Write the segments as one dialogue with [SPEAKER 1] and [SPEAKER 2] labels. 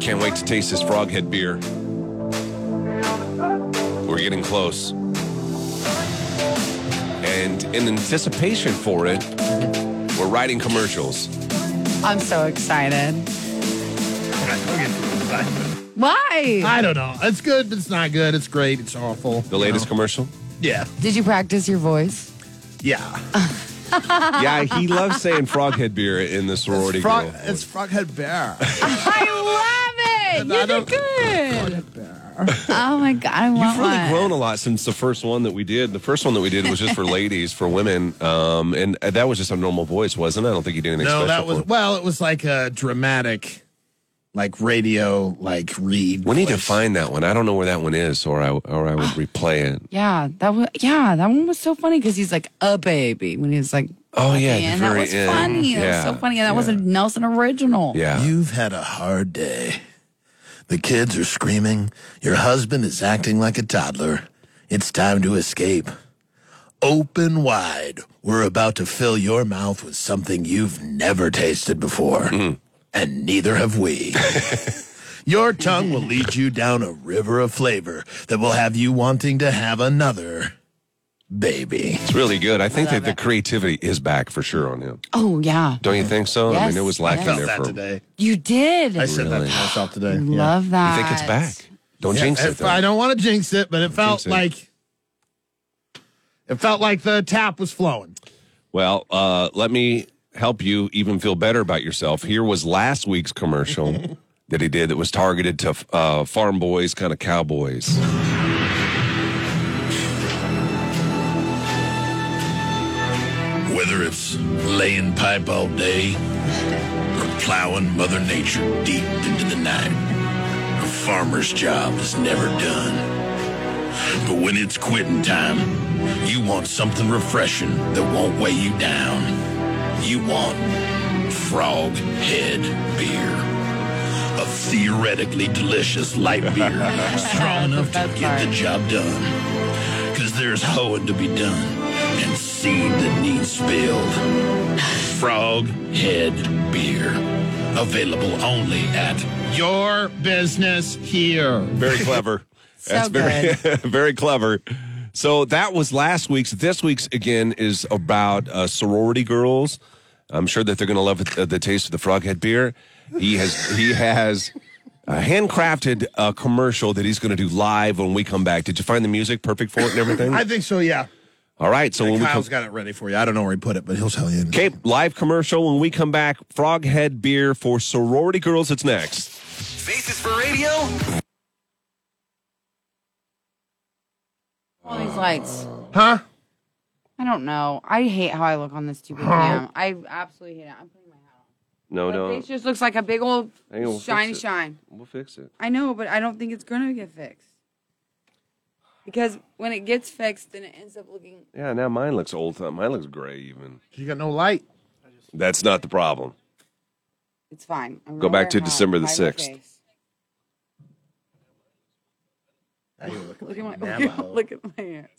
[SPEAKER 1] can't wait to taste this froghead beer. We're getting close. And in anticipation for it, we're writing commercials.
[SPEAKER 2] I'm so excited. Why?
[SPEAKER 3] I don't know. It's good, but it's not good. It's great. It's awful.
[SPEAKER 1] The latest commercial?
[SPEAKER 3] Yeah.
[SPEAKER 2] Did you practice your voice?
[SPEAKER 3] Yeah.
[SPEAKER 1] yeah, he loves saying froghead beer in the sorority
[SPEAKER 3] It's frog,
[SPEAKER 1] girl.
[SPEAKER 3] it's Froghead Bear.
[SPEAKER 2] I love it.
[SPEAKER 3] I
[SPEAKER 2] You did
[SPEAKER 3] don't-
[SPEAKER 2] good. Oh my god, I want
[SPEAKER 1] You've really
[SPEAKER 2] one.
[SPEAKER 1] grown a lot since the first one that we did. The first one that we did was just for ladies, for women, um, and that was just a normal voice, wasn't it? I don't think you did anything special.
[SPEAKER 3] no, that was
[SPEAKER 1] for it.
[SPEAKER 3] well. It was like a dramatic, like radio, like read.
[SPEAKER 1] We need to
[SPEAKER 3] voice.
[SPEAKER 1] find that one. I don't know where that one is, or I or I would replay it.
[SPEAKER 2] Yeah, that was yeah, that one was so funny because he's like a baby when he was like,
[SPEAKER 1] Oh yeah, the
[SPEAKER 2] and that
[SPEAKER 1] very
[SPEAKER 2] was
[SPEAKER 1] end.
[SPEAKER 2] funny. That was
[SPEAKER 1] Yeah,
[SPEAKER 2] so funny, and that
[SPEAKER 1] yeah.
[SPEAKER 2] was a Nelson original.
[SPEAKER 1] Yeah.
[SPEAKER 3] You've had a hard day. The kids are screaming. Your husband is acting like a toddler. It's time to escape. Open wide. We're about to fill your mouth with something you've never tasted before. And neither have we. your tongue will lead you down a river of flavor that will have you wanting to have another baby.
[SPEAKER 1] it's really good. I think that the creativity is back for sure on him.
[SPEAKER 2] Oh yeah,
[SPEAKER 1] Don't you think so? I
[SPEAKER 2] Yes,
[SPEAKER 1] mean, it was lacking
[SPEAKER 2] yes.
[SPEAKER 1] there for.
[SPEAKER 2] you did.
[SPEAKER 3] I said that to myself today. Yeah.
[SPEAKER 2] Love
[SPEAKER 1] You
[SPEAKER 2] that.
[SPEAKER 1] think it's back? Don't
[SPEAKER 3] Yeah,
[SPEAKER 1] jinx
[SPEAKER 3] it-
[SPEAKER 1] it. Though.
[SPEAKER 3] I don't want to jinx it, but it felt
[SPEAKER 1] jinx it.
[SPEAKER 3] like it felt like the tap was flowing.
[SPEAKER 1] Well, uh, let me help you even feel better about yourself. Here was last week's commercial that he did that was targeted to uh, farm boys, kind of cowboys.
[SPEAKER 3] Whether it's laying pipe all day or plowing Mother Nature deep into the night, a farmer's job is never done. But when it's quitting time, you want something refreshing that won't weigh you down. You want Frog Head Beer. A theoretically delicious light beer strong enough to
[SPEAKER 2] That's
[SPEAKER 3] get the
[SPEAKER 2] hard.
[SPEAKER 3] job done. Because there's hoeing to be done and seed that needs spilled. Frog Head Beer. Available only at your business here.
[SPEAKER 1] Very clever.
[SPEAKER 2] So
[SPEAKER 1] very very clever. So that was last week's. This week's again is about uh, sorority girls. I'm sure that they're going to love it, uh, the taste of the Froghead beer. He has he has a handcrafted uh, commercial that he's going to do live when we come back. Did you find the music perfect for it and everything?
[SPEAKER 3] I think so, yeah.
[SPEAKER 1] All right, so when we come,
[SPEAKER 3] Kyle's got it ready for you. I don't know where he put it, but he'll tell you.
[SPEAKER 1] okay, live commercial when we come back. Froghead beer for sorority girls. It's next.
[SPEAKER 4] Faces for radio?
[SPEAKER 2] All these lights.
[SPEAKER 3] Huh?
[SPEAKER 2] I don't know. I hate how I look on this stupid cam. I absolutely hate it. I'm putting my hat
[SPEAKER 1] No,
[SPEAKER 2] on. My face just looks like a big old
[SPEAKER 1] Hey, we'll fix
[SPEAKER 2] shiny
[SPEAKER 1] it.
[SPEAKER 2] shine.
[SPEAKER 1] we'll fix it.
[SPEAKER 2] I know, but I don't think it's gonna get fixed. Because when it gets fixed, then it ends up looking.
[SPEAKER 1] Yeah, now mine looks old. time. Mine looks gray even.
[SPEAKER 3] You got no light.
[SPEAKER 1] That's not the problem.
[SPEAKER 2] It's fine. I'm
[SPEAKER 1] Go
[SPEAKER 2] gonna
[SPEAKER 1] back
[SPEAKER 2] wear
[SPEAKER 1] to
[SPEAKER 2] a hat.
[SPEAKER 1] December the
[SPEAKER 2] Hide my
[SPEAKER 1] 6th.
[SPEAKER 2] face.
[SPEAKER 3] Look
[SPEAKER 2] Look at my look at, look at my hair.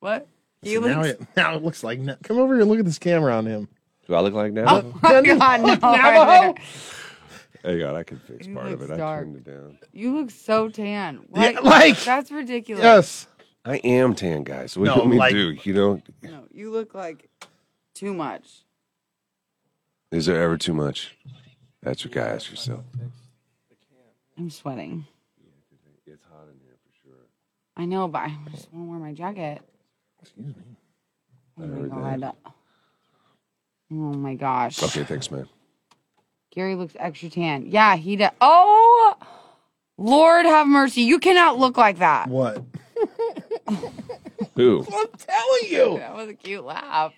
[SPEAKER 2] What? You
[SPEAKER 3] now,
[SPEAKER 2] look.
[SPEAKER 3] it, now it looks like. Come over here and look at this camera on him.
[SPEAKER 1] Do I look like now?
[SPEAKER 2] Oh, God, no,
[SPEAKER 3] Navajo?
[SPEAKER 1] Hang on, I can fix
[SPEAKER 2] You
[SPEAKER 1] part of
[SPEAKER 2] look
[SPEAKER 1] it. I
[SPEAKER 2] dark.
[SPEAKER 1] turned it down.
[SPEAKER 2] You look so tan.
[SPEAKER 3] Yeah,
[SPEAKER 2] What?
[SPEAKER 3] like-
[SPEAKER 2] that's ridiculous.
[SPEAKER 3] Yes.
[SPEAKER 1] I am tan, guys. What
[SPEAKER 3] No,
[SPEAKER 1] do you want me to
[SPEAKER 3] like-
[SPEAKER 1] do? You know,
[SPEAKER 2] No, you look like too much.
[SPEAKER 1] is there ever too much? That's what I ask yourself.
[SPEAKER 2] I'm sweating. It's hot in here for sure. I know, but I just want to wear my jacket. Excuse me. Oh my god. Oh my gosh.
[SPEAKER 1] Okay, thanks, man.
[SPEAKER 2] Gary looks extra tan. Yeah, he does. Oh, Lord have mercy. You cannot look like that.
[SPEAKER 3] What?
[SPEAKER 1] Who?
[SPEAKER 3] I'm telling you.
[SPEAKER 2] That was a cute laugh.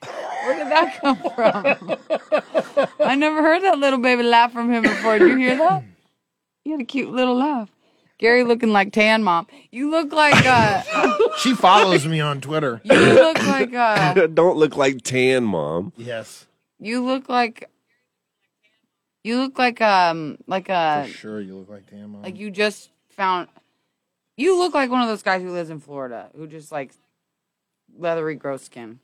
[SPEAKER 2] Where did that come from? I never heard that little baby laugh from him before. Did you hear that? You had a cute little laugh. Gary looking like tan mom. You look like uh
[SPEAKER 3] She follows me on Twitter.
[SPEAKER 2] you look like uh
[SPEAKER 1] Don't look like tan, mom.
[SPEAKER 3] Yes.
[SPEAKER 2] You look like you look like um like
[SPEAKER 3] For
[SPEAKER 2] a
[SPEAKER 3] sure, you look like damn. Mom.
[SPEAKER 2] like you just found you look like one of those guys who lives in Florida who just like leathery gross skin.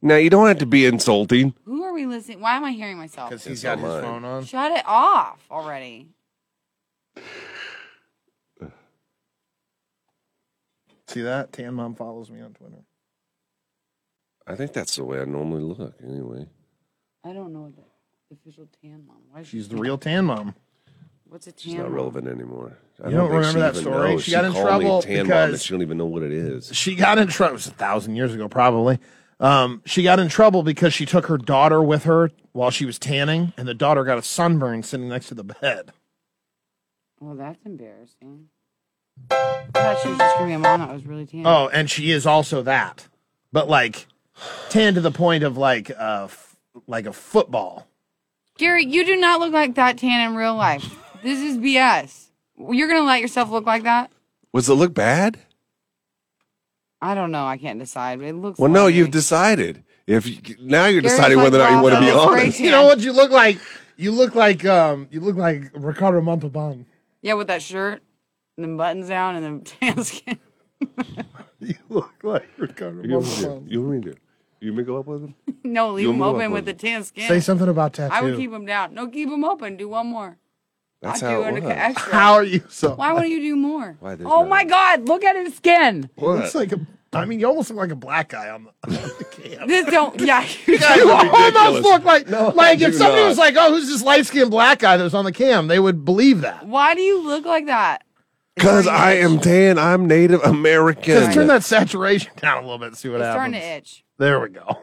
[SPEAKER 1] Now you don't have to be insulting.
[SPEAKER 2] Who are we listening? Why am I hearing myself?
[SPEAKER 3] Because he's
[SPEAKER 1] It's
[SPEAKER 3] got his
[SPEAKER 1] online.
[SPEAKER 3] phone on.
[SPEAKER 2] Shut it off already.
[SPEAKER 4] See that? Tan Mom follows me on Twitter.
[SPEAKER 1] I think that's the way I normally look. Anyway,
[SPEAKER 2] I don't know the official tan mom. Why is
[SPEAKER 4] She's the real Tan Mom.
[SPEAKER 2] What's a tan
[SPEAKER 1] it's not
[SPEAKER 2] mom?
[SPEAKER 1] relevant anymore. I
[SPEAKER 4] You don't
[SPEAKER 1] think
[SPEAKER 4] remember
[SPEAKER 1] she
[SPEAKER 4] that
[SPEAKER 1] even
[SPEAKER 4] story?
[SPEAKER 1] knows.
[SPEAKER 4] She got in
[SPEAKER 1] called me
[SPEAKER 4] trouble
[SPEAKER 1] Tan Mom,
[SPEAKER 4] because-
[SPEAKER 1] and she don't even know what it is.
[SPEAKER 4] She got in trouble. It was a thousand years ago, probably. Um, she got in trouble because she took her daughter with her while she was tanning, and the daughter got a sunburn sitting next to the bed.
[SPEAKER 2] Well, that's embarrassing. I thought she was just gonna be a mom that was really tan.
[SPEAKER 4] Oh, and she is also that, but like tan to the point of like uh f- like a football.
[SPEAKER 2] Gary, you do not look like that tan in real life. This is BS. You're gonna let yourself look like that?
[SPEAKER 1] Was it look bad?
[SPEAKER 2] I don't know. I can't decide. It looks.
[SPEAKER 1] Well, no,
[SPEAKER 2] like me.
[SPEAKER 1] you've decided. If you, now you're
[SPEAKER 2] Gary's
[SPEAKER 1] deciding
[SPEAKER 2] like,
[SPEAKER 1] whether or not you
[SPEAKER 2] wow,
[SPEAKER 1] want to
[SPEAKER 2] that
[SPEAKER 1] be
[SPEAKER 2] looks great.
[SPEAKER 1] honest.
[SPEAKER 4] You know what you look like? You look like um you look like Ricardo Montalban.
[SPEAKER 2] Yeah, with that shirt and then buttons down and then tan skin.
[SPEAKER 4] You look like Ricardo
[SPEAKER 1] You want me to? You want me to? You make up with him?
[SPEAKER 2] no, leave
[SPEAKER 1] You'll
[SPEAKER 2] them
[SPEAKER 1] move
[SPEAKER 2] open
[SPEAKER 1] up
[SPEAKER 2] with the
[SPEAKER 1] with
[SPEAKER 2] tan skin.
[SPEAKER 4] Say something about tattoo.
[SPEAKER 2] I would keep them down. No, keep them open. Do one more.
[SPEAKER 1] That's
[SPEAKER 2] I'd
[SPEAKER 1] how
[SPEAKER 2] do
[SPEAKER 1] it
[SPEAKER 2] an
[SPEAKER 1] was.
[SPEAKER 2] extra.
[SPEAKER 4] How are you so?
[SPEAKER 2] Why wouldn't you do more?
[SPEAKER 1] Why, there's
[SPEAKER 2] oh
[SPEAKER 1] no-
[SPEAKER 2] my God! Look at his skin.
[SPEAKER 4] He looks like a. I mean, you almost look like a black guy on the, on the cam.
[SPEAKER 2] This don't. Yeah. you
[SPEAKER 4] You
[SPEAKER 2] don't.
[SPEAKER 4] almost look like like
[SPEAKER 1] I do
[SPEAKER 4] if somebody
[SPEAKER 1] not.
[SPEAKER 4] was like, "Oh, who's this light skinned black guy that was on the cam?" They would believe that.
[SPEAKER 2] Why do you look like that?
[SPEAKER 1] Because I am tan. I'm Native American.
[SPEAKER 4] Just turn that saturation down a little bit. and See what
[SPEAKER 2] It's
[SPEAKER 4] happens.
[SPEAKER 2] starting to itch.
[SPEAKER 4] There we go.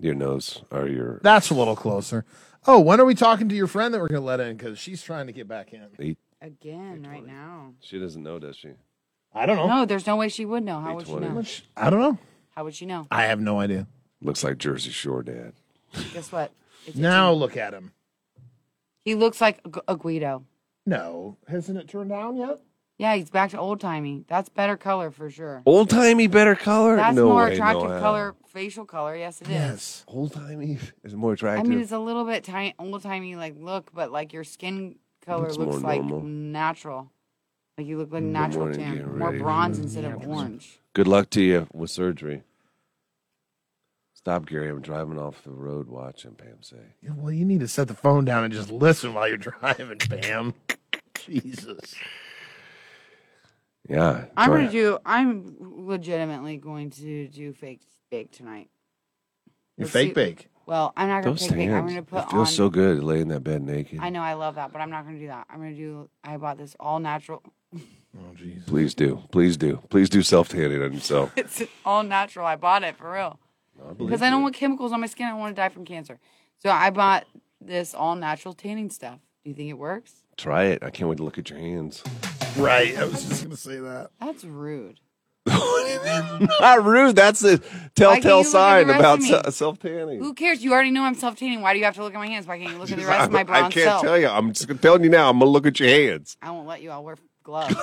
[SPEAKER 1] Your nose or your
[SPEAKER 4] That's a little closer. Oh, when are we talking to your friend that we're gonna let in? Because she's trying to get back in.
[SPEAKER 2] Again, right now.
[SPEAKER 1] She doesn't know, does she?
[SPEAKER 4] I don't know.
[SPEAKER 2] No, there's no way she would know. How would she
[SPEAKER 1] 820.
[SPEAKER 2] know?
[SPEAKER 4] I don't know.
[SPEAKER 2] How would she know?
[SPEAKER 4] I have no idea.
[SPEAKER 1] Looks like Jersey Shore dad.
[SPEAKER 2] Guess what? It's
[SPEAKER 4] Now look at him.
[SPEAKER 2] He looks like a Gu- a Guido.
[SPEAKER 4] No, hasn't it turned down yet?
[SPEAKER 2] Yeah, he's back to old timey. That's better color for sure.
[SPEAKER 1] Old timey better color.
[SPEAKER 2] That's
[SPEAKER 1] no
[SPEAKER 2] more
[SPEAKER 1] way,
[SPEAKER 2] attractive
[SPEAKER 1] no how.
[SPEAKER 2] color, facial color. Yes, it is.
[SPEAKER 1] Old timey is more
[SPEAKER 2] I
[SPEAKER 1] attractive.
[SPEAKER 2] mean, it's a little bit tiny, old timey like look, but like your skin color
[SPEAKER 1] Looks
[SPEAKER 2] looks
[SPEAKER 1] more
[SPEAKER 2] like
[SPEAKER 1] normal. Mm,
[SPEAKER 2] natural. Like you look like natural
[SPEAKER 1] morning, get Mm,
[SPEAKER 2] tan, more
[SPEAKER 1] ready.
[SPEAKER 2] bronze instead of orange.
[SPEAKER 1] Good luck to you with surgery. Stop, Gary. I'm driving off the road watching Pam say.
[SPEAKER 4] Yeah, Well, you need to set the phone down and just listen while you're driving, Bam. Jesus.
[SPEAKER 1] Yeah.
[SPEAKER 2] I'm
[SPEAKER 1] try
[SPEAKER 2] gonna
[SPEAKER 1] it.
[SPEAKER 2] do. I'm legitimately going to do fake bake tonight.
[SPEAKER 4] Your
[SPEAKER 2] Let's see-
[SPEAKER 4] fake bake.
[SPEAKER 2] Well, I'm not gonna
[SPEAKER 1] Those
[SPEAKER 2] fake bake. I'm
[SPEAKER 1] hands.
[SPEAKER 2] gonna put
[SPEAKER 1] it feels
[SPEAKER 2] on.
[SPEAKER 1] so good to lay in that bed naked.
[SPEAKER 2] I know I love that, but I'm not gonna do that. I'm gonna do. I bought this all natural.
[SPEAKER 4] Oh, Jesus.
[SPEAKER 1] Please do. Please do. Please do self tanning on yourself.
[SPEAKER 2] It's all natural. I bought it for real. because I don't want chemicals on my skin. I don't want to die from cancer. So I bought this all natural tanning stuff. Do you think it works?
[SPEAKER 1] Try it. I can't wait to look at your hands.
[SPEAKER 4] Right. I was just going to say that.
[SPEAKER 2] That's rude.
[SPEAKER 1] Not rude. That's a
[SPEAKER 2] Why can't you
[SPEAKER 1] telltale
[SPEAKER 2] look at
[SPEAKER 1] sign
[SPEAKER 2] the rest
[SPEAKER 1] about
[SPEAKER 2] of me?
[SPEAKER 1] self tanning.
[SPEAKER 2] Who cares? You already know I'm self tanning. Why do you have to look at my hands? Why can't you look at the rest of my
[SPEAKER 1] I
[SPEAKER 2] bronze
[SPEAKER 1] can't
[SPEAKER 2] self?
[SPEAKER 1] tell you. I'm just telling you now. I'm gonna look at your hands.
[SPEAKER 2] I won't let you. I'll wear gloves.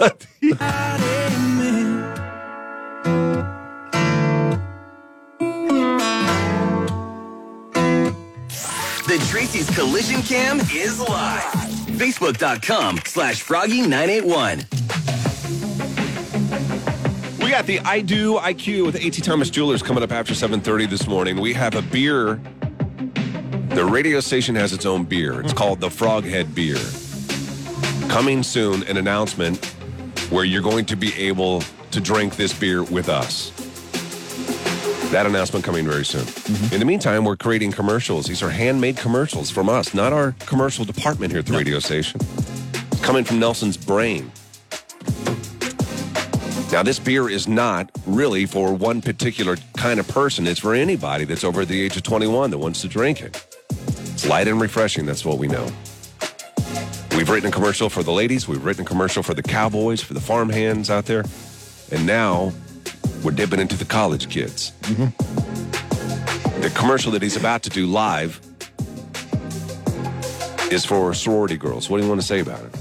[SPEAKER 5] The Tracy's Collision Cam is live. Facebook.com slash Froggy981.
[SPEAKER 1] We got the I Do IQ with AT Thomas Jewelers coming up after 7:30 this morning. We have a beer. The radio station has its own beer. It's called the Froghead Beer. Coming soon, an announcement where you're going to be able to drink this beer with us. That announcement coming very soon. In the meantime, we're creating commercials. These are handmade commercials from us, not our commercial department here at the radio station. Coming from Nelson's brain. Now, this beer is not really for one particular kind of person. It's for anybody that's over the age of 21 that wants to drink it. It's light and refreshing. That's what we know. We've written a commercial for the ladies. We've written a commercial for the cowboys, for the farmhands out there. And now we're dipping into the college kids. The commercial that he's about to do live is for sorority girls. What do you want to say about it?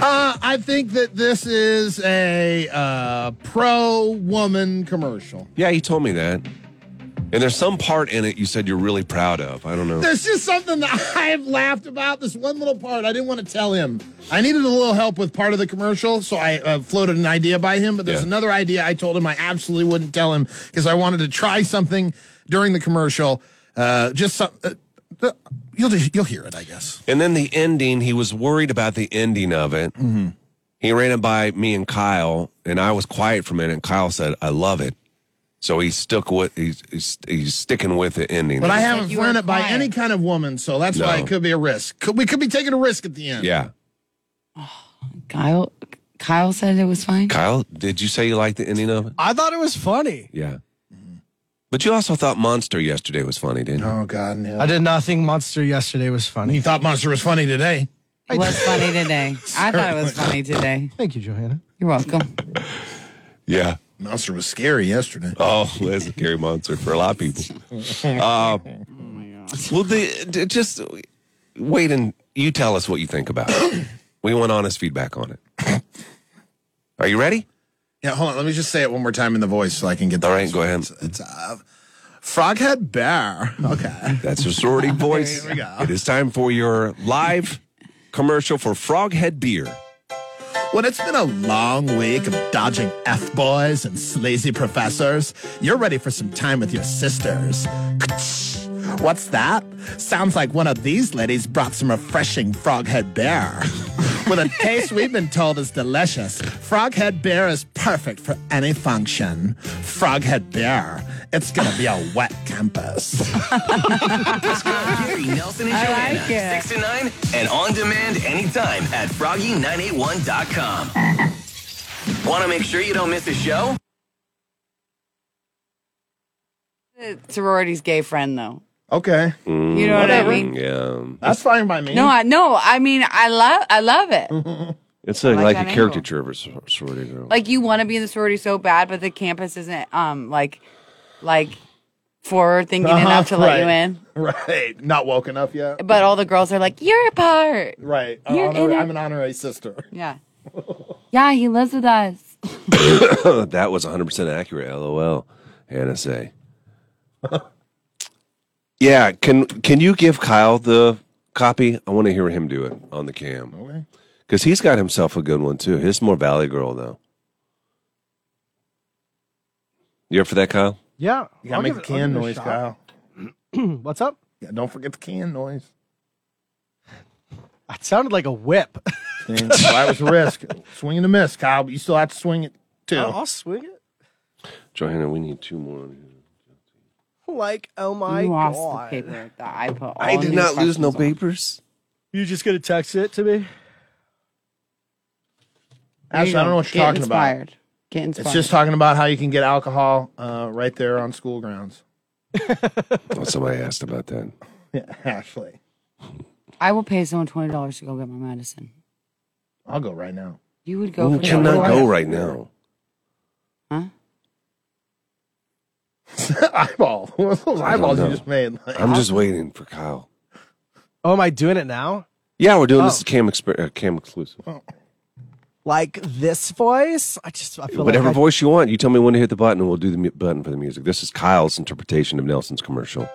[SPEAKER 4] Uh, I think that this is a uh, pro woman commercial.
[SPEAKER 1] Yeah, he told me that. And there's some part in it you said you're really proud of. I don't know.
[SPEAKER 4] There's just something that I've laughed about. This one little part I didn't want to tell him. I needed a little help with part of the commercial, so I uh, floated an idea by him. But there's
[SPEAKER 1] Yeah.
[SPEAKER 4] another idea I told him I absolutely wouldn't tell him because I wanted to try something during the commercial. Uh, just some, uh, uh,
[SPEAKER 6] You'll just, you'll hear it, I guess.
[SPEAKER 1] And then the ending, he was worried about the ending of it. He ran it by me and Kyle, and I was quiet for a minute. And Kyle said, "I love it," so he's stuck with he's he's, he's sticking with the ending.
[SPEAKER 4] But I haven't
[SPEAKER 2] you
[SPEAKER 4] run
[SPEAKER 2] were
[SPEAKER 4] it by
[SPEAKER 2] quiet.
[SPEAKER 4] any kind of woman, so that's why
[SPEAKER 1] No.
[SPEAKER 4] it could be a risk. Could, we could be taking a risk at the end.
[SPEAKER 1] yeah.
[SPEAKER 2] Kyle Kyle said it was fine.
[SPEAKER 1] Kyle, did you say you liked the ending of it?
[SPEAKER 7] I thought it was
[SPEAKER 4] Mm-hmm.
[SPEAKER 7] funny.
[SPEAKER 1] Yeah. But you also thought Monster yesterday was funny, didn't you?
[SPEAKER 4] Oh God, no.
[SPEAKER 7] I did not think Monster yesterday was funny.
[SPEAKER 6] You thought Monster was funny today.
[SPEAKER 2] It was funny today. I thought it was funny today.
[SPEAKER 7] Thank you, Johanna.
[SPEAKER 2] You're welcome.
[SPEAKER 1] Yeah.
[SPEAKER 6] Monster was scary yesterday.
[SPEAKER 1] Oh, that's a scary monster for a lot of people. Uh,
[SPEAKER 2] Oh,
[SPEAKER 1] well, the, d- just wait and you tell us what you think about it. We want honest feedback on it. Are you ready?
[SPEAKER 6] Yeah, hold on. Let me just say it one more time in the voice so I can get the
[SPEAKER 1] All right, go ahead. Oh,
[SPEAKER 6] It's, uh, Froghead Bear. Okay.
[SPEAKER 1] That's your sorority voice.
[SPEAKER 6] we go.
[SPEAKER 1] It is time for your live commercial for Froghead Beer.
[SPEAKER 6] When it's been a long week of dodging F boys and sleazy professors, you're ready for some time with your sisters. What's that? Sounds like one of these ladies brought some refreshing Froghead Bear. With a taste we've been told is delicious, Froghead Bear is perfect for any function. Froghead Bear, it's gonna be a wet campus.
[SPEAKER 5] Gary Nelson and
[SPEAKER 2] I
[SPEAKER 5] Joanna,
[SPEAKER 2] like it.
[SPEAKER 5] 6 to 9, and on demand anytime at froggy981.com. Want to make sure you don't miss a show?
[SPEAKER 2] The sorority's gay friend though.
[SPEAKER 4] Okay,
[SPEAKER 2] You know what I mean?
[SPEAKER 1] Mm, Yeah.
[SPEAKER 4] that's fine by me.
[SPEAKER 2] No, I no, I mean I love I love it.
[SPEAKER 1] It's a,
[SPEAKER 2] like
[SPEAKER 1] like,
[SPEAKER 2] that
[SPEAKER 1] a
[SPEAKER 2] angle.
[SPEAKER 1] caricature of a sor- sorority girl.
[SPEAKER 2] Like you want to be in the sorority so bad, but the campus isn't um like like forward thinking enough to let you
[SPEAKER 4] right.
[SPEAKER 2] in.
[SPEAKER 4] right? Not woke enough yet.
[SPEAKER 2] But all the girls are like, You're a part.
[SPEAKER 4] Right. I'm
[SPEAKER 2] You're in
[SPEAKER 4] honorary-
[SPEAKER 2] it.
[SPEAKER 4] I'm an honorary sister.
[SPEAKER 2] Yeah. Yeah, he lives with us.
[SPEAKER 1] that was 100% accurate. LOL, Hannah say. yeah, can can you give Kyle the copy? I want to hear him do it on the cam. Okay. Because he's got himself a good one, too. His more Valley Girl, though. You up for that, Kyle?
[SPEAKER 7] Yeah.
[SPEAKER 4] You gotta
[SPEAKER 7] I'll
[SPEAKER 4] make
[SPEAKER 7] give
[SPEAKER 4] the
[SPEAKER 7] it- I'll
[SPEAKER 4] can
[SPEAKER 7] give it a
[SPEAKER 4] noise,
[SPEAKER 7] shot.
[SPEAKER 4] Kyle.
[SPEAKER 7] What's up?
[SPEAKER 4] Yeah, don't forget the can noise.
[SPEAKER 7] It sounded like a whip.
[SPEAKER 4] That's why it was a risk. Swing and a miss, Kyle. But you still have to swing it too.
[SPEAKER 2] Oh,
[SPEAKER 7] I'll, I'll swing it.
[SPEAKER 1] Johanna, we need two more. on here.
[SPEAKER 7] Like, oh my
[SPEAKER 2] you lost
[SPEAKER 7] god.
[SPEAKER 2] the paper that I put all
[SPEAKER 1] I did
[SPEAKER 2] new
[SPEAKER 1] not lose no
[SPEAKER 2] questions on.
[SPEAKER 1] papers.
[SPEAKER 7] You just gonna text it to me?
[SPEAKER 4] Ashley, I don't know what you're
[SPEAKER 2] Get
[SPEAKER 4] talking about.
[SPEAKER 2] inspired. Get inspired.
[SPEAKER 4] It's just talking about how you can get alcohol uh, right there on school grounds.
[SPEAKER 1] Oh, somebody asked about that.
[SPEAKER 4] Yeah, Ashley,
[SPEAKER 2] I will pay someone twenty dollars to go get my medicine.
[SPEAKER 4] I'll go right now.
[SPEAKER 2] You would go
[SPEAKER 1] You
[SPEAKER 2] for
[SPEAKER 1] cannot
[SPEAKER 2] that.
[SPEAKER 1] go right now.
[SPEAKER 2] Huh?
[SPEAKER 4] Eyeball. What those eyeballs you
[SPEAKER 1] know.
[SPEAKER 4] just made? Like,
[SPEAKER 1] I'm just waiting for Kyle.
[SPEAKER 7] Oh, am I doing it now?
[SPEAKER 1] Yeah, we're doing this cam, exper- uh, cam exclusive.
[SPEAKER 7] Like this voice? I just I feel
[SPEAKER 1] Whatever
[SPEAKER 7] like I-
[SPEAKER 1] voice you want, you tell me when to hit the button, and we'll do the mu- button for the music. This is Kyle's interpretation of Nelson's commercial.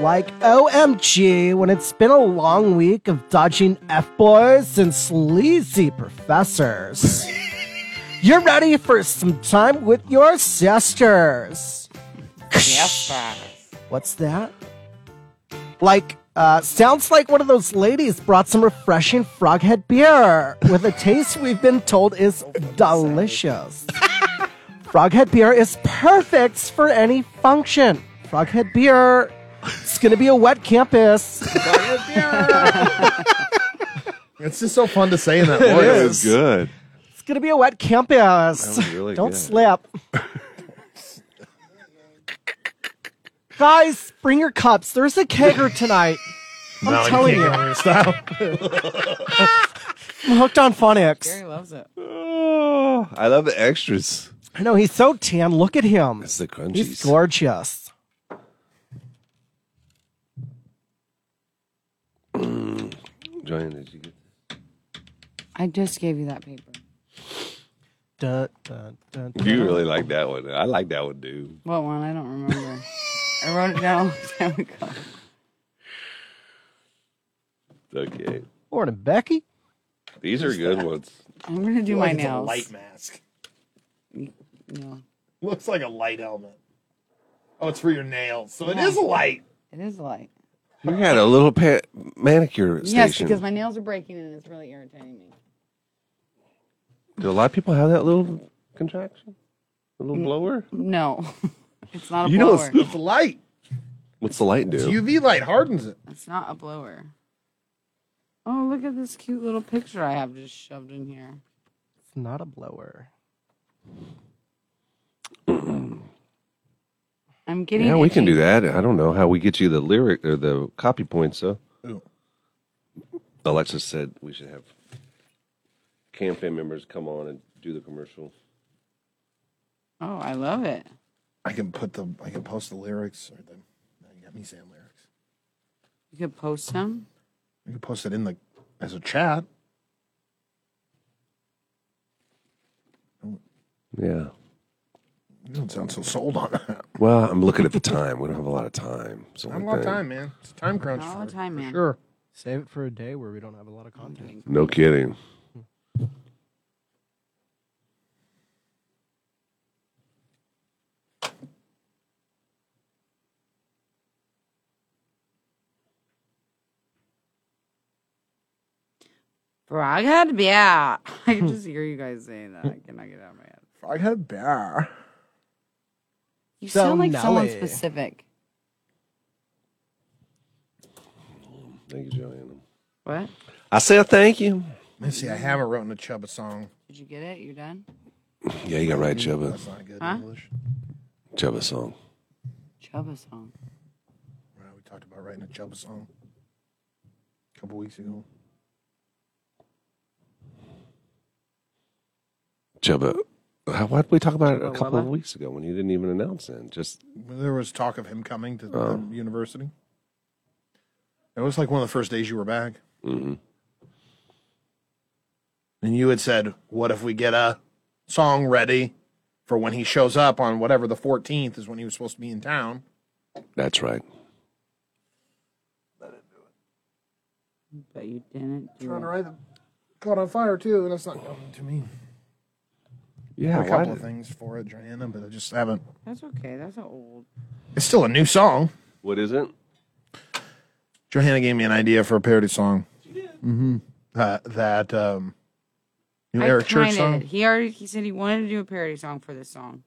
[SPEAKER 7] Like, OMG, when it's been a long week of dodging F boys and sleazy professors. You're ready for some time with your sisters.
[SPEAKER 2] Yes, guys.
[SPEAKER 7] What's that? Like, uh, sounds like one of those ladies brought some refreshing froghead beer with a taste we've been told is delicious. froghead beer is perfect for any function. Froghead beer. It's gonna be a wet campus.
[SPEAKER 4] it's just so fun to say in that voice.
[SPEAKER 1] was good.
[SPEAKER 7] It's gonna be a wet campus.
[SPEAKER 1] was really
[SPEAKER 7] Don't
[SPEAKER 1] good.
[SPEAKER 7] slip. Guys, bring your cups. There's a kegger tonight. I'm telling you.
[SPEAKER 4] Stop.
[SPEAKER 7] I'm hooked on phonics.
[SPEAKER 2] Gary loves it.
[SPEAKER 1] Oh, I love the extras.
[SPEAKER 7] I know he's so tan. Look at him.
[SPEAKER 1] It's the
[SPEAKER 7] He's
[SPEAKER 1] crunchies.
[SPEAKER 7] gorgeous.
[SPEAKER 1] Joanne, did you get
[SPEAKER 2] I just gave you that paper.
[SPEAKER 7] Dun, dun, dun, dun.
[SPEAKER 1] You really like that one. I like that one, dude.
[SPEAKER 2] What one? I don't remember. I wrote it down a long time ago.
[SPEAKER 1] Okay.
[SPEAKER 7] Morning, Becky.
[SPEAKER 1] These are good ones.
[SPEAKER 2] I'm gonna do my
[SPEAKER 4] Like it's a
[SPEAKER 2] nails.
[SPEAKER 4] light mask.
[SPEAKER 2] No.
[SPEAKER 4] Looks like a light helmet. Oh, it's for your nails, so it is a light.
[SPEAKER 2] It is light.
[SPEAKER 1] You had a little pa- manicure station.
[SPEAKER 2] Yes, because my nails are breaking and it's really irritating me.
[SPEAKER 1] Do a lot of people have that little contraction? A
[SPEAKER 2] Mm.
[SPEAKER 4] Mm.
[SPEAKER 1] little blower?
[SPEAKER 2] No, it's not a
[SPEAKER 1] You know,
[SPEAKER 2] blower.
[SPEAKER 4] It's light.
[SPEAKER 1] What's the light do?
[SPEAKER 4] UV light hardens it.
[SPEAKER 2] It's not a blower. Oh, look at this cute little picture I have just shoved in here.
[SPEAKER 8] It's not a blower.
[SPEAKER 2] I'm getting.
[SPEAKER 1] yeah, we can
[SPEAKER 2] itchy.
[SPEAKER 1] do that. I don't know how we get you the lyric or the copy points, though. Alexis said we should have Cam fan members come on and do the commercial.
[SPEAKER 2] Oh, I love it.
[SPEAKER 4] I can put the I can post the lyrics or the no, you got me saying lyrics.
[SPEAKER 2] You could post them.
[SPEAKER 4] You can post it in the as a chat.
[SPEAKER 1] Yeah.
[SPEAKER 4] You don't sound so sold on that.
[SPEAKER 1] Well, I'm looking at the time. We don't have a lot of time. So
[SPEAKER 4] Not a lot of time, man. It's a time crunch.
[SPEAKER 2] Not a lot of
[SPEAKER 4] for-
[SPEAKER 2] time,
[SPEAKER 4] for
[SPEAKER 2] man.
[SPEAKER 4] Sure.
[SPEAKER 8] Save it for a day where we don't have a lot of content.
[SPEAKER 1] No kidding.
[SPEAKER 2] Frog had to be out. I can just hear you guys saying that. I cannot get out of my head.
[SPEAKER 4] I had a bear.
[SPEAKER 2] You sound like someone
[SPEAKER 8] Finale.
[SPEAKER 2] specific.
[SPEAKER 1] Thank you, Joanne.
[SPEAKER 2] What?
[SPEAKER 1] I said thank you.
[SPEAKER 4] Let's see. I haven't written a Chubba song.
[SPEAKER 2] Did you get it? You're done?
[SPEAKER 1] Yeah, you got right, Chubba.
[SPEAKER 4] That's not good
[SPEAKER 2] Huh?
[SPEAKER 4] English.
[SPEAKER 1] Chubba song.
[SPEAKER 2] Chubba song.
[SPEAKER 4] Well, we talked about writing a Chubba song a couple weeks ago.
[SPEAKER 1] Chubba. How, why did we talk about it a
[SPEAKER 2] Chubba
[SPEAKER 1] couple of
[SPEAKER 2] Wubba?
[SPEAKER 1] weeks ago when you didn't even announce it? Just
[SPEAKER 4] There was talk of him coming to
[SPEAKER 1] Oh.
[SPEAKER 4] the university. It was like one of the first days you were back.
[SPEAKER 1] mm-hmm.
[SPEAKER 4] And you had said, What if we get a song ready for when he shows up on whatever the 14th is when he was supposed to be in town?
[SPEAKER 1] that's right.
[SPEAKER 2] But you didn't do
[SPEAKER 4] Trying to
[SPEAKER 2] it.
[SPEAKER 4] write them. Caught on fire too, and that's not coming to me.
[SPEAKER 1] Yeah,
[SPEAKER 4] A
[SPEAKER 1] why
[SPEAKER 4] couple of
[SPEAKER 1] did,
[SPEAKER 4] things for it, Joanna, but I just haven't.
[SPEAKER 2] That's okay. That's an old.
[SPEAKER 4] It's still a new song.
[SPEAKER 1] what is it?
[SPEAKER 4] Johanna gave me an idea for a parody song. Mm-hmm. Uh, that um, new
[SPEAKER 2] I
[SPEAKER 4] Eric Church
[SPEAKER 2] kinda-
[SPEAKER 4] song.
[SPEAKER 2] He already he said he wanted to do a parody song for this song.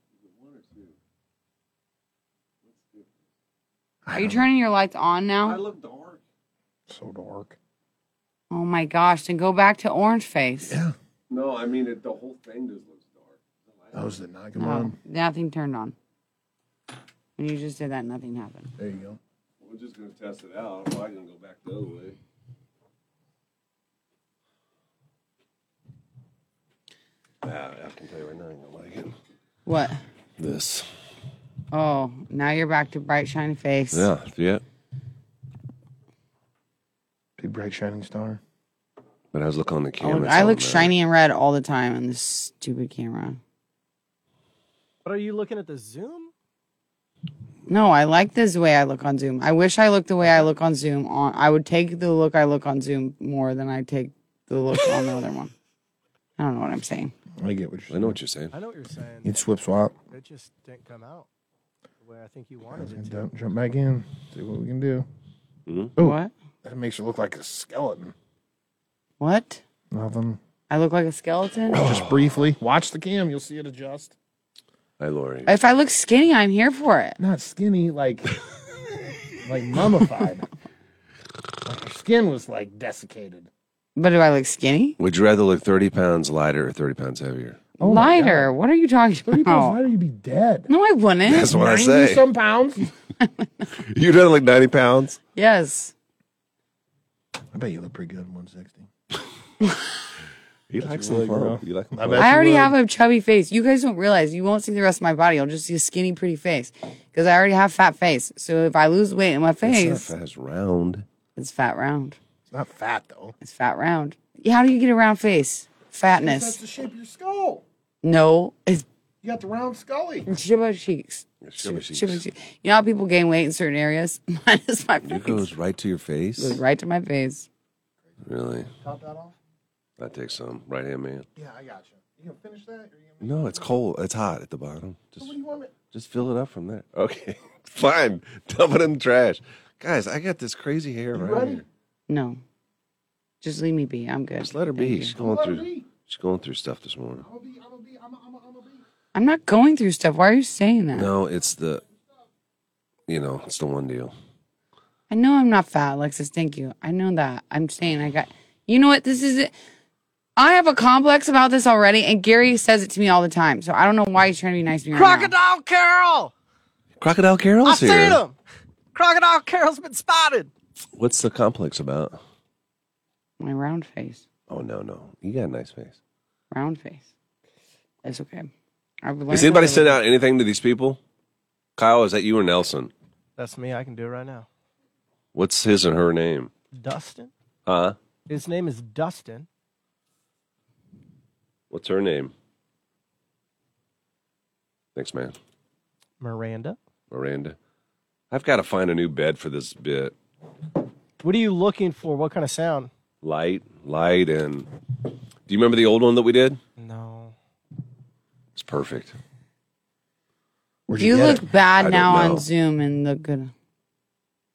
[SPEAKER 2] Are you turning your lights on now?
[SPEAKER 4] So dark.
[SPEAKER 2] oh my gosh! Then go back to orange face.
[SPEAKER 4] Yeah.
[SPEAKER 1] No, I mean it, the whole thing just looks dark.
[SPEAKER 4] Those did not come
[SPEAKER 2] No,
[SPEAKER 4] on.
[SPEAKER 2] nothing turned on. When you just did that, nothing happened.
[SPEAKER 4] There you go.
[SPEAKER 1] We're just gonna test it out. I'm probably gonna go back the other way. I can tell you right now, I don't like it.
[SPEAKER 2] What?
[SPEAKER 1] This.
[SPEAKER 2] Oh, now you're back to bright shiny face.
[SPEAKER 1] Yeah, yeah.
[SPEAKER 4] Big bright shining star.
[SPEAKER 1] But I was looking on the camera.
[SPEAKER 2] Oh,
[SPEAKER 1] it's
[SPEAKER 2] I
[SPEAKER 1] all
[SPEAKER 2] look
[SPEAKER 1] mad.
[SPEAKER 2] shiny and red all the time on this stupid camera.
[SPEAKER 8] But are you looking at the Zoom?
[SPEAKER 2] No, I like this way I look on Zoom. I wish I looked the way I look on Zoom on I would take the look I look on Zoom more than I take the look on the other one. I don't know what I'm saying.
[SPEAKER 4] I get what
[SPEAKER 1] I
[SPEAKER 4] you're
[SPEAKER 1] know what you're saying.
[SPEAKER 8] I know what you're saying.
[SPEAKER 4] You'd swip swap.
[SPEAKER 8] It just didn't come out the way I think you wanted it
[SPEAKER 4] And
[SPEAKER 8] to.
[SPEAKER 4] Jump, jump back in. See what we can do. Ooh.
[SPEAKER 2] What?
[SPEAKER 4] That makes you look like a skeleton.
[SPEAKER 2] What?
[SPEAKER 4] Nothing.
[SPEAKER 2] I look like a skeleton?
[SPEAKER 4] Oh, Just briefly. Watch the cam. You'll see it adjust.
[SPEAKER 1] Hi, Lori.
[SPEAKER 2] If I look skinny, I'm here for it.
[SPEAKER 4] Not skinny, like like mummified. like your skin was like desiccated.
[SPEAKER 2] But do I look skinny?
[SPEAKER 1] Would you rather look 30 pounds lighter or 30 pounds heavier?
[SPEAKER 4] oh my
[SPEAKER 2] Lighter. What are you talking
[SPEAKER 4] Thirty pounds
[SPEAKER 2] about?
[SPEAKER 4] lighter, you'd be dead.
[SPEAKER 2] No, I wouldn't.
[SPEAKER 1] That's what I
[SPEAKER 4] 90
[SPEAKER 1] say.
[SPEAKER 4] some pounds.
[SPEAKER 1] You'd rather look 90 pounds?
[SPEAKER 2] Yes.
[SPEAKER 4] I bet you look pretty good in 160.
[SPEAKER 1] He likes them
[SPEAKER 4] bro.
[SPEAKER 1] You like them
[SPEAKER 4] I
[SPEAKER 1] plump.
[SPEAKER 4] bet
[SPEAKER 2] I
[SPEAKER 4] you
[SPEAKER 2] already
[SPEAKER 4] would.
[SPEAKER 2] have a chubby face. You guys don't realize you won't see the rest of my body. You'll just see a skinny, pretty face because I already have fat face. So if I lose weight in my
[SPEAKER 1] It's
[SPEAKER 2] face,
[SPEAKER 1] not fat, it's round.
[SPEAKER 2] it's fat round.
[SPEAKER 4] It's not fat though.
[SPEAKER 2] It's fat round. Yeah, How do you get a round face?
[SPEAKER 4] That's
[SPEAKER 2] Fatness.
[SPEAKER 4] the shape of your skull.
[SPEAKER 2] No, it's
[SPEAKER 4] You got the round scully.
[SPEAKER 2] chubby cheeks.
[SPEAKER 1] chubby
[SPEAKER 2] Chubby
[SPEAKER 1] cheeks.
[SPEAKER 2] cheeks. You know how people gain weight in certain areas? Mine is my
[SPEAKER 1] It
[SPEAKER 2] face.
[SPEAKER 1] goes right to your face.
[SPEAKER 2] Goes right to my face.
[SPEAKER 1] Really?
[SPEAKER 4] Top that off.
[SPEAKER 1] I take some. Right hand man.
[SPEAKER 4] Yeah, I got you. You gonna finish that? Or you gonna...
[SPEAKER 1] No, it's cold. It's hot at the bottom. Just
[SPEAKER 4] What do you want me?
[SPEAKER 1] Just fill it up from there. Okay. Fine. Dump it in the trash. Guys, I got this crazy hair right here.
[SPEAKER 2] No. Just leave me be. I'm good.
[SPEAKER 1] Just let her be. She's going through. She's going through stuff this morning.
[SPEAKER 2] I'm not going through stuff. Why are you saying that?
[SPEAKER 1] No, it's the. You know, it's the one deal.
[SPEAKER 2] I know I'm not fat, Alexis. Thank you. I know that. I'm saying I got. You know what? This is it. I have a complex about this already, and Gary says it to me all the time. So I don't know why he's trying to be nice to me. Right now.
[SPEAKER 8] Crocodile Carol!
[SPEAKER 1] Crocodile Carol's
[SPEAKER 8] I've seen
[SPEAKER 1] here.
[SPEAKER 8] him! Crocodile Carol's been spotted!
[SPEAKER 1] What's the complex about?
[SPEAKER 2] My round face.
[SPEAKER 1] Oh no, no, you got a nice face.
[SPEAKER 2] Round face. That's okay. I would
[SPEAKER 1] Has
[SPEAKER 2] learn
[SPEAKER 1] anybody
[SPEAKER 2] to live
[SPEAKER 1] sent out anything to these people? Kyle, is that you or Nelson?
[SPEAKER 7] That's me. I can do it right now.
[SPEAKER 1] What's his and her name?
[SPEAKER 7] Dustin.
[SPEAKER 1] Huh?
[SPEAKER 7] His name is Dustin.
[SPEAKER 1] What's her name? Thanks, man.
[SPEAKER 7] Miranda.
[SPEAKER 1] Miranda. I've got to find a new bed for this bit.
[SPEAKER 7] What are you looking for? What kind of sound?
[SPEAKER 1] Light, light, and. Do you remember the old one that we did?
[SPEAKER 7] No.
[SPEAKER 1] It's perfect.
[SPEAKER 4] Where'd
[SPEAKER 2] You
[SPEAKER 4] get
[SPEAKER 2] look
[SPEAKER 4] it?
[SPEAKER 1] I
[SPEAKER 2] bad
[SPEAKER 1] don't
[SPEAKER 2] now
[SPEAKER 1] know.
[SPEAKER 2] on Zoom and look good.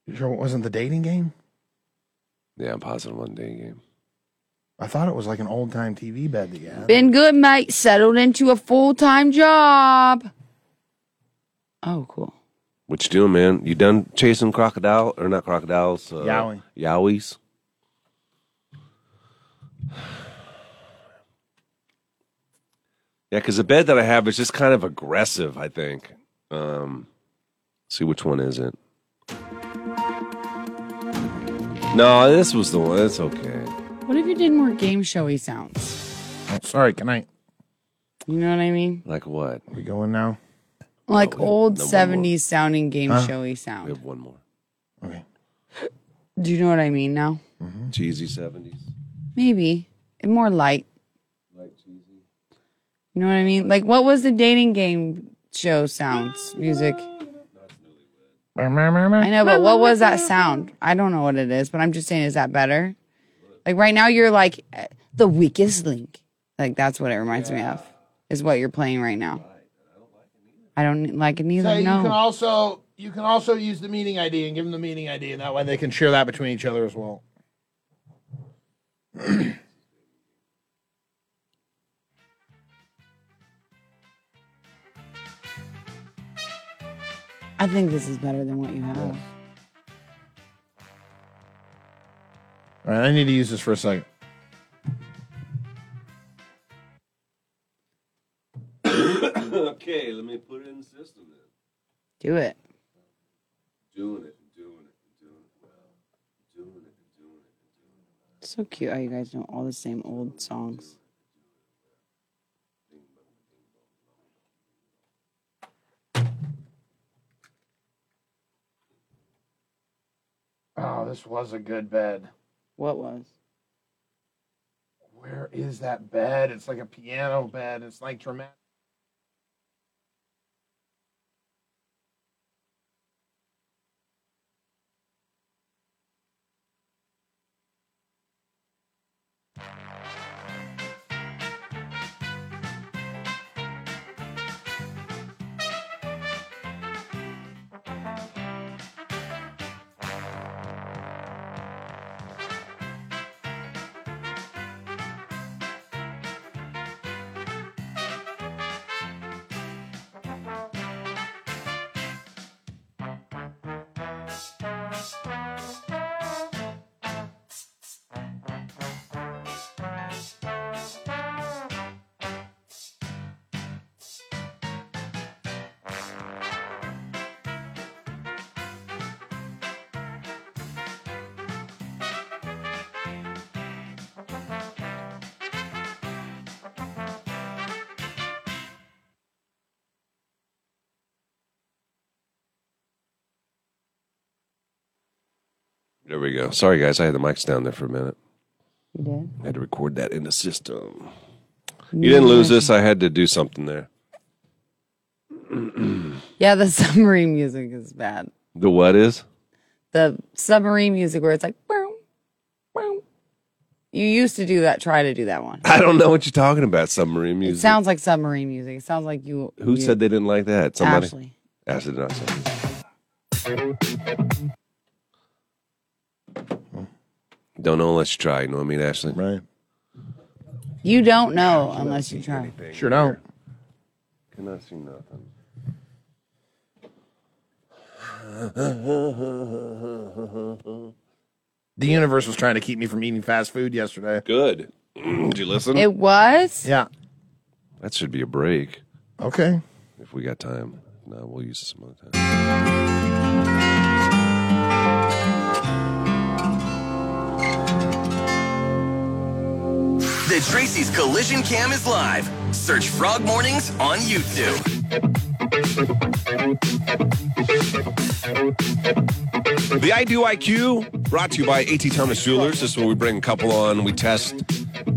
[SPEAKER 4] You sure it wasn't the dating game?
[SPEAKER 1] Yeah, I'm positive one day game.
[SPEAKER 4] I thought it was like an old time TV bed that you had.
[SPEAKER 2] Been good, mate. Settled into a full time job. Oh, cool.
[SPEAKER 1] What you doing, man? You done chasing crocodile or not crocodiles? Uh,
[SPEAKER 4] Yowie.
[SPEAKER 1] Yowies. Yeah, because the bed that I have is just kind of aggressive. I think. Um, see which one is it? No, this was the one. It's okay.
[SPEAKER 2] What if you did more game showy sounds?
[SPEAKER 4] Oh, sorry, can I?
[SPEAKER 2] You know what I mean?
[SPEAKER 1] Like what?
[SPEAKER 4] We going now?
[SPEAKER 2] Like
[SPEAKER 1] we have
[SPEAKER 2] old
[SPEAKER 1] Oh, no one more.
[SPEAKER 2] 70s sounding game showy
[SPEAKER 1] We
[SPEAKER 2] sound.
[SPEAKER 1] have one more.
[SPEAKER 4] Okay.
[SPEAKER 2] Do you know what I mean now?
[SPEAKER 1] Cheesy seventies.
[SPEAKER 2] Maybe. And more light. You know what I mean? Like, what was the dating game show sounds music? I know, but what was that sound? I don't know what it is, but I'm just saying, is that better? Like, right now, you're like eh, the weakest link. Like, that's what it reminds me of, is what you're playing right now. I don't like it either.
[SPEAKER 4] Hey, you can
[SPEAKER 2] no.
[SPEAKER 4] also you can also use the meeting ID and give them the meeting ID, and that way they can share that between each other as well.
[SPEAKER 2] I think this is better than what you have.
[SPEAKER 4] All right, I need to use this for a second.
[SPEAKER 1] okay, let me put it in the system. Then.
[SPEAKER 2] Do it.
[SPEAKER 1] Doing it, doing it, doing it well, doing it, doing it.
[SPEAKER 2] So cute how you guys know all the same old songs.
[SPEAKER 4] Oh, this was a good bed.
[SPEAKER 2] What was?
[SPEAKER 4] Where is that bed? It's like a piano bed. It's like dramatic.
[SPEAKER 1] There we go. Sorry, guys. I had the mics down there for a minute.
[SPEAKER 2] You did?
[SPEAKER 1] I had to record that in the system. You didn't lose this. I had to do something there.
[SPEAKER 2] Yeah, the submarine music is bad.
[SPEAKER 1] The what is?
[SPEAKER 2] The submarine music where it's like, boom, boom. You used to do that, try to do that one.
[SPEAKER 1] I don't know what you're talking about. Submarine
[SPEAKER 2] It
[SPEAKER 1] music.
[SPEAKER 2] sounds like submarine music. It sounds like you.
[SPEAKER 1] Who
[SPEAKER 2] you,
[SPEAKER 1] said they didn't like that? Somebody.
[SPEAKER 2] Ashley.
[SPEAKER 1] Ashley did not say. Don't know unless you try. You know what I mean, Ashley?
[SPEAKER 4] Right.
[SPEAKER 2] You don't know unless you try.
[SPEAKER 4] Sure don't.
[SPEAKER 1] Cannot see nothing.
[SPEAKER 4] The universe was trying to keep me from eating fast food yesterday.
[SPEAKER 1] Good. Did you listen?
[SPEAKER 2] It was?
[SPEAKER 4] Yeah.
[SPEAKER 1] that should be a break
[SPEAKER 4] Okay.
[SPEAKER 1] if we got time. No, we'll use it some other time.
[SPEAKER 5] The Tracy's Collision Cam is live. Search Frog Mornings on YouTube.
[SPEAKER 1] The I Do IQ brought to you by AT Thomas Jewelers. This is where we bring a couple on, we test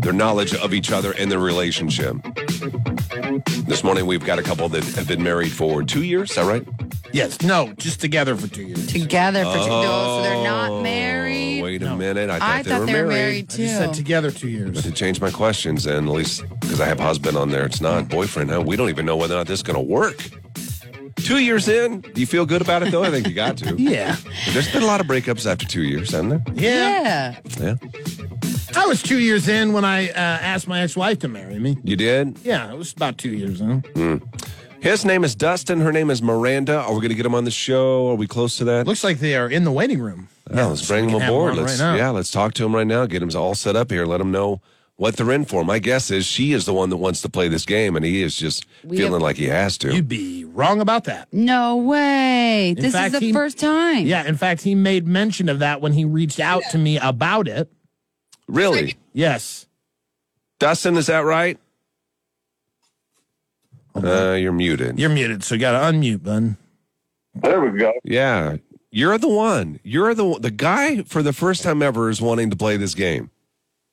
[SPEAKER 1] their knowledge of each other and their relationship. This morning we've got a couple that have been married for two years. Is that right?
[SPEAKER 9] Yes, no, just together for two years.
[SPEAKER 2] Together for two. Oh, so they're not married.
[SPEAKER 1] Wait a minute. I thought,
[SPEAKER 2] I thought they were married,
[SPEAKER 9] You said
[SPEAKER 2] too.
[SPEAKER 9] together two years.
[SPEAKER 1] To change my questions, and at least because I have husband on there, it's not boyfriend. Huh? We don't even know whether or not this is going to work. Two years in, do you feel good about it though? I think you got to.
[SPEAKER 9] Yeah.
[SPEAKER 1] There's been a lot of breakups after two years, haven't there?
[SPEAKER 9] yeah.
[SPEAKER 1] Yeah.
[SPEAKER 2] Yeah.
[SPEAKER 9] I was two years in when I uh, asked my ex-wife to marry me.
[SPEAKER 1] You did? Hmm.
[SPEAKER 9] Yeah, it was about two years in.
[SPEAKER 1] His name is Dustin. Her name is Miranda. Are we going to get him on the show? Are we close to that?
[SPEAKER 9] Looks like they are in the waiting room.
[SPEAKER 1] yeah, let's bring him
[SPEAKER 9] can have him
[SPEAKER 1] aboard.
[SPEAKER 9] on
[SPEAKER 1] Let's,
[SPEAKER 9] right now.
[SPEAKER 1] yeah, let's talk to him right now. Get him all set up here. Let him know what they're in for. My guess is she is the one that wants to play this game, and he is just feeling like he has to.
[SPEAKER 9] You'd be wrong about that.
[SPEAKER 2] No way. this
[SPEAKER 9] fact,
[SPEAKER 2] is the
[SPEAKER 9] he-
[SPEAKER 2] first time.
[SPEAKER 9] Yeah, in fact, he made mention of that when he reached out to me about it.
[SPEAKER 1] really,
[SPEAKER 9] Yes.
[SPEAKER 1] Dustin? Is that right? Uh, you're muted.
[SPEAKER 9] You're muted, so you got to unmute, bud.
[SPEAKER 1] yeah, you're the one. You're the the guy for the first time ever is wanting to play this game.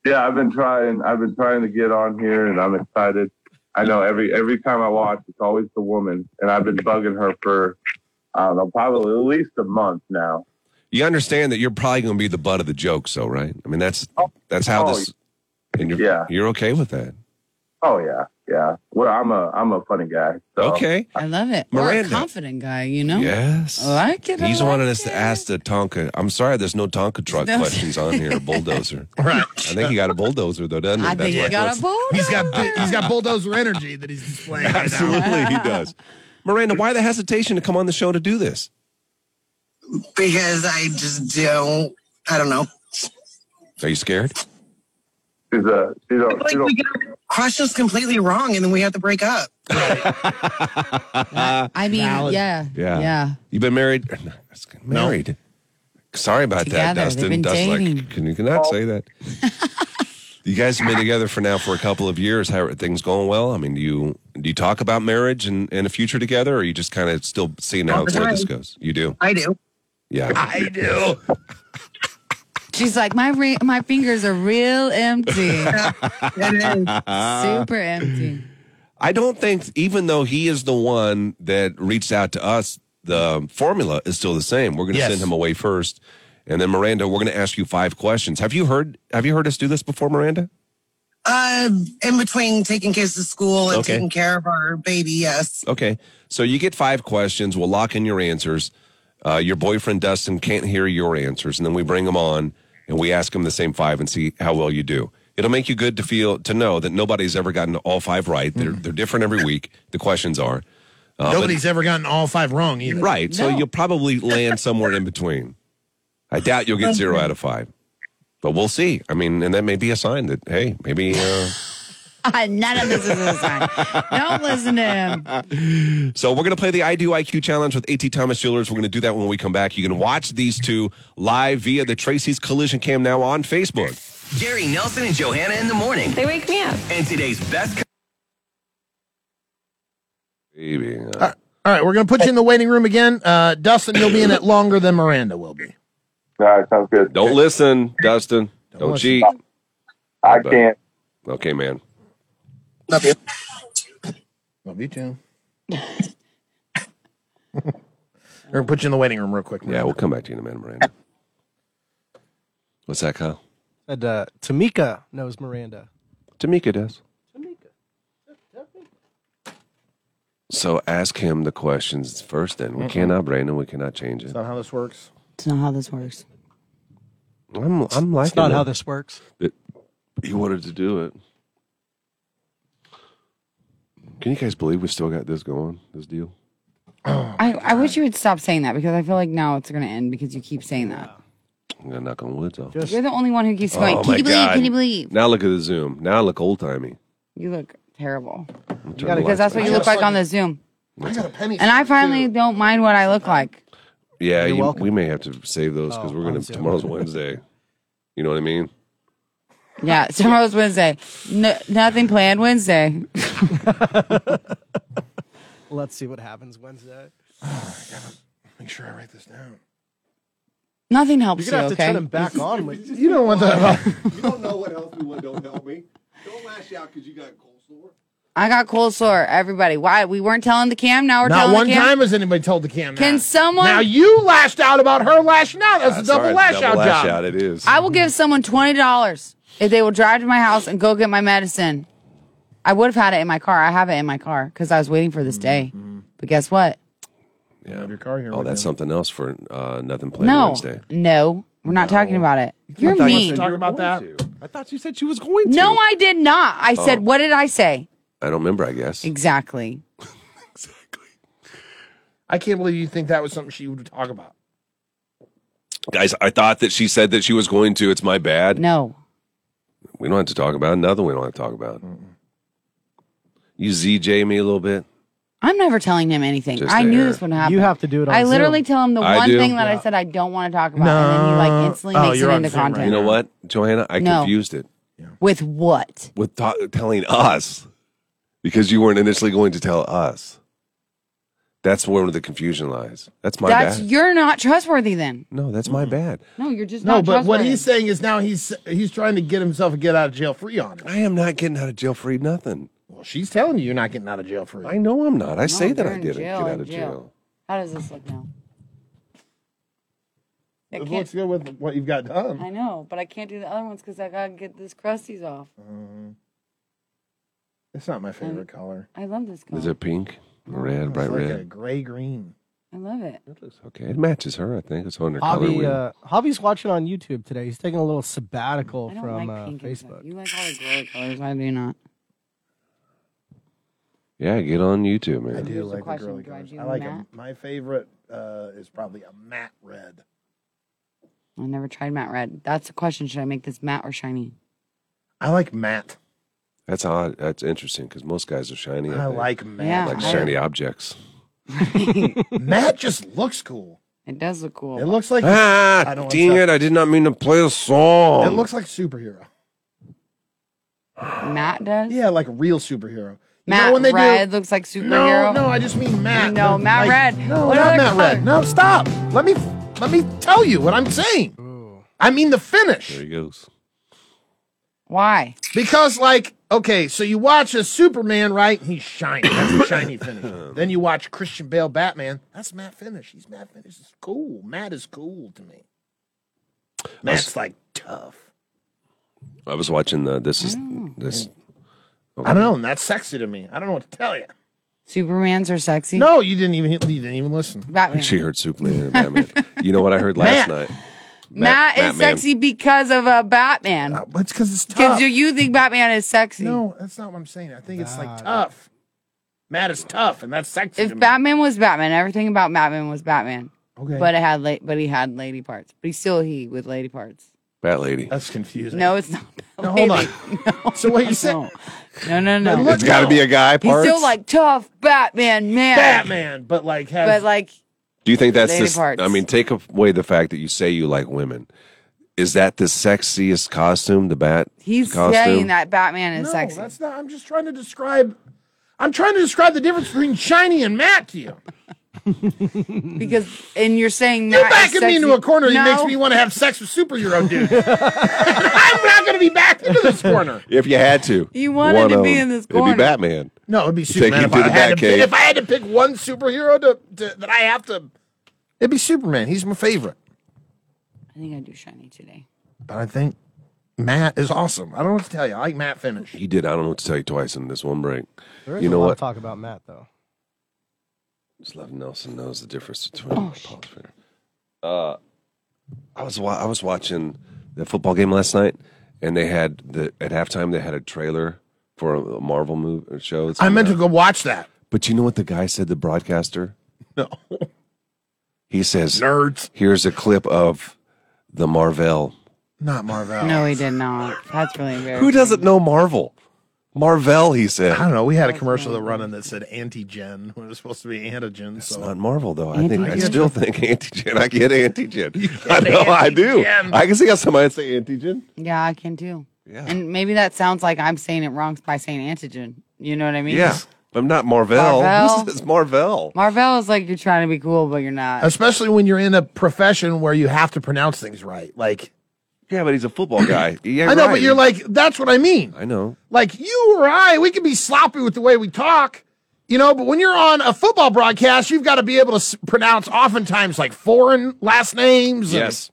[SPEAKER 10] Yeah, I've been trying. I've been trying to get on here, and I'm excited. I know every every time I watch, it's always the woman, and I've been bugging her for I don't know, probably at least a month now.
[SPEAKER 1] You understand that you're probably going to be the butt of the joke, so right? I mean, that's that's how
[SPEAKER 10] oh,
[SPEAKER 1] this. And you're,
[SPEAKER 10] yeah.
[SPEAKER 1] you're okay with that.
[SPEAKER 10] Oh yeah, yeah. Well, I'm a I'm a funny guy. So.
[SPEAKER 1] Okay.
[SPEAKER 2] I love it.
[SPEAKER 1] Miranda.
[SPEAKER 2] Or a confident guy, you know?
[SPEAKER 1] Yes.
[SPEAKER 2] I like it. I
[SPEAKER 1] He's
[SPEAKER 2] like
[SPEAKER 1] wanting us
[SPEAKER 2] Uh, it.
[SPEAKER 1] to ask the Tonka. I'm sorry, there's no Tonka truck
[SPEAKER 2] No.
[SPEAKER 1] questions on here. Bulldozer.
[SPEAKER 9] Right.
[SPEAKER 1] I think he got a bulldozer though, doesn't he?
[SPEAKER 2] I think
[SPEAKER 1] why
[SPEAKER 2] he got a
[SPEAKER 1] throws-
[SPEAKER 2] bull.
[SPEAKER 9] He's got he's got bulldozer energy that he's displaying right now.
[SPEAKER 1] Absolutely, he does. Miranda, why the hesitation to come on the show to do this?
[SPEAKER 11] because I just don't. I don't know.
[SPEAKER 1] Are you scared?
[SPEAKER 10] She's a she don't,
[SPEAKER 11] Like
[SPEAKER 10] she don't
[SPEAKER 11] we get questions completely wrong, and then we have to break up.
[SPEAKER 2] I mean,
[SPEAKER 9] Valid.
[SPEAKER 2] yeah.
[SPEAKER 1] Yeah.
[SPEAKER 2] Yeah.
[SPEAKER 1] You've been married? No, it's married. Sorry about that,
[SPEAKER 2] Together, they've
[SPEAKER 1] Dustin.
[SPEAKER 2] been
[SPEAKER 1] Dustin, like,
[SPEAKER 2] dating.
[SPEAKER 1] can you cannot say that? you guys have been together for now for a couple of years. How are things going? Well, I mean, do you do you talk about marriage and, and a future together, or are you just kind of still seeing how
[SPEAKER 11] All the
[SPEAKER 1] where this
[SPEAKER 11] time.
[SPEAKER 1] goes? You do,
[SPEAKER 11] I do.
[SPEAKER 1] yeah.
[SPEAKER 9] I do.
[SPEAKER 2] She's like, my re- my fingers are real empty.
[SPEAKER 11] And then
[SPEAKER 2] Super empty.
[SPEAKER 1] I don't think, even though he is the one that reached out to us, the formula is still the same. We're going to
[SPEAKER 9] Yes.
[SPEAKER 1] send him away first, and then Miranda, we're going to ask you five questions. Have you heard? Have you heard us do this before, Miranda?
[SPEAKER 11] uh, in between taking kids to school and
[SPEAKER 1] Okay.
[SPEAKER 11] taking care of our baby, yes.
[SPEAKER 1] Okay. So you get five questions. We'll lock in your answers. Uh, your boyfriend, Dustin, can't hear your answers. And then we bring him on and we ask him the same five and see how well you do. It'll make you good to feel, to know that nobody's ever gotten all five right. They're, they're different every week. The questions are. uh,
[SPEAKER 9] Nobody's ever gotten all five wrong either.
[SPEAKER 1] Right. So
[SPEAKER 2] No.
[SPEAKER 1] you'll probably land somewhere in between. I doubt you'll get zero out of five. But we'll see. I mean, and that may be a sign that, hey, maybe. Uh,
[SPEAKER 2] None of this is a sign. Don't listen to him.
[SPEAKER 1] So we're going to play the I Do IQ challenge with AT Thomas Jewelers. We're going to do that when we come back. You can watch these two live via the Tracy's Collision Cam now on Facebook.
[SPEAKER 5] Gary Nelson and Johanna in the morning.
[SPEAKER 12] They wake me up.
[SPEAKER 5] And today's best.
[SPEAKER 1] Baby, uh,
[SPEAKER 4] All right, we're gonna put you in the waiting room again. Uh, Dustin, you'll be in it longer than Miranda will be.
[SPEAKER 10] All right, sounds good.
[SPEAKER 1] don't listen, Dustin. Don't,
[SPEAKER 4] listen.
[SPEAKER 1] cheat.
[SPEAKER 10] I can't.
[SPEAKER 1] Okay, man.
[SPEAKER 11] Love you.
[SPEAKER 4] Love you too. we're gonna put you in the waiting room real quick.
[SPEAKER 1] Yeah, we'll come back to you in a minute, Miranda. What's that, Kyle?
[SPEAKER 7] Said uh, Tamika knows Miranda.
[SPEAKER 1] Tamika does.
[SPEAKER 7] Tamika.
[SPEAKER 1] So ask him the questions first. Then we cannot, Brandon. We cannot change it.
[SPEAKER 4] That's not how this works.
[SPEAKER 2] It's not how this works.
[SPEAKER 1] I'm I'm liking
[SPEAKER 7] That's not
[SPEAKER 1] it.
[SPEAKER 7] how this works.
[SPEAKER 1] It- he wanted to do it. Can you guys believe we still got this going? This deal.
[SPEAKER 2] I, I wish you would stop saying that because I feel like now it's going to end because you keep saying that.
[SPEAKER 1] I'm gonna knock on wood though.
[SPEAKER 2] You're the only one who keeps
[SPEAKER 1] Oh,
[SPEAKER 2] going. can
[SPEAKER 1] my
[SPEAKER 2] you believe?
[SPEAKER 1] God.
[SPEAKER 2] Can you believe?
[SPEAKER 1] Now look at the zoom. Now I look old timey.
[SPEAKER 2] You look terrible
[SPEAKER 1] turn the
[SPEAKER 2] because that's
[SPEAKER 1] lights
[SPEAKER 2] what
[SPEAKER 1] back on.
[SPEAKER 2] you look like on the Zoom.
[SPEAKER 4] I got a penny.
[SPEAKER 2] And I finally don't mind what I look like.
[SPEAKER 1] Yeah, you- we may have to save those because
[SPEAKER 4] Oh,
[SPEAKER 1] we're gonna
[SPEAKER 7] on Zoom.
[SPEAKER 1] tomorrow's Wednesday. You know what I mean?
[SPEAKER 2] Yeah, tomorrow's Wednesday. No, nothing planned Wednesday.
[SPEAKER 7] Let's see what happens Wednesday.
[SPEAKER 4] Make sure I write this down.
[SPEAKER 2] Nothing helps
[SPEAKER 7] You're gonna have
[SPEAKER 2] you,
[SPEAKER 7] to
[SPEAKER 2] okay?
[SPEAKER 7] turn him back on. Like,
[SPEAKER 4] You don't want that.
[SPEAKER 12] You don't know what helped me, what don't help me. Don't lash out because you got cold sore.
[SPEAKER 2] I got cold sore. Everybody, why we weren't telling the cam? Now we're
[SPEAKER 4] Not
[SPEAKER 2] telling
[SPEAKER 4] one
[SPEAKER 2] the cam.
[SPEAKER 4] time has anybody told the cam.
[SPEAKER 2] Can
[SPEAKER 4] that.
[SPEAKER 2] someone?
[SPEAKER 4] Now you lashed out about her lashing out. That's a
[SPEAKER 1] That's
[SPEAKER 4] double
[SPEAKER 1] all right,
[SPEAKER 4] lash out
[SPEAKER 1] double lash
[SPEAKER 4] job.
[SPEAKER 1] out. It is.
[SPEAKER 2] I will give someone twenty dollars if they will drive to my house and go get my medicine. I would have had it in my car. I have it in my car because I was waiting for this
[SPEAKER 1] Mm-hmm.
[SPEAKER 2] day. But guess what?
[SPEAKER 1] yeah.
[SPEAKER 4] Have your car here.
[SPEAKER 1] Oh, that's something else for uh, nothing planned
[SPEAKER 2] No,
[SPEAKER 1] Wednesday.
[SPEAKER 2] no, we're not talking about it. You're
[SPEAKER 4] I
[SPEAKER 2] mean.
[SPEAKER 4] talk about that.
[SPEAKER 1] I thought you said she was going
[SPEAKER 2] No, I did not. I said,
[SPEAKER 1] Oh.
[SPEAKER 2] what did I say?
[SPEAKER 1] I don't remember. I guess.
[SPEAKER 2] Exactly.
[SPEAKER 4] I can't believe you think that was something she would talk about.
[SPEAKER 1] Guys, I thought that she said that she was going to. It's my bad.
[SPEAKER 2] No.
[SPEAKER 1] We don't have to talk about it. Nothing we don't have to talk about. You ZJ me a little bit.
[SPEAKER 2] I'm never telling him anything.
[SPEAKER 1] Just
[SPEAKER 2] I knew
[SPEAKER 1] there.
[SPEAKER 2] this would happen.
[SPEAKER 7] you have to do it on
[SPEAKER 2] I literally
[SPEAKER 7] Zoom.
[SPEAKER 2] tell him the
[SPEAKER 1] I
[SPEAKER 2] one
[SPEAKER 1] do.
[SPEAKER 2] thing that I said I don't want to talk about, and then he like instantly
[SPEAKER 4] No. Oh,
[SPEAKER 2] makes it
[SPEAKER 4] you're on
[SPEAKER 2] into
[SPEAKER 4] Zoom right
[SPEAKER 2] content.
[SPEAKER 1] You know what, Joanna? I
[SPEAKER 2] No.
[SPEAKER 1] confused it
[SPEAKER 2] With what?
[SPEAKER 1] with to- telling us because you weren't initially going to tell us. That's where the confusion lies. That's my
[SPEAKER 2] That's
[SPEAKER 1] bad.
[SPEAKER 2] you're not trustworthy. Then
[SPEAKER 1] no, that's
[SPEAKER 4] Mm-hmm.
[SPEAKER 1] my bad.
[SPEAKER 2] no, you're just
[SPEAKER 4] No,
[SPEAKER 2] Not
[SPEAKER 4] but what
[SPEAKER 2] trustworthy.
[SPEAKER 4] he's saying is now he's he's trying to get himself a get out of jail free on it.
[SPEAKER 1] I am not getting out of jail free nothing.
[SPEAKER 4] Well, she's telling you you're not getting out of jail free.
[SPEAKER 1] I know I'm not. I say that
[SPEAKER 2] you're
[SPEAKER 1] I
[SPEAKER 2] in
[SPEAKER 1] didn't
[SPEAKER 2] jail,
[SPEAKER 1] get
[SPEAKER 2] in
[SPEAKER 1] out of
[SPEAKER 2] jail.
[SPEAKER 1] jail.
[SPEAKER 2] How does this look now? I,
[SPEAKER 4] It
[SPEAKER 2] can't-
[SPEAKER 4] looks good with what you've got done.
[SPEAKER 2] I know, but I can't do the other ones because I gotta get this crusties off.
[SPEAKER 4] Mm-hmm. It's not my favorite color.
[SPEAKER 2] I love this color.
[SPEAKER 1] Is it pink, red, bright
[SPEAKER 4] It's like a
[SPEAKER 1] red?
[SPEAKER 4] gray green.
[SPEAKER 2] I love it.
[SPEAKER 1] It looks okay. It matches her. I think it's on her color
[SPEAKER 7] Javi,
[SPEAKER 1] wheel.
[SPEAKER 7] uh, Javi's watching on YouTube today. He's taking a little sabbatical
[SPEAKER 2] I don't
[SPEAKER 7] from
[SPEAKER 2] like
[SPEAKER 7] uh,
[SPEAKER 2] pink and stuff.
[SPEAKER 7] Facebook.
[SPEAKER 2] You like all the glory colors. I do not.
[SPEAKER 1] yeah, get on YouTube, man.
[SPEAKER 4] I do
[SPEAKER 2] the
[SPEAKER 4] like the
[SPEAKER 2] question,
[SPEAKER 4] girly
[SPEAKER 2] do I
[SPEAKER 4] colors.
[SPEAKER 2] do
[SPEAKER 4] I like 'em.
[SPEAKER 2] matte?
[SPEAKER 4] My favorite uh, is probably a matte red.
[SPEAKER 2] I never tried matte red. That's the question. Should I make this matte or shiny?
[SPEAKER 4] I like matte.
[SPEAKER 1] That's odd. That's interesting because most guys are shiny.
[SPEAKER 4] I
[SPEAKER 1] think.
[SPEAKER 4] like matte.
[SPEAKER 2] Yeah.
[SPEAKER 1] like
[SPEAKER 2] I-
[SPEAKER 1] shiny objects.
[SPEAKER 4] matte just looks cool.
[SPEAKER 2] It does look cool.
[SPEAKER 4] It looks like I
[SPEAKER 1] Ah,
[SPEAKER 4] don't
[SPEAKER 1] dang
[SPEAKER 4] want
[SPEAKER 1] it! I did not mean to play a song.
[SPEAKER 4] it looks like a superhero.
[SPEAKER 2] matte does.
[SPEAKER 4] Yeah, like a real superhero. You
[SPEAKER 2] Matt
[SPEAKER 4] know when they do-
[SPEAKER 2] Red looks like superhero.
[SPEAKER 4] No, no, I just mean Matt.
[SPEAKER 2] No,
[SPEAKER 4] Like-
[SPEAKER 2] Matt
[SPEAKER 4] like-
[SPEAKER 2] Red.
[SPEAKER 4] No,
[SPEAKER 2] What
[SPEAKER 4] not
[SPEAKER 2] other
[SPEAKER 4] Matt Red.
[SPEAKER 2] color?
[SPEAKER 4] No, stop. Let me let me tell you what I'm saying.
[SPEAKER 7] Ooh.
[SPEAKER 4] I mean the
[SPEAKER 1] There
[SPEAKER 4] finish.
[SPEAKER 1] he goes.
[SPEAKER 2] Why?
[SPEAKER 4] Because like, okay, so you watch a Superman, right? He's shiny. That's a shiny
[SPEAKER 1] Um,
[SPEAKER 4] finish. Then you watch Christian Bale Batman. That's Matt finish. He's Matt finish. It's cool. Matt is cool to me. Matt's like tough.
[SPEAKER 1] I was watching the. This is
[SPEAKER 2] Mm.
[SPEAKER 1] this.
[SPEAKER 4] I don't know. And that's sexy to me. I don't know what to tell you.
[SPEAKER 2] Supermans are sexy.
[SPEAKER 4] No, you didn't even you didn't even listen.
[SPEAKER 2] Batman.
[SPEAKER 1] She heard Superman and Batman. you know what I heard last night?
[SPEAKER 4] Matt.
[SPEAKER 2] Matt, is
[SPEAKER 1] Batman.
[SPEAKER 2] sexy because of uh, Batman.
[SPEAKER 4] Uh, it's because it's tough.
[SPEAKER 2] Because you think Batman is sexy.
[SPEAKER 4] No, that's not what I'm saying. I think it's like tough. Matt is tough, and that's sexy. to
[SPEAKER 2] If
[SPEAKER 4] me.
[SPEAKER 2] Batman was Batman, everything about Batman was Batman.
[SPEAKER 4] okay,
[SPEAKER 2] But it had la- but he had lady parts. But he's still he with lady parts.
[SPEAKER 1] Bat lady.
[SPEAKER 4] that's confusing.
[SPEAKER 2] No, it's not.
[SPEAKER 4] No, hold on. so what you saying?
[SPEAKER 2] No, no, no. no.
[SPEAKER 4] But look-
[SPEAKER 1] It's got to be a guy.
[SPEAKER 2] he's
[SPEAKER 1] Parts.
[SPEAKER 2] still like tough Batman man.
[SPEAKER 4] Batman, but like has
[SPEAKER 2] But like
[SPEAKER 1] Do you think that's
[SPEAKER 2] Lady
[SPEAKER 1] this?
[SPEAKER 2] parts.
[SPEAKER 1] I mean, take away the fact that you say you like women. Is that the sexiest costume? The bat.
[SPEAKER 2] he's
[SPEAKER 1] costume?
[SPEAKER 2] saying that Batman is
[SPEAKER 4] no,
[SPEAKER 2] sexy.
[SPEAKER 4] that's not. I'm just trying to describe. I'm trying to describe the difference between shiny and Matt to you.
[SPEAKER 2] Because and you're saying
[SPEAKER 4] You're
[SPEAKER 2] Matt is
[SPEAKER 4] backing me into
[SPEAKER 2] sexy.
[SPEAKER 4] a corner.
[SPEAKER 2] No.
[SPEAKER 4] He makes me want to have sex with superhero dudes. And I'm not going to be backed into this corner.
[SPEAKER 1] If you had to,
[SPEAKER 2] You wanted
[SPEAKER 1] one
[SPEAKER 2] to
[SPEAKER 1] of
[SPEAKER 2] be
[SPEAKER 1] them,
[SPEAKER 2] in this
[SPEAKER 1] It'd
[SPEAKER 2] corner.
[SPEAKER 1] be Batman.
[SPEAKER 4] No, it'd be
[SPEAKER 1] Take
[SPEAKER 4] Superman
[SPEAKER 1] you
[SPEAKER 4] if
[SPEAKER 1] to
[SPEAKER 4] I,
[SPEAKER 1] the
[SPEAKER 4] had to,
[SPEAKER 1] Batcave.
[SPEAKER 4] pick- if I had to pick one superhero to, to that I have to. It'd be Superman. He's my favorite.
[SPEAKER 2] I think I do shiny today.
[SPEAKER 4] But I think Matt is awesome. I don't know what to tell you. I like Matt finish.
[SPEAKER 1] He did. I don't know what to tell you twice in this one break.
[SPEAKER 7] There is
[SPEAKER 1] You know
[SPEAKER 7] a lot
[SPEAKER 1] what?
[SPEAKER 7] of talk about Matt though.
[SPEAKER 1] Slav Nelson
[SPEAKER 2] Oh,
[SPEAKER 1] knows the difference between Paul Schrader. Uh, I was wa- I was watching the football game last night, and they had the at halftime they had a trailer for a, a Marvel movie or show. that's
[SPEAKER 4] I
[SPEAKER 1] coming
[SPEAKER 4] meant to
[SPEAKER 1] out.
[SPEAKER 4] go watch that.
[SPEAKER 1] But you know what the guy said, the broadcaster?
[SPEAKER 4] No.
[SPEAKER 1] He says, "Nerds." Here's a clip of the Marvel.
[SPEAKER 4] Not Marvel.
[SPEAKER 2] No, he did not. That's really embarrassing.
[SPEAKER 1] Who doesn't know Marvel? Marvel, he said.
[SPEAKER 4] I don't know. We had a commercial that running that said antigen when it was supposed to be antigen. so.
[SPEAKER 1] It's not Marvel though. I think I
[SPEAKER 4] Antigen.
[SPEAKER 1] still think antigen. I get antigen. I know I do.
[SPEAKER 2] antigen.
[SPEAKER 1] I can see how somebody would say antigen.
[SPEAKER 2] Yeah, I can too.
[SPEAKER 1] Yeah.
[SPEAKER 2] And maybe that sounds like I'm saying it wrong by saying antigen. You know what I mean?
[SPEAKER 1] Yeah, but I'm not Marvel.
[SPEAKER 2] Marvel.
[SPEAKER 1] This is Marvel.
[SPEAKER 2] Marvel is like you're trying to be cool, but you're not.
[SPEAKER 4] Especially when you're in a profession where you have to pronounce things right. Like
[SPEAKER 1] Yeah, but he's a football guy. Yeah,
[SPEAKER 4] I know,
[SPEAKER 1] right.
[SPEAKER 4] but you're like, that's what I mean.
[SPEAKER 1] I know.
[SPEAKER 4] Like you or I, we can be sloppy with the way we talk, you know. But when you're on a football broadcast, you've got to be able to s- pronounce oftentimes like foreign last names. and-
[SPEAKER 1] Yes,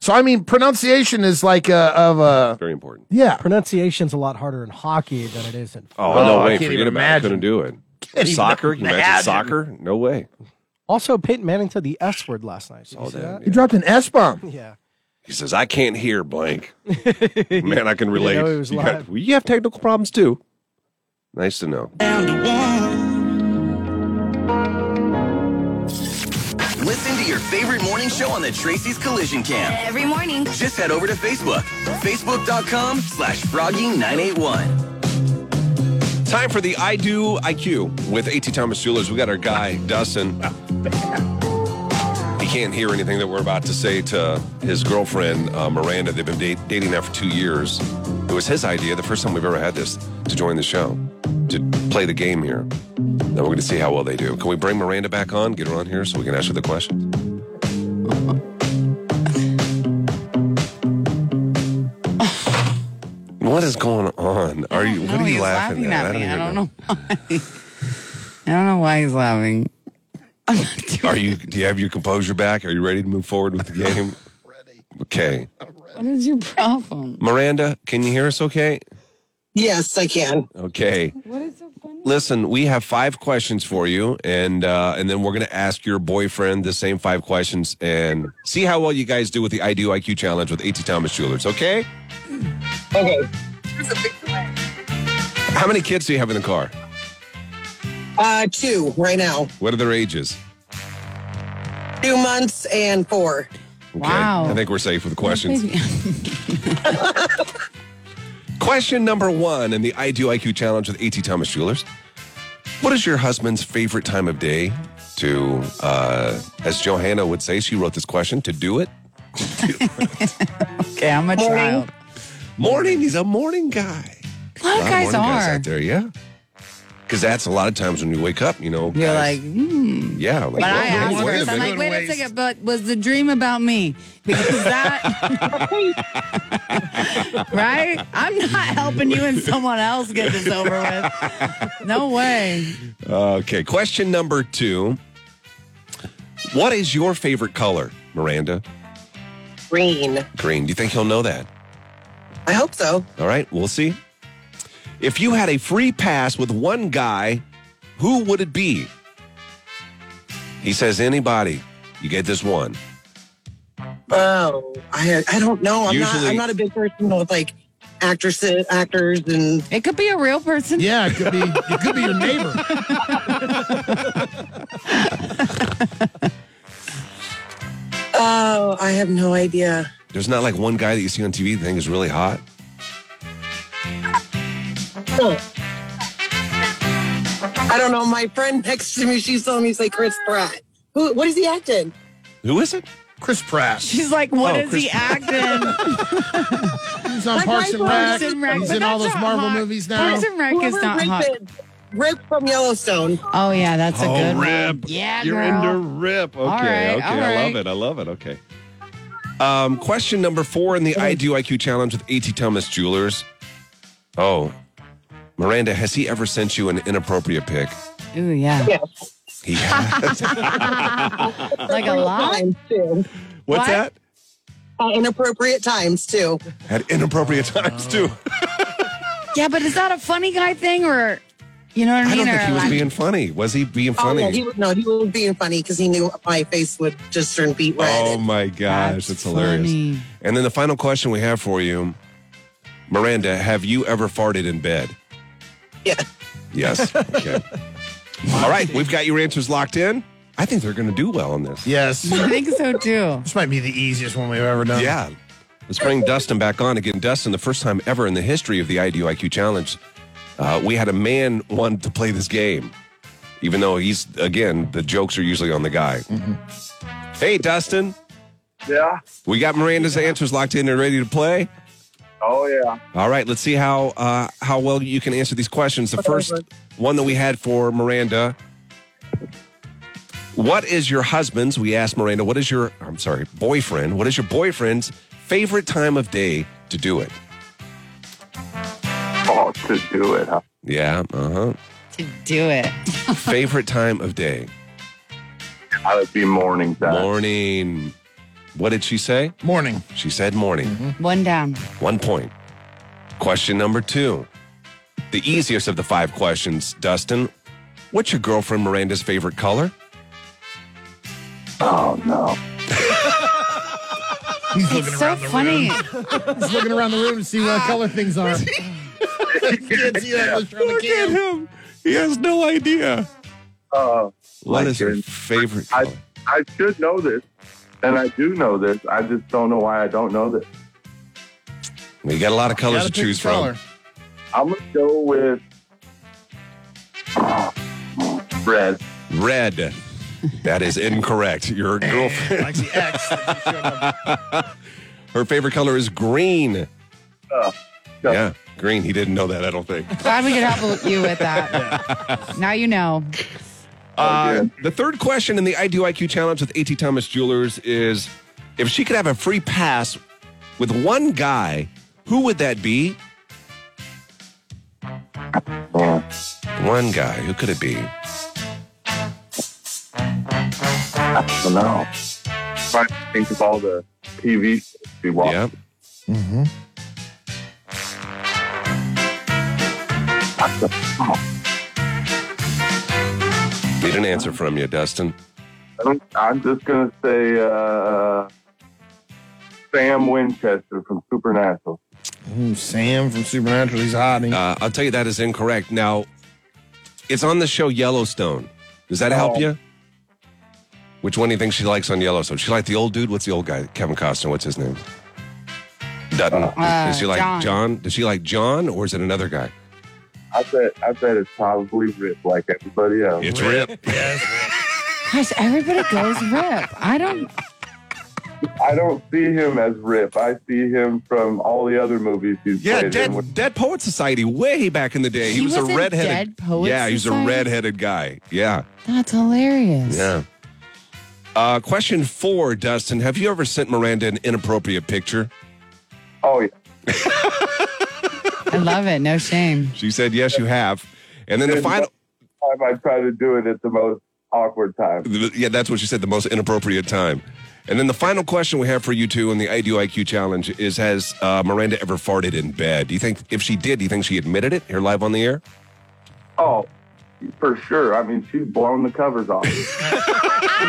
[SPEAKER 4] So I mean, pronunciation is like a, of a
[SPEAKER 1] very important.
[SPEAKER 4] yeah.
[SPEAKER 7] Pronunciation's a lot harder in hockey than it is in
[SPEAKER 1] Oh,
[SPEAKER 4] Oh,
[SPEAKER 1] no
[SPEAKER 4] I
[SPEAKER 1] way!
[SPEAKER 4] can't
[SPEAKER 1] Forget
[SPEAKER 4] even
[SPEAKER 1] about
[SPEAKER 4] imagine.
[SPEAKER 1] it. Couldn't do it.
[SPEAKER 4] Can't even
[SPEAKER 1] soccer? Can you imagine
[SPEAKER 4] imagine.
[SPEAKER 1] soccer? No way.
[SPEAKER 7] Also, Peyton Manning said the S word last night. Did you
[SPEAKER 1] Oh,
[SPEAKER 7] see
[SPEAKER 1] damn,
[SPEAKER 7] that?
[SPEAKER 4] You dropped an S bomb.
[SPEAKER 7] Yeah.
[SPEAKER 1] He says, "I can't hear blank." Man, I can relate.
[SPEAKER 7] know he was
[SPEAKER 1] you, got-
[SPEAKER 7] live.
[SPEAKER 1] well, you have technical problems too. Nice to know.
[SPEAKER 5] Listen to your favorite morning show on the Tracy's Collision Cam.
[SPEAKER 13] Every morning.
[SPEAKER 5] Just head over to Facebook. Facebook.com slash froggy981.
[SPEAKER 1] Time for the I Do IQ with AT Thomas Jewelers. We got our guy, Dustin. He can't hear anything that we're about to say to his girlfriend, uh, Miranda. They've been date- dating now for two years. It was his idea, the first time we've ever had this, to join the show, to play the game here. Now we're going to see how well they do. Can we bring Miranda back on, get her on here so we can ask her the questions? What is going on? Are you? What
[SPEAKER 2] No,
[SPEAKER 1] are
[SPEAKER 2] he's
[SPEAKER 1] you laughing,
[SPEAKER 2] laughing at me. I
[SPEAKER 1] even
[SPEAKER 2] don't know why. I don't know why he's laughing.
[SPEAKER 1] Are you? Do you have your composure back? Are you ready to move forward with the game? ready. Okay,
[SPEAKER 2] What is your problem?
[SPEAKER 1] Miranda, can you hear us? Okay.
[SPEAKER 11] Yes, I can.
[SPEAKER 1] Okay.
[SPEAKER 2] What is so funny?
[SPEAKER 1] Listen, we have five questions for you, and uh, and then we're gonna ask your boyfriend the same five questions and see how well you guys do with the I Do IQ challenge with At Thomas Jewelers. Okay.
[SPEAKER 11] Okay.
[SPEAKER 1] How many kids do you have in the car?
[SPEAKER 11] Uh, two right now.
[SPEAKER 1] What are their ages?
[SPEAKER 11] Two months and four.
[SPEAKER 1] Okay.
[SPEAKER 2] Wow.
[SPEAKER 1] I think we're safe with the questions.
[SPEAKER 2] Baby-
[SPEAKER 1] Question number one in the I Do IQ challenge with AT Thomas Jewelers. What is your husband's favorite time of day to, uh, as Johanna would say, she wrote this question, to do it?
[SPEAKER 2] okay, I'm a child.
[SPEAKER 1] Morning. He's a morning guy.
[SPEAKER 2] A lot of
[SPEAKER 1] morning
[SPEAKER 2] guys are.
[SPEAKER 1] out there, yeah. Because that's a lot of times when you wake up, you know.
[SPEAKER 2] You're
[SPEAKER 1] guys-
[SPEAKER 2] like, hmm.
[SPEAKER 1] yeah. Like,
[SPEAKER 2] But I
[SPEAKER 1] whoa,
[SPEAKER 2] asked
[SPEAKER 1] wait a
[SPEAKER 2] first. I'm
[SPEAKER 1] minute.
[SPEAKER 2] like, wait a second. But was the dream about me? Because that, right? I'm not helping you and someone else get this over with. No way.
[SPEAKER 1] Okay. Question number two. What is your favorite color, Miranda?
[SPEAKER 11] Green.
[SPEAKER 1] Green. Do you think he'll know that?
[SPEAKER 11] I hope so.
[SPEAKER 1] All right, we'll see. If you had a free pass with one guy, who would it be? He says, anybody. You get this one.
[SPEAKER 11] Oh, I I don't know. I'm not.
[SPEAKER 1] Usually-
[SPEAKER 11] I'm not a big person with like actresses, actors, and
[SPEAKER 2] It could be a real person.
[SPEAKER 4] Yeah, it could be. It could be your neighbor.
[SPEAKER 11] oh, I have no idea.
[SPEAKER 1] There's not like one guy that you see on TV you think is really hot.
[SPEAKER 11] Huh. I don't know. My friend next to me, she's telling me, "Say Chris Pratt." Who? What is he acting?
[SPEAKER 1] Who is it?
[SPEAKER 4] Chris Pratt.
[SPEAKER 2] She's like, what
[SPEAKER 1] Oh,
[SPEAKER 2] is he
[SPEAKER 1] Chris-
[SPEAKER 2] acting?
[SPEAKER 4] He's on
[SPEAKER 11] Like
[SPEAKER 4] Parks
[SPEAKER 11] my
[SPEAKER 4] and Rec.
[SPEAKER 2] Parks and Rec,
[SPEAKER 4] He's
[SPEAKER 2] but
[SPEAKER 4] in all
[SPEAKER 2] that's
[SPEAKER 4] those
[SPEAKER 2] not
[SPEAKER 4] Marvel
[SPEAKER 2] hot.
[SPEAKER 4] movies now.
[SPEAKER 2] Parks and Rec is
[SPEAKER 11] Whoever
[SPEAKER 2] not
[SPEAKER 11] Rip
[SPEAKER 2] hot.
[SPEAKER 11] is- Rip from Yellowstone.
[SPEAKER 2] Oh yeah, that's a good
[SPEAKER 1] rip.
[SPEAKER 2] one. Yeah,
[SPEAKER 1] You're
[SPEAKER 2] girl.
[SPEAKER 1] into rip. Okay,
[SPEAKER 2] All right,
[SPEAKER 1] okay.
[SPEAKER 2] all
[SPEAKER 1] I love
[SPEAKER 2] right.
[SPEAKER 1] it. I love it. Okay. Um, question number four in the I Do IQ challenge with AT Thomas Jewelers. Oh, Miranda, has he ever sent you an inappropriate pic?
[SPEAKER 2] Ooh yeah,
[SPEAKER 11] Yes.
[SPEAKER 1] He has.
[SPEAKER 2] like a lot.
[SPEAKER 11] Times too.
[SPEAKER 1] What's
[SPEAKER 2] What?
[SPEAKER 1] that?
[SPEAKER 11] Uh, inappropriate times too. Oh.
[SPEAKER 1] At inappropriate times, too.
[SPEAKER 2] Yeah, but is that a funny guy thing or You know what I
[SPEAKER 1] I don't
[SPEAKER 2] mean?
[SPEAKER 1] think
[SPEAKER 2] Or
[SPEAKER 1] he was
[SPEAKER 2] like-
[SPEAKER 1] being funny. Was he being
[SPEAKER 11] Oh,
[SPEAKER 1] funny?
[SPEAKER 11] no, he was, no, he was being funny because he knew my face would just turn beet red.
[SPEAKER 1] Oh my gosh, that's hilarious. And then the final question we have for you, Miranda, have you ever farted in bed?
[SPEAKER 11] Yeah.
[SPEAKER 1] Yes. Okay. All right, we've got your answers locked in. I think they're going to do well on this.
[SPEAKER 9] Yes.
[SPEAKER 2] I think so too.
[SPEAKER 9] This might be the easiest one we've ever done.
[SPEAKER 1] Yeah. Let's bring Dustin back on again. Dustin, the first time ever in the history of the IDUIQ Challenge, uh, we had a man want to play this game, even though he's, again, the jokes are usually on the guy.
[SPEAKER 11] Mm-hmm.
[SPEAKER 1] Hey, Dustin.
[SPEAKER 10] Yeah.
[SPEAKER 1] We got Miranda's answers locked in and ready to play.
[SPEAKER 10] Oh yeah.
[SPEAKER 1] All right, let's see how uh, how well you can answer these questions. The first one that we had for Miranda. What is your husband's? We asked Miranda, what is your I'm sorry, boyfriend? What is your boyfriend's favorite time of day to do it?
[SPEAKER 10] Oh, to do it. Huh?
[SPEAKER 1] Yeah, uh-huh.
[SPEAKER 2] To do it.
[SPEAKER 1] favorite time of day.
[SPEAKER 10] I would be morning time.
[SPEAKER 1] Morning. What did she say?
[SPEAKER 9] Morning.
[SPEAKER 1] She said morning.
[SPEAKER 2] One down.
[SPEAKER 1] One point. Question number two. The easiest of the five questions, Dustin. What's your girlfriend Miranda's favorite color?
[SPEAKER 10] Oh no.
[SPEAKER 9] He's
[SPEAKER 2] It's so funny.
[SPEAKER 9] He's looking around the room to see what color things are.
[SPEAKER 1] Look at him. He has no idea.
[SPEAKER 10] Uh,
[SPEAKER 1] What
[SPEAKER 10] my
[SPEAKER 1] is her
[SPEAKER 10] goodness.
[SPEAKER 1] favorite
[SPEAKER 10] I
[SPEAKER 1] color?
[SPEAKER 10] I should know this, and I do know this. I just don't know why I don't know this.
[SPEAKER 1] We got a lot of colors
[SPEAKER 9] Gotta
[SPEAKER 1] to
[SPEAKER 9] pick
[SPEAKER 1] choose
[SPEAKER 9] a color.
[SPEAKER 1] from.
[SPEAKER 10] I'm gonna go with red.
[SPEAKER 1] Red. That is incorrect. Your girlfriend,
[SPEAKER 9] Like the X. that just showed up.
[SPEAKER 1] her favorite color is green.
[SPEAKER 10] Uh, yeah.
[SPEAKER 1] Yeah, green. He didn't know that, I don't think.
[SPEAKER 2] Glad we could help you with that. Now you know.
[SPEAKER 1] Uh,
[SPEAKER 10] good.
[SPEAKER 1] the third question in the I Do IQ challenge with AT Thomas Jewelers is if she could have a free pass with one guy, who would that be? One guy. Who could it be?
[SPEAKER 10] I don't know. Trying to think of all the TV shows we watch.
[SPEAKER 1] Yeah. Mm-hmm. Need an answer from you, Dustin.
[SPEAKER 10] I'm- I'm just gonna say uh, Sam Winchester from Supernatural.
[SPEAKER 9] Ooh, Sam from Supernatural. He's hot. ain't he?
[SPEAKER 1] Uh, I'll tell you that is incorrect. Now, it's on the show Yellowstone. Does that help
[SPEAKER 10] Oh.
[SPEAKER 1] you? Which one do you think she likes on Yellowstone? She liked the old dude. What's the old guy? Kevin Costner. What's his name? Dutton.
[SPEAKER 2] Uh,
[SPEAKER 1] is she like
[SPEAKER 2] John.
[SPEAKER 1] John. Does she like John, or is it another guy?
[SPEAKER 10] I bet I bet it's probably ripped like everybody else.
[SPEAKER 1] It's Rip.
[SPEAKER 2] Gosh, everybody goes rip. I don't.
[SPEAKER 10] I don't see him as Rip. I see him from all the other movies he's
[SPEAKER 1] Yeah,
[SPEAKER 10] played in.
[SPEAKER 1] Dead, Dead Poet Society. Way back in the day, he,
[SPEAKER 2] He
[SPEAKER 1] was,
[SPEAKER 2] was
[SPEAKER 1] a
[SPEAKER 2] in
[SPEAKER 1] redheaded.
[SPEAKER 2] Dead Poets
[SPEAKER 1] yeah, he was a
[SPEAKER 2] Society?
[SPEAKER 1] redheaded guy. Yeah,
[SPEAKER 2] That's hilarious.
[SPEAKER 1] yeah. Uh, question four, Dustin. Have you ever sent Miranda an inappropriate picture?
[SPEAKER 10] Oh yeah.
[SPEAKER 2] I love it. No shame.
[SPEAKER 1] She said, "Yes, you have." And then the
[SPEAKER 10] And
[SPEAKER 1] final.
[SPEAKER 10] that's the time I try to do it at the most awkward time.
[SPEAKER 1] Th- Yeah, that's what she said. The most inappropriate time. And then the final question we have for you two in the I Do IQ challenge is: Has uh, Miranda ever farted in bed? Do you think if she did, do you think she admitted it here live on the air?
[SPEAKER 10] Oh, for sure. I mean, she's blown the covers off.
[SPEAKER 9] Covers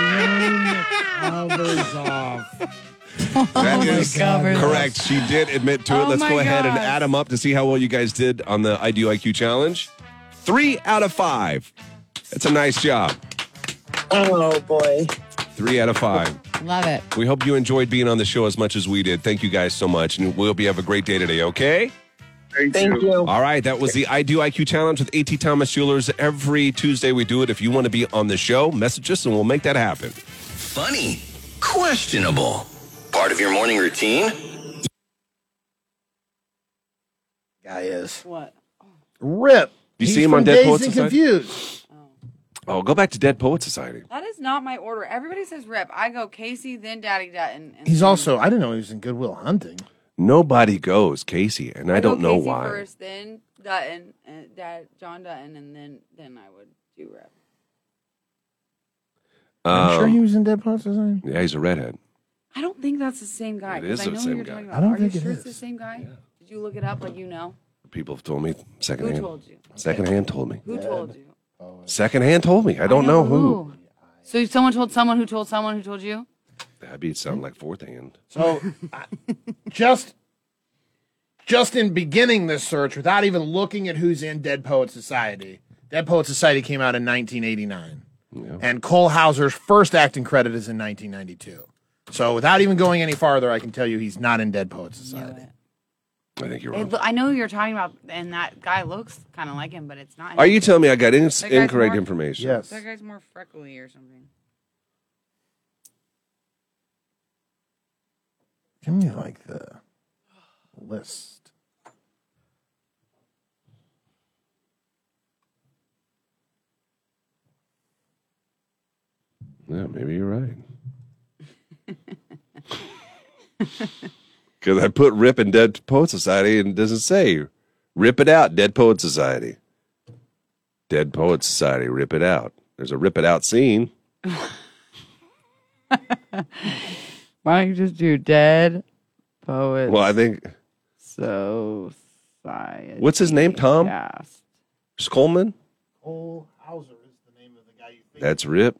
[SPEAKER 9] off.
[SPEAKER 1] That is
[SPEAKER 2] God.
[SPEAKER 1] correct. She did admit to it.
[SPEAKER 2] Oh
[SPEAKER 1] Let's
[SPEAKER 2] my
[SPEAKER 1] go ahead and
[SPEAKER 2] gosh.
[SPEAKER 1] add them up to see how well you guys did on the I Do IQ challenge. Three out of five. That's a nice job.
[SPEAKER 11] Oh boy.
[SPEAKER 1] Three out of five.
[SPEAKER 2] Love it.
[SPEAKER 1] We hope you enjoyed being on the show as much as we did. Thank you guys so much, and we'll be have a great day today. Okay.
[SPEAKER 10] Thank,
[SPEAKER 11] Thank
[SPEAKER 4] Oh.
[SPEAKER 11] you.
[SPEAKER 1] All right, that was the I Do IQ Challenge with AT Thomas Jewelers. Every Tuesday we do it. If you want to be on the show, message us and we'll make that happen.
[SPEAKER 5] Funny. Questionable. Part of your morning routine?
[SPEAKER 4] Guy is.
[SPEAKER 2] What?
[SPEAKER 4] Rip.
[SPEAKER 1] You
[SPEAKER 4] He's
[SPEAKER 1] see him on
[SPEAKER 4] from
[SPEAKER 1] Dead
[SPEAKER 4] Dazed
[SPEAKER 1] Poets
[SPEAKER 4] and
[SPEAKER 1] Society?
[SPEAKER 4] Confused.
[SPEAKER 1] Oh, go back to Dead Poet Society.
[SPEAKER 2] That is not my order. Everybody says rip. I go Casey, then Daddy Dutton. And
[SPEAKER 4] He's
[SPEAKER 2] then-
[SPEAKER 4] also, I didn't know he was in Goodwill Hunting.
[SPEAKER 1] Nobody goes, Casey, and I,
[SPEAKER 2] go
[SPEAKER 1] don't know
[SPEAKER 2] Casey
[SPEAKER 1] why.
[SPEAKER 2] First, then Dutton, and Dad, John Dutton, and then then I would do rip.
[SPEAKER 4] I'm sure
[SPEAKER 1] Um,
[SPEAKER 4] he was in Dead Poets Society.
[SPEAKER 1] yeah, he's a redhead.
[SPEAKER 2] I don't think that's the same guy.
[SPEAKER 1] It
[SPEAKER 2] 'cause
[SPEAKER 1] is
[SPEAKER 2] I
[SPEAKER 1] the
[SPEAKER 2] know who
[SPEAKER 1] same
[SPEAKER 2] you're
[SPEAKER 1] guy.
[SPEAKER 2] talking
[SPEAKER 4] I
[SPEAKER 2] about.
[SPEAKER 4] don't
[SPEAKER 2] Are
[SPEAKER 4] think
[SPEAKER 2] you
[SPEAKER 4] it
[SPEAKER 2] sure
[SPEAKER 4] is.
[SPEAKER 2] it's the same guy? Did you look it up like you know?
[SPEAKER 1] people have told me secondhand.
[SPEAKER 2] told you?
[SPEAKER 1] Secondhand told me.
[SPEAKER 2] Who told you?
[SPEAKER 1] Secondhand told me. I don't know who.
[SPEAKER 2] So someone told someone who told someone who told you?
[SPEAKER 1] That'd be sound like fourth hand.
[SPEAKER 4] So I- just just in beginning this search, without even looking at who's in Dead Poet Society, Dead Poet Society came out in 1989, and Cole Hauser's first acting credit is in 1992. So without even going any farther, I can tell you he's not in Dead Poet Society.
[SPEAKER 1] I think you're
[SPEAKER 2] It lo- I know who you're talking about, and that guy looks kind of like him, but it's not.
[SPEAKER 1] Are
[SPEAKER 2] him.
[SPEAKER 1] you telling me I got in-
[SPEAKER 2] That guy's
[SPEAKER 1] incorrect
[SPEAKER 2] more-
[SPEAKER 1] information?
[SPEAKER 2] That guy's more freckly or something.
[SPEAKER 4] Give me like the list.
[SPEAKER 1] Yeah, maybe you're right. Because I put "Rip" in Dead Poet Society, and it doesn't say "Rip it out." Dead Poet Society. Dead Poet Society. Rip it out. There's a "Rip it out" scene.
[SPEAKER 2] Why don't you just do dead poet?
[SPEAKER 1] Well, I think
[SPEAKER 2] uh, so. Society.
[SPEAKER 1] What's his name? Tom. Just Coleman.
[SPEAKER 4] Cole Hauser is
[SPEAKER 1] That's Rip.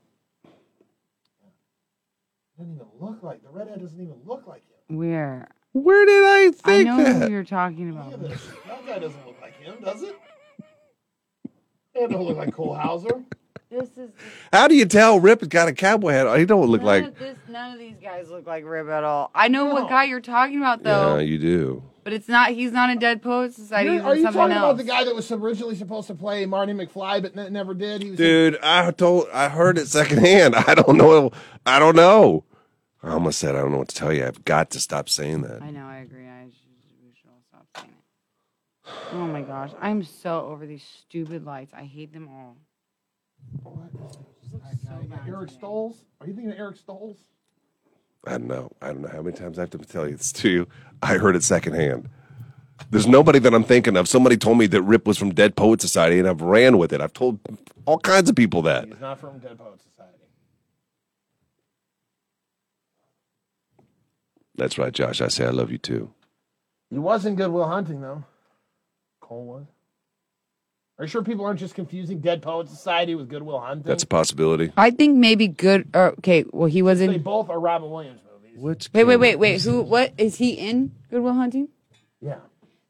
[SPEAKER 4] doesn't even look like the redhead doesn't even look like him.
[SPEAKER 2] Where?
[SPEAKER 1] Where did I
[SPEAKER 2] I
[SPEAKER 1] think
[SPEAKER 2] know
[SPEAKER 1] that?
[SPEAKER 2] who you're talking about.
[SPEAKER 4] That guy doesn't look like him, does it? That don't look like Cole Hauser.
[SPEAKER 2] This is
[SPEAKER 1] How do you tell Rip's got a cowboy hat? on? He don't look like.
[SPEAKER 2] this, none of these guys look like Rip at all. I know what guy you're talking about though,
[SPEAKER 1] Yeah, you do.
[SPEAKER 2] but it's not. He's not in Dead Poets Society.
[SPEAKER 4] You're-
[SPEAKER 2] he's
[SPEAKER 4] are
[SPEAKER 2] in
[SPEAKER 4] you
[SPEAKER 2] something
[SPEAKER 4] talking
[SPEAKER 2] else.
[SPEAKER 4] about the guy that was originally supposed to play Marty McFly but ne- never did? He was
[SPEAKER 1] Dude, I told I heard it secondhand. I don't know. I don't know. I almost said I don't know what to tell you. I've got to stop saying that.
[SPEAKER 2] I know. I agree. I should, we should all stop saying it. Oh my gosh, I'm so over these stupid lights. I hate them all.
[SPEAKER 4] Eric Stoles. Are you thinking of Eric Stoles?
[SPEAKER 1] I don't know. I don't know how many times I have to tell you this too. I heard it secondhand. There's nobody that I'm thinking of. Somebody told me that Rip was from Dead Poet Society, and I've ran with it. I've told all kinds of people that.
[SPEAKER 4] He's not from Dead Poets Society.
[SPEAKER 1] That's right, Josh. I say I love you too.
[SPEAKER 4] He was in Goodwill Hunting though. Cole was. Are you sure people aren't just confusing Dead Poets Society with Goodwill Hunting?
[SPEAKER 1] That's a possibility.
[SPEAKER 2] I think maybe good. Or, okay, well he was
[SPEAKER 4] they
[SPEAKER 2] in.
[SPEAKER 4] both are Robin Williams movies.
[SPEAKER 1] Which
[SPEAKER 2] Wait, wait, wait, wait. Who? What is he in? Goodwill Hunting.
[SPEAKER 4] Yeah.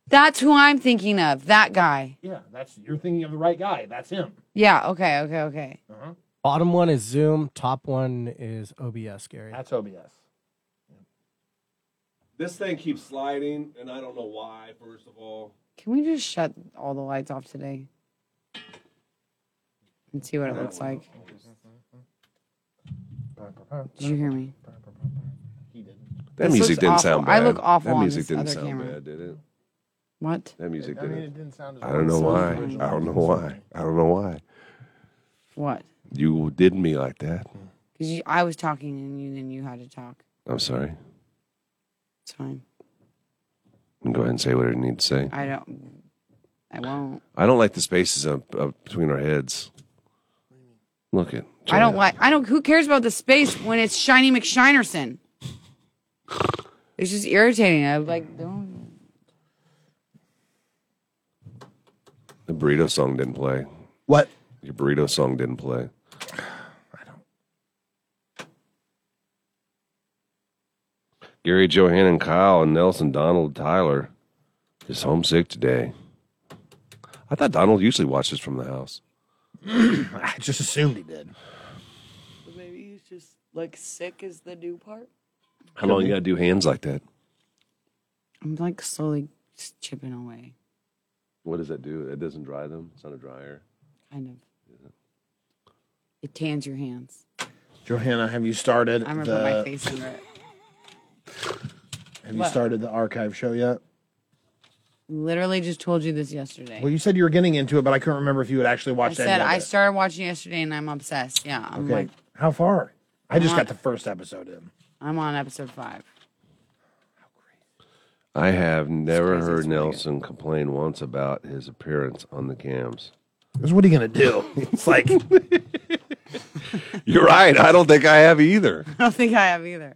[SPEAKER 2] That's who I'm thinking of. That guy.
[SPEAKER 4] Yeah, that's you're thinking of the right guy. That's him.
[SPEAKER 2] Yeah. Okay. Okay. Okay.
[SPEAKER 7] Bottom one is Zoom. Top one is OBS, Gary.
[SPEAKER 4] That's OBS.
[SPEAKER 1] This thing keeps sliding, and I don't know why. First of all,
[SPEAKER 2] Can we just shut all the lights off today and see what it looks like? Did you hear me?
[SPEAKER 1] that
[SPEAKER 2] This
[SPEAKER 1] music
[SPEAKER 2] looks
[SPEAKER 1] didn't
[SPEAKER 2] awful.
[SPEAKER 1] sound
[SPEAKER 2] I
[SPEAKER 1] bad.
[SPEAKER 2] look awful
[SPEAKER 1] That
[SPEAKER 2] on
[SPEAKER 1] music
[SPEAKER 2] this
[SPEAKER 1] didn't
[SPEAKER 2] other
[SPEAKER 1] sound
[SPEAKER 2] camera.
[SPEAKER 1] bad, did it?
[SPEAKER 2] What?
[SPEAKER 1] That music
[SPEAKER 4] I mean,
[SPEAKER 1] didn't.
[SPEAKER 4] it didn't sound as
[SPEAKER 1] I don't know why. I don't know why. I don't know why.
[SPEAKER 2] What?
[SPEAKER 1] You did me like that.
[SPEAKER 2] Because I was talking and you and you had to talk.
[SPEAKER 1] I'm sorry.
[SPEAKER 2] It's fine.
[SPEAKER 1] Go ahead and say whatever you need to say.
[SPEAKER 2] I don't. I won't.
[SPEAKER 1] I don't like the spaces up, up between our heads. Look at.
[SPEAKER 2] I don't like. I don't. Who cares about the space when it's Shiny McShinerson? It's just irritating. I like. Don't.
[SPEAKER 1] The burrito song didn't play.
[SPEAKER 9] What?
[SPEAKER 1] Your burrito song didn't play. Gary, Johann, and Kyle, and Nelson, Donald, Tyler is homesick today. I thought Donald usually watches from the house.
[SPEAKER 4] I just assumed he did.
[SPEAKER 2] Maybe he's just like sick is the new part.
[SPEAKER 1] How long you got to do hands like that?
[SPEAKER 2] I'm like slowly just chipping away,
[SPEAKER 1] What does that do? It doesn't dry them. It's not a dryer.
[SPEAKER 2] kind of. It tans your hands.
[SPEAKER 4] Johanna, have you started?
[SPEAKER 2] I'm gonna
[SPEAKER 4] the,
[SPEAKER 2] put my face under it.
[SPEAKER 4] Have you
[SPEAKER 2] What?
[SPEAKER 4] started the archive show yet?
[SPEAKER 2] Literally just told you this yesterday.
[SPEAKER 4] Well, you said you were getting into it, but I couldn't remember if you had actually
[SPEAKER 2] I
[SPEAKER 4] watched
[SPEAKER 2] said
[SPEAKER 4] any of
[SPEAKER 2] I
[SPEAKER 4] it.
[SPEAKER 2] started watching yesterday and I'm obsessed. Yeah, I'm
[SPEAKER 4] okay.
[SPEAKER 2] like
[SPEAKER 4] How far? I just
[SPEAKER 2] I'm
[SPEAKER 4] got
[SPEAKER 2] not-
[SPEAKER 4] the first episode in.
[SPEAKER 2] I'm on episode five.
[SPEAKER 1] I have never heard Nelson complain once about his appearance on the cams.
[SPEAKER 4] Because what are you gonna do? It's like
[SPEAKER 1] You're right. I don't think I have either.
[SPEAKER 2] I don't think I have either.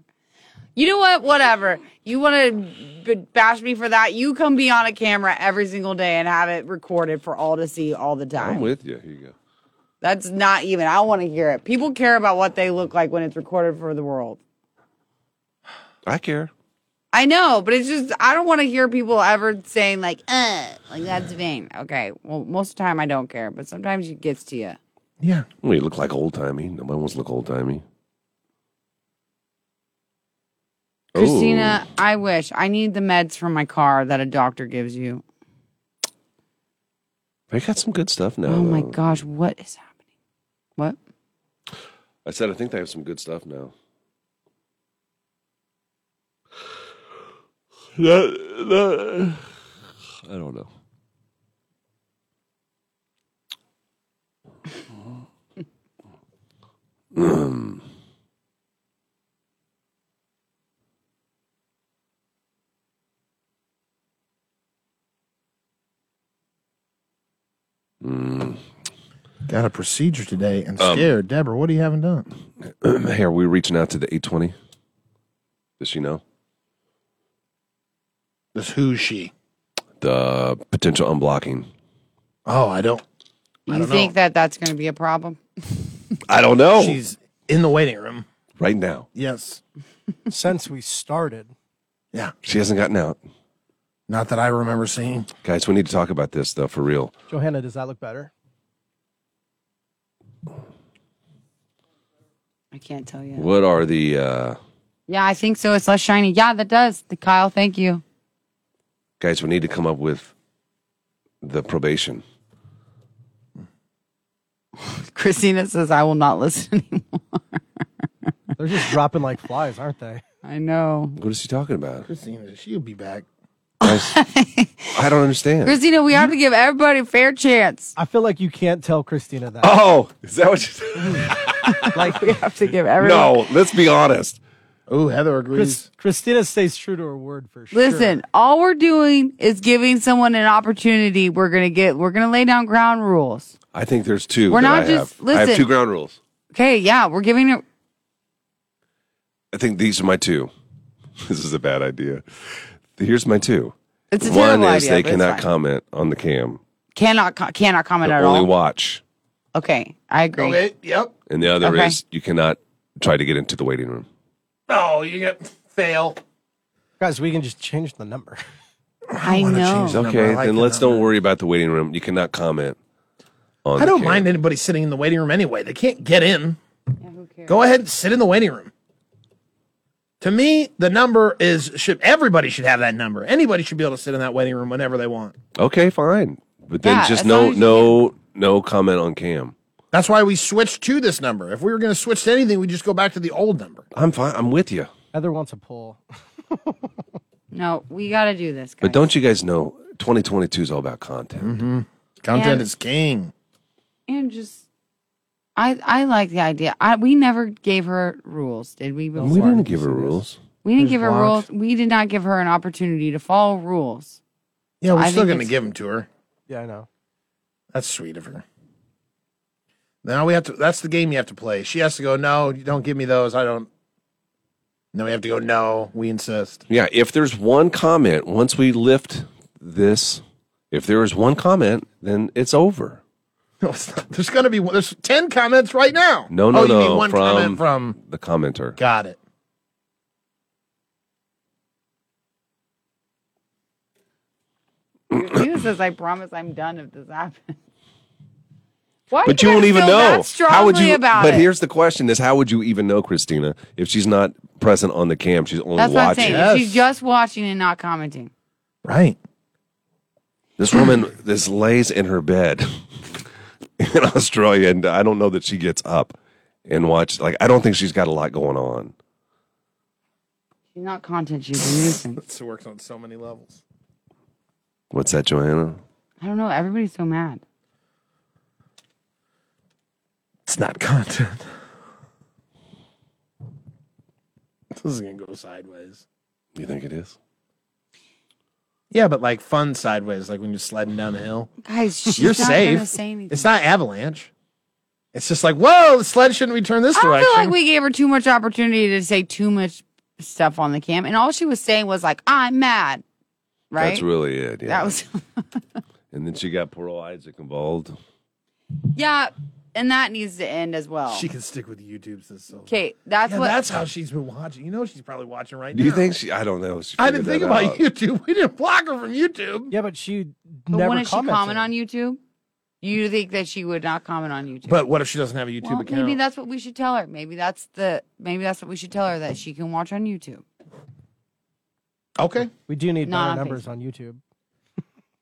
[SPEAKER 2] You know what? Whatever. You want to bash me for that? You come be on a camera every single day and have it recorded for all to see all the
[SPEAKER 1] I'm
[SPEAKER 2] time.
[SPEAKER 1] with you. Here you go.
[SPEAKER 2] That's not even. I want to hear it. People care about what they look like when it's recorded for the world.
[SPEAKER 1] I care.
[SPEAKER 2] I know, but it's just I don't want to hear people ever saying like, "Uh," like that's vain. Okay, well, most of the time I don't care, but sometimes it gets to you.
[SPEAKER 4] Yeah.
[SPEAKER 1] We look like old timey. Nobody wants to look old timey.
[SPEAKER 2] Christina, I wish I need the meds from my car that a doctor gives you.
[SPEAKER 1] They got some good stuff now.
[SPEAKER 2] oh my
[SPEAKER 1] though.
[SPEAKER 2] gosh, what is happening? What?
[SPEAKER 1] Oh. I said I think they have some good stuff now. I don't know. Mm.
[SPEAKER 4] Got a procedure today and
[SPEAKER 1] Mm. Um,
[SPEAKER 4] scared. Deborah, what do you haven't done?
[SPEAKER 1] hey, are we reaching out to the 820? Does she know?
[SPEAKER 4] This who's she?
[SPEAKER 1] The potential unblocking.
[SPEAKER 4] Oh, I don't.
[SPEAKER 2] You think that that's going to be a problem?
[SPEAKER 1] I don't know.
[SPEAKER 4] She's in the waiting room.
[SPEAKER 1] Right now.
[SPEAKER 4] Yes.
[SPEAKER 7] Since we started,
[SPEAKER 1] She hasn't gotten out.
[SPEAKER 4] Not that I remember seeing.
[SPEAKER 1] Guys, we need to talk about this, though, for real.
[SPEAKER 7] Johanna, does that look better?
[SPEAKER 2] I can't tell you.
[SPEAKER 1] What are the. Uh,
[SPEAKER 2] Yeah, I think so. It's less shiny. Yeah, that does. The Kyle, thank you.
[SPEAKER 1] guys, we need to come up with the probation.
[SPEAKER 2] Christina says I will not listen anymore.
[SPEAKER 7] They're just dropping like flies, aren't they?
[SPEAKER 2] I know.
[SPEAKER 1] What is he talking about?
[SPEAKER 4] Christina, she'll be back.
[SPEAKER 1] Guys, I don't understand.
[SPEAKER 2] Christina, we have to give everybody a fair chance.
[SPEAKER 7] I feel like you can't tell Christina that.
[SPEAKER 1] Oh, is that what you
[SPEAKER 2] like we have to give everyone.
[SPEAKER 1] No, let's be honest.
[SPEAKER 4] Oh, Heather
[SPEAKER 7] Chris, Christina stays true to her word for sure.
[SPEAKER 2] Listen, all we're doing is giving someone an opportunity. We're gonna get. We're gonna lay down ground rules.
[SPEAKER 1] I think there's two.
[SPEAKER 2] We're
[SPEAKER 1] that
[SPEAKER 2] not
[SPEAKER 1] I
[SPEAKER 2] just-
[SPEAKER 1] have. I have
[SPEAKER 2] listen.
[SPEAKER 1] two ground rules.
[SPEAKER 2] Okay, yeah, we're giving it.
[SPEAKER 1] I think these are my two. This is a bad idea. Here's my two.
[SPEAKER 2] It's a
[SPEAKER 1] One
[SPEAKER 2] terrible
[SPEAKER 1] is
[SPEAKER 2] idea,
[SPEAKER 1] they
[SPEAKER 2] but it's
[SPEAKER 1] cannot
[SPEAKER 2] fine.
[SPEAKER 1] comment on the cam.
[SPEAKER 2] Cannot co- cannot comment
[SPEAKER 1] They
[SPEAKER 2] at
[SPEAKER 1] only
[SPEAKER 2] all.
[SPEAKER 1] watch.
[SPEAKER 2] Okay, I agree.
[SPEAKER 4] Okay, yep.
[SPEAKER 1] And the other
[SPEAKER 2] Okay.
[SPEAKER 1] is you cannot try to get into the waiting room.
[SPEAKER 4] Oh, you get fail.
[SPEAKER 7] guys, we can just change the number.
[SPEAKER 2] I
[SPEAKER 4] Oh,
[SPEAKER 2] know.
[SPEAKER 1] Okay, then let's don't worry about the waiting room. You cannot comment on
[SPEAKER 4] I
[SPEAKER 1] the
[SPEAKER 4] don't
[SPEAKER 1] cam.
[SPEAKER 4] mind anybody sitting in the waiting room anyway. They can't get in. Go ahead and sit in the waiting room. To me, the number is should everybody should have that number. Anybody should be able to sit in that waiting room whenever they want.
[SPEAKER 1] Okay, fine. But then
[SPEAKER 2] Yeah,
[SPEAKER 1] just
[SPEAKER 2] as long
[SPEAKER 1] no
[SPEAKER 2] as you
[SPEAKER 1] no no comment on cam.
[SPEAKER 4] That's why we switched to this number. If we were going to switch to anything, we just go back to the old number.
[SPEAKER 1] I'm fine. I'm with you.
[SPEAKER 7] Heather wants a poll.
[SPEAKER 2] No, we got to do this. Guys.
[SPEAKER 1] But don't you guys know 2022 is all about content.
[SPEAKER 4] Mm-hmm. Content
[SPEAKER 2] And-
[SPEAKER 4] is king.
[SPEAKER 2] and just I I like the idea. I we never gave her rules, did we? Before?
[SPEAKER 1] We didn't give her rules.
[SPEAKER 2] We didn't
[SPEAKER 4] Just
[SPEAKER 2] give her
[SPEAKER 4] blocked.
[SPEAKER 2] rules. We did not give her an opportunity to follow rules.
[SPEAKER 4] Yeah, we're
[SPEAKER 2] I
[SPEAKER 4] still
[SPEAKER 2] think
[SPEAKER 4] going to
[SPEAKER 2] it's-
[SPEAKER 4] give them to her.
[SPEAKER 7] Yeah, I know.
[SPEAKER 4] That's sweet of her. Now we have to. That's the game you have to play. She has to go. No, you don't give me those. I don't. No, we have to go. No, we insist.
[SPEAKER 1] Yeah, if there's one comment, once we lift this, if there is one comment, then it's over.
[SPEAKER 4] No, it's not. There's going to be. one- There's ten comments right now.
[SPEAKER 1] No, no,
[SPEAKER 4] oh, you
[SPEAKER 1] no.
[SPEAKER 4] mean one
[SPEAKER 1] from
[SPEAKER 4] comment from.
[SPEAKER 1] the commenter.
[SPEAKER 4] Got it.
[SPEAKER 2] Christina says, "I promise, I'm done if this happens." Why?
[SPEAKER 1] But
[SPEAKER 2] do
[SPEAKER 1] you won't
[SPEAKER 2] guys
[SPEAKER 1] even
[SPEAKER 2] feel
[SPEAKER 1] know.
[SPEAKER 2] That strongly about
[SPEAKER 1] but
[SPEAKER 2] it?
[SPEAKER 1] here's the question: Is how would you even know, Christina, if she's not present on the cam? She's only
[SPEAKER 2] that's what I'm
[SPEAKER 1] watching.
[SPEAKER 2] saying.
[SPEAKER 4] Yes.
[SPEAKER 2] She's just watching and not commenting.
[SPEAKER 4] Right.
[SPEAKER 1] This woman this lays in her bed in Australia, and I don't know that she gets up and watch. Like I don't think she's got a lot going on.
[SPEAKER 2] She's not content. She's a nuisance.
[SPEAKER 4] It works on so many levels.
[SPEAKER 1] What's that, Joanna?
[SPEAKER 2] I don't know. Everybody's so mad.
[SPEAKER 4] It's not content. this is going to go sideways.
[SPEAKER 1] You think it is?
[SPEAKER 4] Yeah, but like fun sideways, like when you're sliding down a hill.
[SPEAKER 2] Guys, she's
[SPEAKER 4] You're
[SPEAKER 2] not
[SPEAKER 4] safe.
[SPEAKER 2] Gonna say anything.
[SPEAKER 4] It's not avalanche. It's just like, whoa, the sled shouldn't be turned this
[SPEAKER 2] I don't
[SPEAKER 4] direction.
[SPEAKER 2] feel like we gave her too much opportunity to say too much stuff on the cam, and all she was saying was like, "I'm mad," right?
[SPEAKER 1] That's really it. Yeah.
[SPEAKER 2] That was
[SPEAKER 1] and then she got poor old Isaac involved.
[SPEAKER 2] yeah, and that needs to end as well.
[SPEAKER 4] She can stick with YouTube's this so.
[SPEAKER 2] Okay, that's
[SPEAKER 4] Yeah,
[SPEAKER 2] what.
[SPEAKER 4] that's how she's been watching. You know, she's probably watching right
[SPEAKER 1] Do
[SPEAKER 4] now.
[SPEAKER 1] you think she? I don't know. She
[SPEAKER 4] I didn't
[SPEAKER 1] figured
[SPEAKER 4] think
[SPEAKER 1] that
[SPEAKER 4] about
[SPEAKER 1] out.
[SPEAKER 4] YouTube. We didn't block her from YouTube.
[SPEAKER 7] Yeah, but she
[SPEAKER 2] But wouldn't she comment on YouTube? You think that she would not comment on YouTube?
[SPEAKER 4] But what if she doesn't have a YouTube
[SPEAKER 2] Well,
[SPEAKER 4] account?
[SPEAKER 2] maybe that's what we should tell her. Maybe that's the maybe that's what we should tell her that she can watch on YouTube.
[SPEAKER 4] okay.
[SPEAKER 7] We do need
[SPEAKER 2] Not
[SPEAKER 7] better
[SPEAKER 2] on
[SPEAKER 7] numbers on YouTube.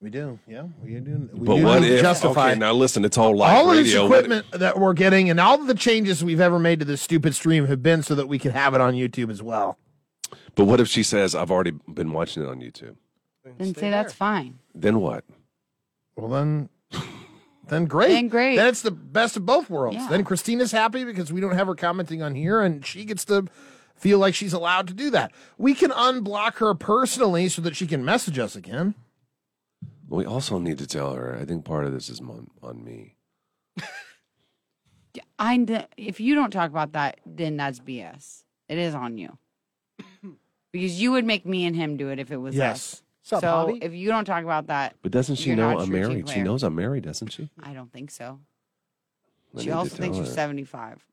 [SPEAKER 4] We do. Yeah, we do. We
[SPEAKER 1] But
[SPEAKER 4] do
[SPEAKER 1] what
[SPEAKER 4] need to
[SPEAKER 1] if?
[SPEAKER 4] justify
[SPEAKER 1] Okay, now listen, it's all live
[SPEAKER 4] all of this
[SPEAKER 1] radio. What-
[SPEAKER 4] equipment that we're getting and all of the changes we've ever made to this stupid stream have been so that we can have it on YouTube as well.
[SPEAKER 1] but what if she says, "I've already been watching it on YouTube"?
[SPEAKER 2] Then say that's fine.
[SPEAKER 1] Then what?
[SPEAKER 4] Well, then, then great.
[SPEAKER 2] Then great.
[SPEAKER 4] Then it's the best of both worlds.
[SPEAKER 2] Yeah.
[SPEAKER 4] Then Christina's happy because we don't have her commenting on here, and she gets to feel like she's allowed to do that. We can unblock her personally so that she can message us again.
[SPEAKER 1] We also need to tell her. I think part of this is on, on me.
[SPEAKER 2] I kn- if you don't talk about that, then that's BS. It is on you because you would make me and him do it if it was us.
[SPEAKER 4] Yes.
[SPEAKER 7] Sup,
[SPEAKER 2] so
[SPEAKER 7] Bobby?
[SPEAKER 2] if you don't talk about that,
[SPEAKER 1] But doesn't she
[SPEAKER 2] You're
[SPEAKER 1] know
[SPEAKER 2] not a
[SPEAKER 1] I'm
[SPEAKER 2] true team
[SPEAKER 1] married? She
[SPEAKER 2] player.
[SPEAKER 1] knows I'm married, doesn't she?
[SPEAKER 2] I don't think
[SPEAKER 1] I
[SPEAKER 2] so.
[SPEAKER 1] need
[SPEAKER 2] she
[SPEAKER 1] to
[SPEAKER 2] also thinks
[SPEAKER 1] tell
[SPEAKER 2] you're
[SPEAKER 1] her.
[SPEAKER 2] 75.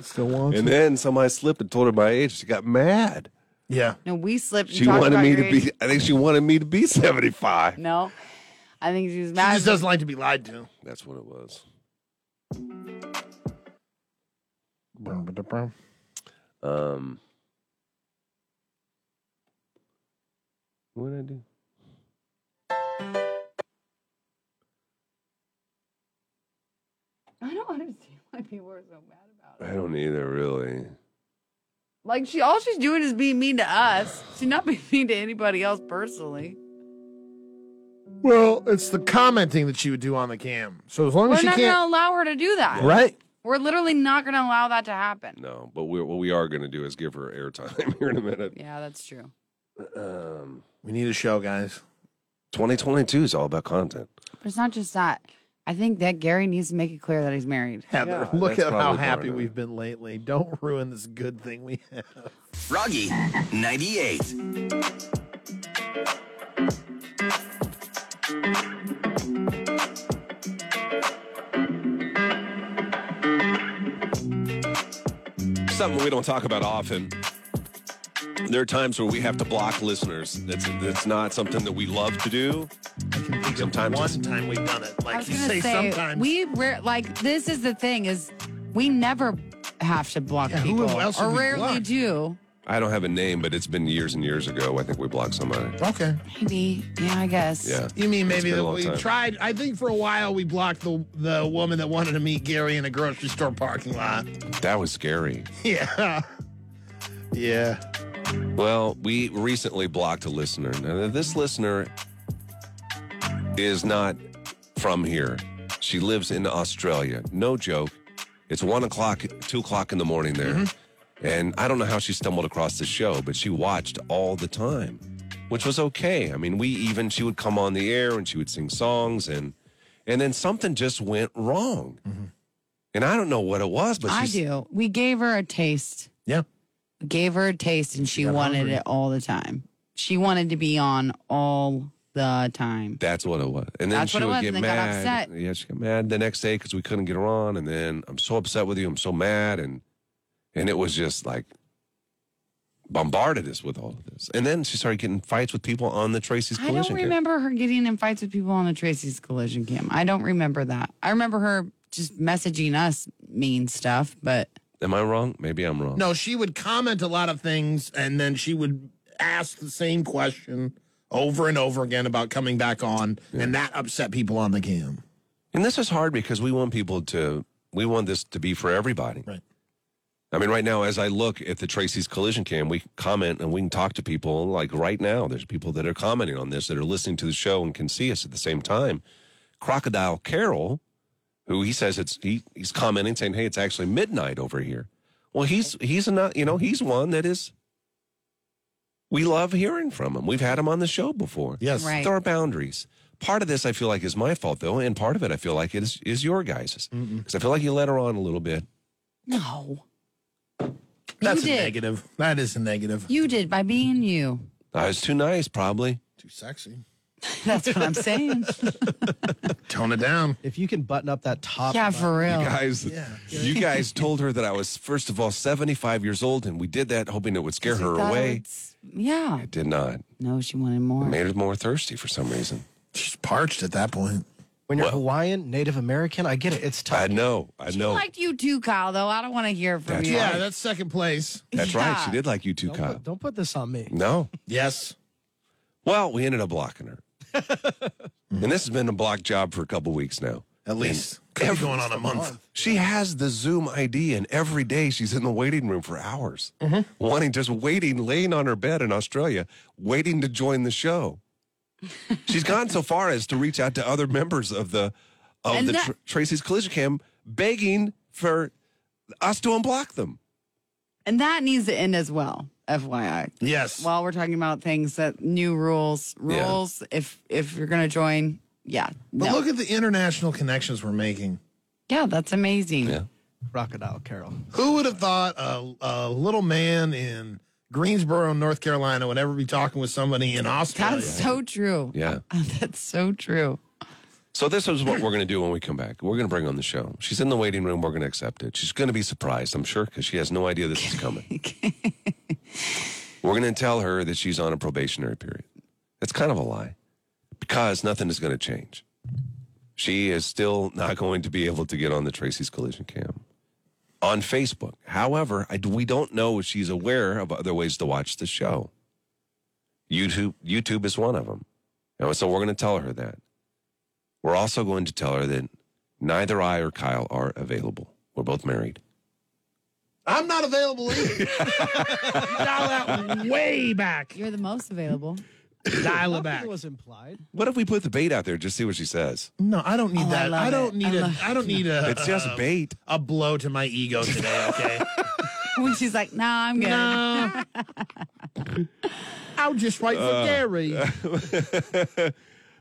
[SPEAKER 4] Still wants.
[SPEAKER 1] And then somebody slipped and told her my age. She got mad.
[SPEAKER 4] yeah.
[SPEAKER 2] No, we slipped. and
[SPEAKER 1] She
[SPEAKER 2] talked
[SPEAKER 1] wanted
[SPEAKER 2] about
[SPEAKER 1] me
[SPEAKER 2] your
[SPEAKER 1] to
[SPEAKER 2] age.
[SPEAKER 1] be. I think she wanted me to be 75.
[SPEAKER 2] No, I think she was
[SPEAKER 4] She
[SPEAKER 2] mad.
[SPEAKER 4] just doesn't like to be lied to.
[SPEAKER 1] That's what it was. Um, what did I do?
[SPEAKER 2] I don't understand why people are so mad about it.
[SPEAKER 1] I don't either, really.
[SPEAKER 2] Like she, all she's doing is being mean to us. She's not being mean to anybody else personally.
[SPEAKER 4] Well, it's the commenting that she would do on the cam. So as long as
[SPEAKER 2] We're
[SPEAKER 4] she
[SPEAKER 2] not
[SPEAKER 4] can't,
[SPEAKER 2] gonna allow her to do that.
[SPEAKER 4] right?
[SPEAKER 2] We're literally not gonna allow that to happen.
[SPEAKER 1] No, but we're, what we are going to do is give her airtime here in a minute.
[SPEAKER 2] Yeah, that's true.
[SPEAKER 1] Um,
[SPEAKER 4] We need a show, guys.
[SPEAKER 1] 2022 is all about content.
[SPEAKER 2] But it's not just that. I think that Gary needs to make it clear that he's married.
[SPEAKER 4] Heather,
[SPEAKER 1] Yeah,
[SPEAKER 4] look
[SPEAKER 1] that's
[SPEAKER 4] at how
[SPEAKER 1] probably part
[SPEAKER 4] happy
[SPEAKER 1] of it.
[SPEAKER 4] we've been lately. Don't ruin this good thing we have.
[SPEAKER 5] Froggy 98.
[SPEAKER 1] Something we don't talk about often. There are times where we have to block listeners. That's that's not something that we love to do. Sometimes
[SPEAKER 4] one
[SPEAKER 1] it's-
[SPEAKER 4] time we've done it.
[SPEAKER 2] I
[SPEAKER 4] Like
[SPEAKER 2] was
[SPEAKER 4] you
[SPEAKER 2] gonna
[SPEAKER 4] say,
[SPEAKER 2] say,
[SPEAKER 4] sometimes.
[SPEAKER 2] we rare like this is the thing is we never have to block
[SPEAKER 4] Yeah, who
[SPEAKER 2] people
[SPEAKER 4] else
[SPEAKER 2] or
[SPEAKER 4] would we
[SPEAKER 2] rarely
[SPEAKER 4] block?
[SPEAKER 2] do.
[SPEAKER 1] I don't have a name, but it's been years and years ago. I think we blocked somebody.
[SPEAKER 4] okay.
[SPEAKER 2] Maybe, yeah, I guess.
[SPEAKER 1] Yeah.
[SPEAKER 4] You mean
[SPEAKER 1] It's
[SPEAKER 4] maybe
[SPEAKER 1] been a
[SPEAKER 4] that
[SPEAKER 1] long
[SPEAKER 4] we
[SPEAKER 1] time.
[SPEAKER 4] tried? I think for a while we blocked the the woman that wanted to meet Gary in a grocery store parking lot.
[SPEAKER 1] That was scary.
[SPEAKER 4] Yeah. Yeah.
[SPEAKER 1] Well, we recently blocked a listener. Now, this listener is not from here. She lives in Australia. No joke. It's one o'clock, two o'clock in the morning there. And I don't know how she stumbled across the show, but she watched all the time, which was okay. I mean, we even, she would come on the air and she would sing songs and, and then something just went wrong. And I don't know what it was, but
[SPEAKER 2] I
[SPEAKER 1] she's-
[SPEAKER 2] do. We gave her a taste.
[SPEAKER 4] Yeah.
[SPEAKER 2] Gave her a taste and she,
[SPEAKER 4] got
[SPEAKER 2] wanted
[SPEAKER 4] hungry.
[SPEAKER 2] it all the time. She wanted to be on all the time.
[SPEAKER 1] That's what it was. And then
[SPEAKER 2] That's
[SPEAKER 1] she
[SPEAKER 2] what it
[SPEAKER 1] would
[SPEAKER 2] was,
[SPEAKER 1] get
[SPEAKER 2] and then got
[SPEAKER 1] mad.
[SPEAKER 2] upset.
[SPEAKER 1] Yeah, she got mad the next day because we couldn't get her on. And then I'm so upset with you. I'm so mad. And and it was just like bombarded us with all of this. And then she started getting fights with people on the Tracy's
[SPEAKER 2] I
[SPEAKER 1] collision.
[SPEAKER 2] don't
[SPEAKER 1] Kit.
[SPEAKER 2] remember her getting in fights with people on the Tracy's collision cam. I don't remember that. I remember her just messaging us mean stuff, but
[SPEAKER 1] Am I wrong? Maybe I'm wrong.
[SPEAKER 4] No, she would comment a lot of things, and then she would ask the same question over and over again about coming back on, and that upset people on the cam.
[SPEAKER 1] And this is hard because we want people to. We want this to be for everybody.
[SPEAKER 4] Right.
[SPEAKER 1] I mean, right now, as I look at the Tracy's collision cam, we can comment and we can talk to people. Like right now, there's people that are commenting on this that are listening to the show and can see us at the same time. Crocodile Carol, who he says it's he, he's commenting saying, "Hey, it's actually midnight over here." Well, he's he's not you know he's one that is. We love hearing from him. We've had him on the show before.
[SPEAKER 4] Yes.
[SPEAKER 2] Right.
[SPEAKER 1] There are boundaries. Part of this I feel like is my fault though, and part of it I feel like is is your guys's because I feel like you let her on a little bit.
[SPEAKER 2] no.
[SPEAKER 9] That's a
[SPEAKER 2] did.
[SPEAKER 9] negative. That is a negative.
[SPEAKER 2] You did by being you.
[SPEAKER 1] I was too nice, probably.
[SPEAKER 9] Too sexy.
[SPEAKER 2] That's what I'm saying.
[SPEAKER 9] Tone it down.
[SPEAKER 7] If you can button up that top.
[SPEAKER 2] Yeah, for real.
[SPEAKER 1] You guys, you guys told her that I was first of all 75 years old, and we did that hoping it would scare her
[SPEAKER 2] thought it
[SPEAKER 1] away.
[SPEAKER 2] would s- Yeah.
[SPEAKER 1] It did not.
[SPEAKER 2] No, she wanted more.
[SPEAKER 1] It made her more thirsty for some reason.
[SPEAKER 9] She's parched at that point.
[SPEAKER 7] When you're Hawaiian, Native American, I get it. It's tough.
[SPEAKER 1] I know. I know.
[SPEAKER 2] I liked you too, Kyle, though. I don't want to hear from
[SPEAKER 1] That's
[SPEAKER 2] you.
[SPEAKER 1] right.
[SPEAKER 9] Yeah, that's second place.
[SPEAKER 1] That's right. She did like you too,
[SPEAKER 7] Don't
[SPEAKER 1] Kyle.
[SPEAKER 7] put, don't put this on me.
[SPEAKER 1] No.
[SPEAKER 9] Yes.
[SPEAKER 1] Well, we ended up blocking her. and this has been a block job for a couple weeks now.
[SPEAKER 9] At least. Could be going on a month.
[SPEAKER 1] She has the Zoom ID, and every day she's in the waiting room for hours,
[SPEAKER 2] Mm-hmm.
[SPEAKER 1] wanting just waiting, laying on her bed in Australia, waiting to join the show. she's gone so far as to reach out to other members of the of
[SPEAKER 2] And
[SPEAKER 1] the
[SPEAKER 2] that-
[SPEAKER 1] Tr- Tracy's Collision Cam, begging for us to unblock them.
[SPEAKER 2] And that needs to end as well, FYI.
[SPEAKER 9] Yes.
[SPEAKER 2] While we're talking about things that new rules,
[SPEAKER 1] Yeah.
[SPEAKER 2] rules, if if you're going to join, yeah.
[SPEAKER 9] But
[SPEAKER 2] no.
[SPEAKER 9] look at the international connections we're making.
[SPEAKER 2] yeah, that's amazing.
[SPEAKER 1] Yeah.
[SPEAKER 7] Crocodile Carol.
[SPEAKER 9] Who would have thought a, a little man in Greensboro, North Carolina, would ever be talking with somebody in Australia?
[SPEAKER 2] That's so true.
[SPEAKER 1] Yeah.
[SPEAKER 2] That's so true.
[SPEAKER 1] So this is what we're going to do when we come back. We're going to bring on the show. She's in the waiting room. We're going to accept it. She's going to be surprised, I'm sure, because she has no idea this is coming. we're going to tell her that she's on a probationary period. That's kind of a lie, because nothing is going to change. She is still not going to be able to get on the Tracy's Collision Cam on Facebook. However, I, we don't know if she's aware of other ways to watch the show. YouTube, YouTube is one of them. And so we're going to tell her that. We're also going to tell her that neither I or Kyle are available. We're both married.
[SPEAKER 9] I'm not available either. you dial that way back.
[SPEAKER 2] You're the most available.
[SPEAKER 9] Dial it
[SPEAKER 7] That
[SPEAKER 9] back.
[SPEAKER 7] was implied.
[SPEAKER 1] What if we put the bait out there? Just see what she says.
[SPEAKER 9] No, I don't need
[SPEAKER 2] Oh, I
[SPEAKER 9] that.
[SPEAKER 2] love
[SPEAKER 9] I, don't
[SPEAKER 2] it.
[SPEAKER 9] need
[SPEAKER 2] I
[SPEAKER 9] a.
[SPEAKER 2] love-
[SPEAKER 9] I don't need a.
[SPEAKER 1] It's just
[SPEAKER 4] uh,
[SPEAKER 9] a,
[SPEAKER 1] bait.
[SPEAKER 9] a blow to my ego today. Okay.
[SPEAKER 2] when she's like, nah, I'm good.
[SPEAKER 9] no. I'll just wait for Gary.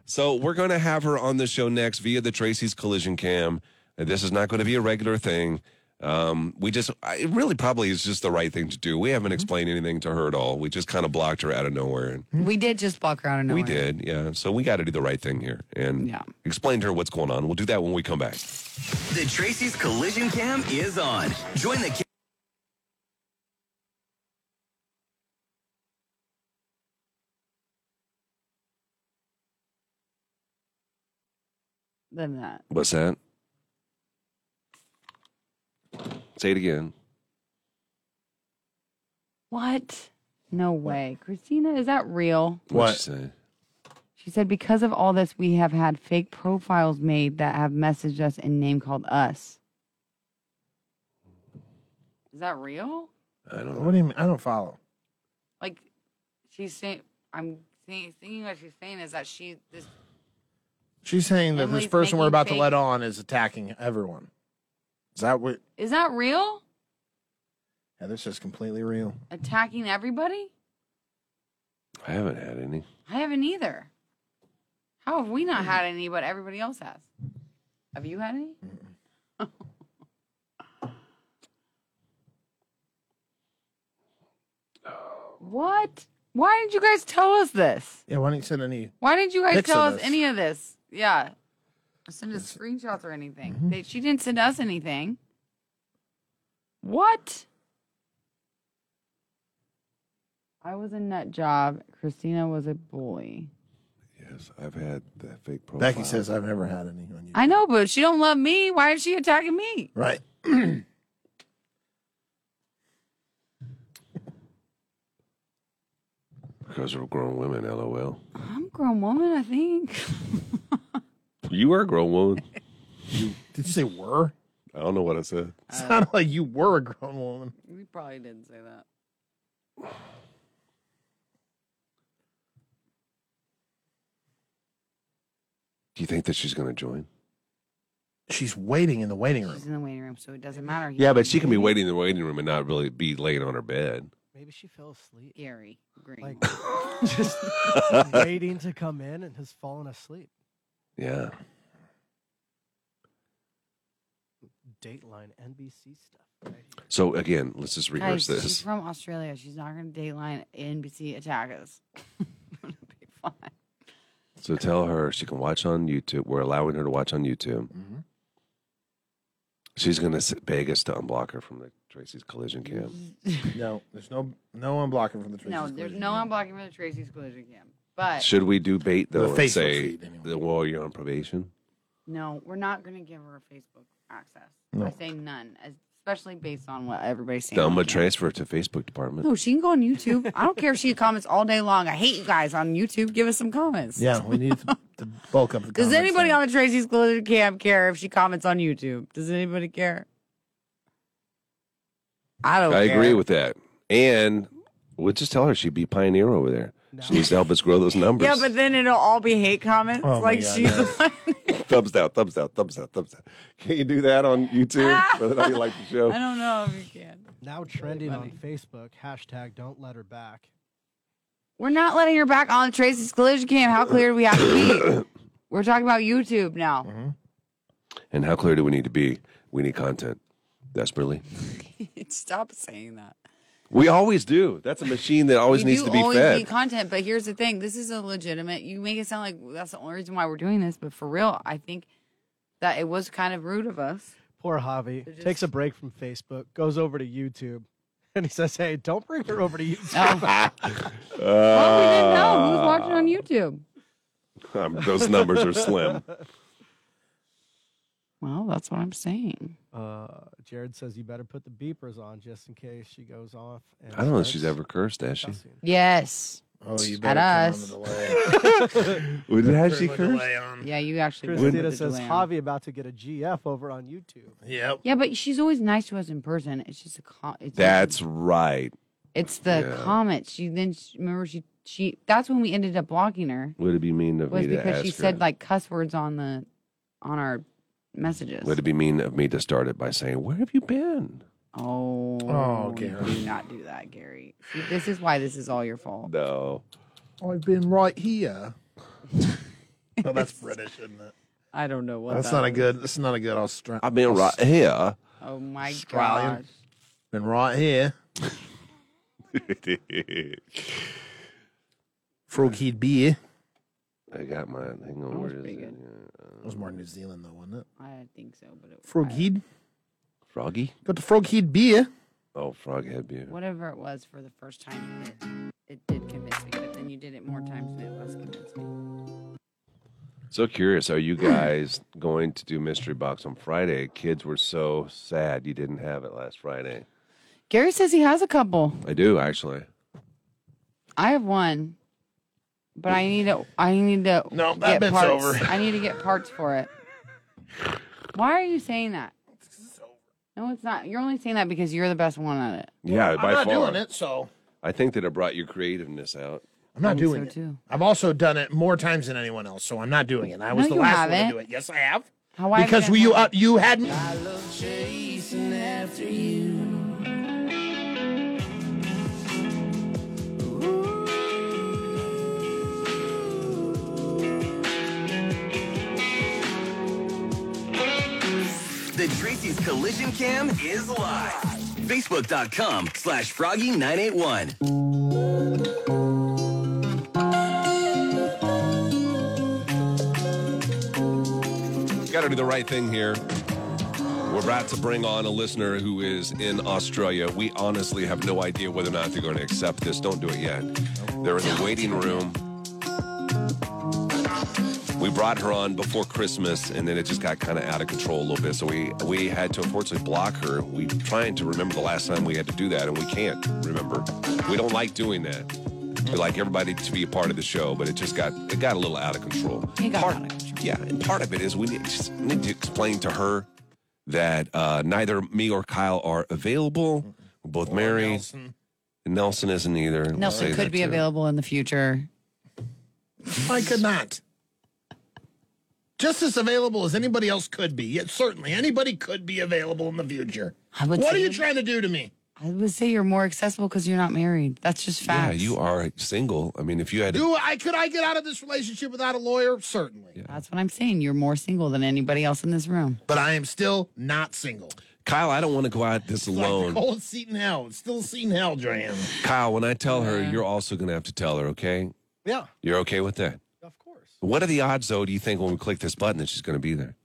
[SPEAKER 1] So we're going to have her on the show next via the Tracy's Collision Cam. Uh, This is not going to be a regular thing. Um, we just, I- it really probably is just the right thing to do. We
[SPEAKER 2] Mm-hmm.
[SPEAKER 1] haven't explained anything to her at all. We just kind of blocked her out of nowhere. And
[SPEAKER 2] We did just block her out of nowhere.
[SPEAKER 1] we did, yeah. So we got to do the right thing here and
[SPEAKER 2] Yeah.
[SPEAKER 1] explain to her what's going on. We'll do that when we come back.
[SPEAKER 5] The Tracy's Collision Cam is on. Join the ca-
[SPEAKER 2] Than that.
[SPEAKER 1] What's that? Say it again.
[SPEAKER 2] What? No way. Christina, is that real?
[SPEAKER 1] What'd she say?
[SPEAKER 2] She said, because of all this, we have had fake profiles made that have messaged us and name called us. Is that real?
[SPEAKER 1] I don't know.
[SPEAKER 4] What do you mean? I don't follow.
[SPEAKER 2] Like, she's saying, I'm thi- thinking what she's saying is that she, this,
[SPEAKER 4] She's saying that
[SPEAKER 2] Emily's
[SPEAKER 4] this person we're
[SPEAKER 2] making
[SPEAKER 4] about
[SPEAKER 2] fake-
[SPEAKER 4] to let on is attacking everyone. Is that what?
[SPEAKER 2] is that real?
[SPEAKER 4] Yeah, this is completely real.
[SPEAKER 2] Attacking everybody?
[SPEAKER 1] I haven't had any.
[SPEAKER 2] I haven't either. How have we not had any, but everybody else has? Have you had any? what? Why didn't you guys tell us this?
[SPEAKER 4] Yeah, why didn't you send any?
[SPEAKER 2] Why didn't you guys
[SPEAKER 4] Pics
[SPEAKER 2] tell
[SPEAKER 4] of
[SPEAKER 2] us
[SPEAKER 4] this.
[SPEAKER 2] any of this? Yeah. Send us screenshots or anything.
[SPEAKER 9] Mm-hmm.
[SPEAKER 2] They, she didn't send us anything. What? I was a nut job. Christina was a bully.
[SPEAKER 1] Yes, I've had that fake profile.
[SPEAKER 4] Becky says I've never had any on you.
[SPEAKER 2] I know, but she don't love me. Why is she attacking me?
[SPEAKER 4] Right.
[SPEAKER 1] because we're grown women. LOL.
[SPEAKER 2] I'm a grown woman, I think.
[SPEAKER 1] You are a grown woman.
[SPEAKER 4] Did you say were?
[SPEAKER 1] I don't know what I said.
[SPEAKER 4] It sounded like you were a grown woman.
[SPEAKER 2] We probably didn't say that.
[SPEAKER 1] Do you think that she's going to join?
[SPEAKER 9] She's waiting in the waiting room.
[SPEAKER 2] She's in the waiting room, so it doesn't matter.
[SPEAKER 1] Yeah, but she can be waiting in the waiting room and not really be laying on her bed.
[SPEAKER 7] Maybe she fell asleep.
[SPEAKER 2] Gary Green.
[SPEAKER 7] Like, just waiting to come in and has fallen asleep.
[SPEAKER 1] Yeah.
[SPEAKER 7] Dateline NBC stuff.
[SPEAKER 1] So again, let's just rehearse
[SPEAKER 2] Guys, She's
[SPEAKER 1] this.
[SPEAKER 2] from Australia. She's not going to Dateline NBC attack us.
[SPEAKER 1] So tell her she can watch on YouTube. We're allowing her to watch on YouTube. She's going to beg us to unblock her from the Tracy's collision cam.
[SPEAKER 4] No, there's no no unblocking from the Tracy's
[SPEAKER 2] no, there's no unblocking for the Tracy's collision cam. But
[SPEAKER 1] Should we do bait
[SPEAKER 4] The
[SPEAKER 1] though and
[SPEAKER 4] Facebook
[SPEAKER 1] say, that, "Well, you're on probation"?
[SPEAKER 2] no, we're not going to give her Facebook access.
[SPEAKER 1] No.
[SPEAKER 2] I say none, especially based on what everybody's saying.
[SPEAKER 1] Then I'm going to transfer it to Facebook department.
[SPEAKER 2] No, she can go on YouTube. I don't care if she comments all day long. I hate you guys on YouTube. Give us some comments.
[SPEAKER 4] Yeah, we need to to bulk up the
[SPEAKER 2] Does
[SPEAKER 4] comments.
[SPEAKER 2] anybody on the Tracy's Collision Cam care if she comments on YouTube? Does anybody care? I don't.
[SPEAKER 1] I
[SPEAKER 2] care.
[SPEAKER 1] agree with that. And we'll just tell her she'd be pioneer over there. She needs to help us grow those numbers.
[SPEAKER 2] Yeah, but then it'll all be hate comments.
[SPEAKER 1] Oh my
[SPEAKER 2] like
[SPEAKER 1] God,
[SPEAKER 2] she's
[SPEAKER 1] yeah.
[SPEAKER 2] the one.
[SPEAKER 1] thumbs down, thumbs down, thumbs down, thumbs down. Can you do that on YouTube? Whether or not you like the show.
[SPEAKER 2] Ah! I don't know if you can.
[SPEAKER 7] Now trending
[SPEAKER 2] funny.
[SPEAKER 7] on Facebook, hashtag don't let her back.
[SPEAKER 2] We're not letting her back on the Tracy's Collision Cam. How clear do we have to be? We're talking about YouTube now.
[SPEAKER 1] And how clear do we need to be? We need content desperately. Mm-hmm.
[SPEAKER 2] Stop saying that.
[SPEAKER 1] We always do. That's a machine that always
[SPEAKER 2] we
[SPEAKER 1] needs
[SPEAKER 2] do
[SPEAKER 1] to be
[SPEAKER 2] always
[SPEAKER 1] fed.
[SPEAKER 2] need content, but here's the thing: this is a legitimate. You make it sound like that's the only reason why we're doing this, but for real, I think that it was kind of rude of us.
[SPEAKER 7] Poor Javi
[SPEAKER 2] They're
[SPEAKER 7] takes a break from Facebook, goes over to YouTube, and he says, "Hey, don't bring her over to YouTube."
[SPEAKER 1] Uh,
[SPEAKER 2] Well, Oh, we didn't know who's watching on YouTube.
[SPEAKER 1] Ah, Um, those numbers are slim.
[SPEAKER 2] Well, that's what I'm saying.
[SPEAKER 7] Uh, Jared says you better put the beepers on just in case she goes off. And
[SPEAKER 1] I don't know if she's ever cursed, has she?
[SPEAKER 2] Yes.
[SPEAKER 4] Oh, you
[SPEAKER 2] At
[SPEAKER 4] better
[SPEAKER 2] us.
[SPEAKER 1] Would it have
[SPEAKER 4] Turn
[SPEAKER 1] she
[SPEAKER 4] the
[SPEAKER 1] cursed?
[SPEAKER 4] delay on.
[SPEAKER 2] Yeah, you actually.
[SPEAKER 7] Christina
[SPEAKER 2] put the
[SPEAKER 7] says
[SPEAKER 2] delay on.
[SPEAKER 7] Javi about to get a GF over on YouTube.
[SPEAKER 4] Yep.
[SPEAKER 2] Yeah, but she's always nice to us in person. It's just a con- it's
[SPEAKER 1] That's right.
[SPEAKER 2] it's the
[SPEAKER 1] Yeah.
[SPEAKER 2] comments. She then she, remember she she that's when we ended up blocking her
[SPEAKER 1] Would it be mean of
[SPEAKER 2] was
[SPEAKER 1] me to
[SPEAKER 2] because
[SPEAKER 1] ask
[SPEAKER 2] she
[SPEAKER 1] her?
[SPEAKER 2] said like cuss words on the on our messages.
[SPEAKER 1] Would it be mean of me to start it by saying, "Where have you been?"
[SPEAKER 2] Oh,
[SPEAKER 1] Oh,
[SPEAKER 2] do not do that, Gary. See, this is why this is all your fault.
[SPEAKER 4] Oh,
[SPEAKER 1] No,
[SPEAKER 4] I've been right here. well, that's British, isn't it?
[SPEAKER 2] I don't know what.
[SPEAKER 4] that's
[SPEAKER 2] that
[SPEAKER 4] not a
[SPEAKER 2] was.
[SPEAKER 4] good. That's not a good Australian.
[SPEAKER 1] I've been right here.
[SPEAKER 2] Oh my
[SPEAKER 4] Australian.
[SPEAKER 2] gosh.
[SPEAKER 4] Been right here. Froghead beer.
[SPEAKER 1] I got mine. Hang on, where is it?
[SPEAKER 4] That was more New Zealand though, wasn't it?
[SPEAKER 2] I think so, but it,
[SPEAKER 4] Froghead.
[SPEAKER 1] Froggy?
[SPEAKER 4] Got the Froghead beer.
[SPEAKER 1] Oh, frog head beer.
[SPEAKER 2] whatever it was for the first time, it, it did convince me. But then you did it more times than it was convinced me.
[SPEAKER 1] So curious, are you guys going to do mystery box on Friday? Kids were so sad you didn't have it last Friday.
[SPEAKER 2] Gary says he has a couple.
[SPEAKER 1] I do actually.
[SPEAKER 2] I have one, but I need to. I need to.
[SPEAKER 4] No,
[SPEAKER 1] that bit's
[SPEAKER 2] parts.
[SPEAKER 1] over.
[SPEAKER 2] I need to get parts for it. Why are you saying that? No, it's not. You're only saying that because you're the best one at it.
[SPEAKER 1] yeah, by
[SPEAKER 4] I'm not
[SPEAKER 1] far.
[SPEAKER 4] doing it, so
[SPEAKER 1] I think that it brought your creativeness out.
[SPEAKER 4] I'm not
[SPEAKER 1] I think
[SPEAKER 4] doing
[SPEAKER 1] so,
[SPEAKER 4] it. I've also done it more times than anyone else, so I'm not doing it. I was
[SPEAKER 2] No,
[SPEAKER 4] the
[SPEAKER 2] you
[SPEAKER 4] last one
[SPEAKER 2] haven't.
[SPEAKER 4] to do it. Yes, I have.
[SPEAKER 2] How I
[SPEAKER 4] because we, you uh, you had me.
[SPEAKER 11] Chasing after you.
[SPEAKER 5] The Tracy's Collision Cam is live. Facebook.com slash Froggy981.
[SPEAKER 1] Got to do the right thing here. We're about to bring on a listener who is in Australia. We honestly have no idea whether or not they're going to accept this. Don't do it yet. They're in the waiting room. We brought her on before Christmas, and then it just got kind of out of control a little bit. So we we had to unfortunately block her. We trying to remember the last time we had to do that, and we can't remember. We don't like doing that. We like everybody to be a part of the show, but it just got it got a little out of control.
[SPEAKER 2] It got
[SPEAKER 1] part,
[SPEAKER 2] out of
[SPEAKER 1] Yeah, and part of it is we need, just need to explain to her that uh, neither me or Kyle are available. We're both married. Nelson. isn't either. We'll
[SPEAKER 2] Nelson
[SPEAKER 1] say
[SPEAKER 2] could
[SPEAKER 1] that
[SPEAKER 2] be
[SPEAKER 1] too.
[SPEAKER 2] available in the future.
[SPEAKER 4] I could not. Just as available as anybody else could be. Yet certainly anybody could be available in the future.
[SPEAKER 2] I would
[SPEAKER 4] What are
[SPEAKER 2] say-
[SPEAKER 4] you trying to do to me?
[SPEAKER 2] I would say you're more accessible because you're not married. That's just
[SPEAKER 1] Yeah,
[SPEAKER 2] fact.
[SPEAKER 1] you are single. I mean, if you had
[SPEAKER 4] Do I could I get out of this relationship without a lawyer? Certainly.
[SPEAKER 2] That's what I'm saying. You're more single than anybody else in this room.
[SPEAKER 4] But I am still not single.
[SPEAKER 1] Kyle, I don't want to go out this alone.
[SPEAKER 4] Cold seat in hell. It's still seat in hell, Dram.
[SPEAKER 1] Kyle, when I tell her, you're also going to have to tell her, okay?
[SPEAKER 7] Yeah.
[SPEAKER 1] You're okay with that? Of course. What are the odds, though, do you think when we click this button that she's going to be there?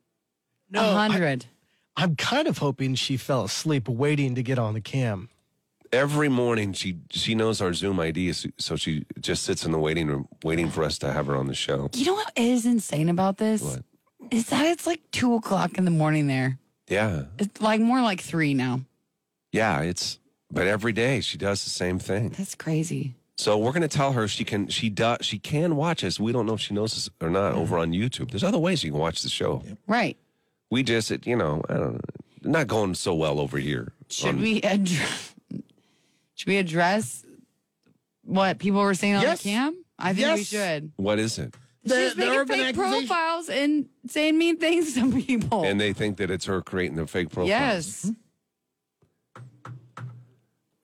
[SPEAKER 7] No, hundred. I'm kind of hoping she fell asleep waiting to get on the cam.
[SPEAKER 1] Every morning, she she knows our Zoom ID, so- so she just sits in the waiting room waiting for us to have her on the show.
[SPEAKER 2] You know what is insane about this? Is
[SPEAKER 1] What?
[SPEAKER 2] that it's like two o'clock in the morning there.
[SPEAKER 1] Yeah.
[SPEAKER 2] It's like more like three now.
[SPEAKER 1] Yeah, it's but every day she does the same thing.
[SPEAKER 2] That's crazy.
[SPEAKER 1] So we're gonna tell her she can she does she can watch us. We don't know if she knows us or not over on YouTube. There's other ways you can watch the show.
[SPEAKER 2] Right.
[SPEAKER 1] We just it, you know I don't know, not going so well over here.
[SPEAKER 2] Should
[SPEAKER 1] on-
[SPEAKER 2] we address should we address what people were saying on
[SPEAKER 1] Yes.
[SPEAKER 2] the cam? I think we
[SPEAKER 1] Yes.
[SPEAKER 2] should.
[SPEAKER 1] What is it?
[SPEAKER 2] She's making fake profiles and saying mean things to people.
[SPEAKER 1] And Mm-hmm. they think that it's her creating the fake profile.
[SPEAKER 2] Yes.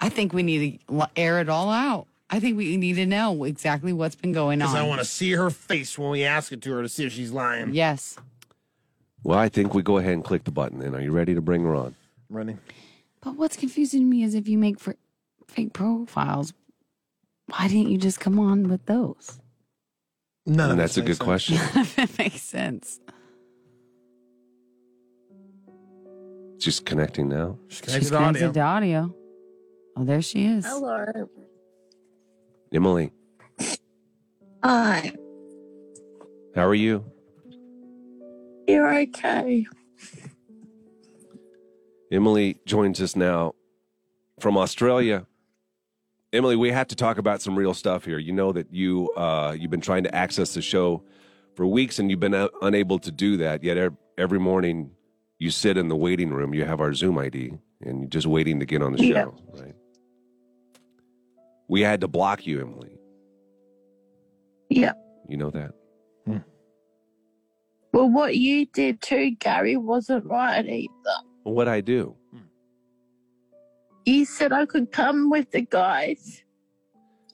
[SPEAKER 2] I think we need to l- air it all out. I think we need to know exactly what's been going
[SPEAKER 4] Because
[SPEAKER 2] on.
[SPEAKER 4] I want to see her face when we ask it to her to see if she's lying.
[SPEAKER 2] Yes.
[SPEAKER 1] Well, I think we go ahead and click the button. Then, are you ready to bring her on?
[SPEAKER 4] Running.
[SPEAKER 2] But what's confusing to me is if you make for fake profiles, why didn't you just come on with those?
[SPEAKER 1] No, that's a good question.
[SPEAKER 2] if it makes sense.
[SPEAKER 1] She's connecting now.
[SPEAKER 2] She's connected to audio. Oh, there she is.
[SPEAKER 11] Hello.
[SPEAKER 1] Emily,
[SPEAKER 13] Uh,
[SPEAKER 11] Hi.
[SPEAKER 1] how are you?
[SPEAKER 11] You're okay.
[SPEAKER 1] Emily joins us now from Australia. Emily, we have to talk about some real stuff here. You know that you uh, you've been trying to access the show for weeks, and you've been uh, unable to do that. Yet ev- every morning you sit in the waiting room. You have our Zoom ID, and you're just waiting to get on the show.
[SPEAKER 11] Yeah.
[SPEAKER 1] Right? We had to block you, Emily.
[SPEAKER 11] Yeah.
[SPEAKER 1] You know that.
[SPEAKER 11] Well, what you did too, Gary, wasn't right either.
[SPEAKER 1] What I do?
[SPEAKER 11] You said I could come with the guys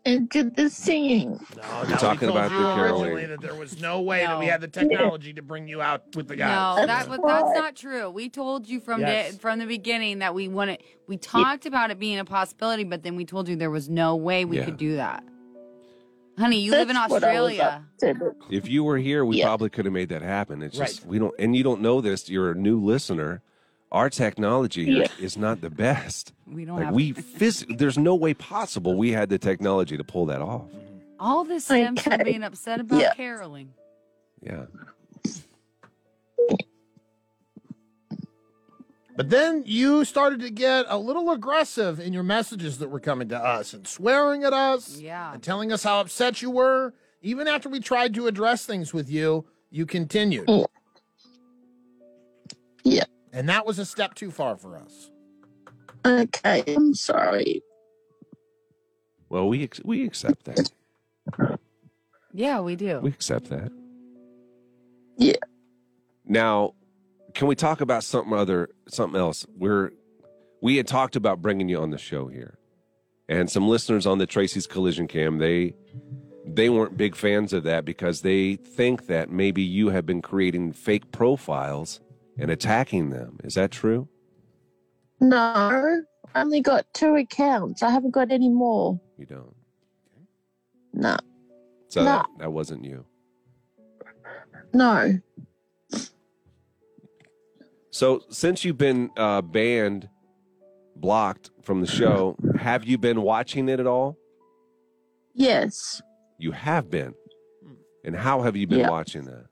[SPEAKER 11] and do the singing.
[SPEAKER 1] We're talking about the
[SPEAKER 4] originally
[SPEAKER 1] Caroling.
[SPEAKER 4] that there was no way that we
[SPEAKER 2] No.
[SPEAKER 4] had the technology to bring you out with the guys.
[SPEAKER 2] No, Oh, that, but that's not true. We told you from
[SPEAKER 4] Yes.
[SPEAKER 2] the from the beginning that we wanted. We talked about it being a possibility, but then we told you there was no way we
[SPEAKER 1] Yeah.
[SPEAKER 2] could do that. Honey, you live in
[SPEAKER 11] That's what I was
[SPEAKER 2] Australia.
[SPEAKER 1] If you were here, we probably could have made that happen. It's just
[SPEAKER 2] Right.
[SPEAKER 1] we don't, and you don't know this. You're a new listener. Our technology here is
[SPEAKER 2] Yeah.
[SPEAKER 1] not the best.
[SPEAKER 2] We don't
[SPEAKER 1] Like
[SPEAKER 2] have
[SPEAKER 1] we phys- there's no way possible we had the technology to pull that off.
[SPEAKER 2] all this stems from
[SPEAKER 11] Okay.
[SPEAKER 2] being upset about
[SPEAKER 11] Yeah.
[SPEAKER 2] caroling.
[SPEAKER 1] Yeah.
[SPEAKER 4] But then you started to get a little aggressive in your messages that were coming to us and swearing at us
[SPEAKER 2] Yeah.
[SPEAKER 4] and telling us how upset you were. Even after we tried to address things with you, you continued.
[SPEAKER 11] Yeah.
[SPEAKER 4] And that was a step too far for us.
[SPEAKER 11] Okay, I'm sorry.
[SPEAKER 1] Well, we ex- we accept that.
[SPEAKER 2] Yeah, we do.
[SPEAKER 1] We accept that.
[SPEAKER 11] Yeah.
[SPEAKER 1] Now, can we talk about something other something else? We're we had talked about bringing you on the show here, and some listeners on the Tracy's Collision Cam they they weren't big fans of that because they think that maybe you have been creating fake profiles and attacking them. Is that true?
[SPEAKER 11] No, I only got two accounts. I haven't got any more.
[SPEAKER 1] You don't.
[SPEAKER 11] No,
[SPEAKER 1] So
[SPEAKER 11] No.
[SPEAKER 1] that, that wasn't you.
[SPEAKER 11] no.
[SPEAKER 1] So since you've been uh, banned, blocked from the show, have you been watching it at all?
[SPEAKER 11] Yes.
[SPEAKER 1] You have been. And how have you been
[SPEAKER 11] Hmm. Yeah.
[SPEAKER 1] watching that?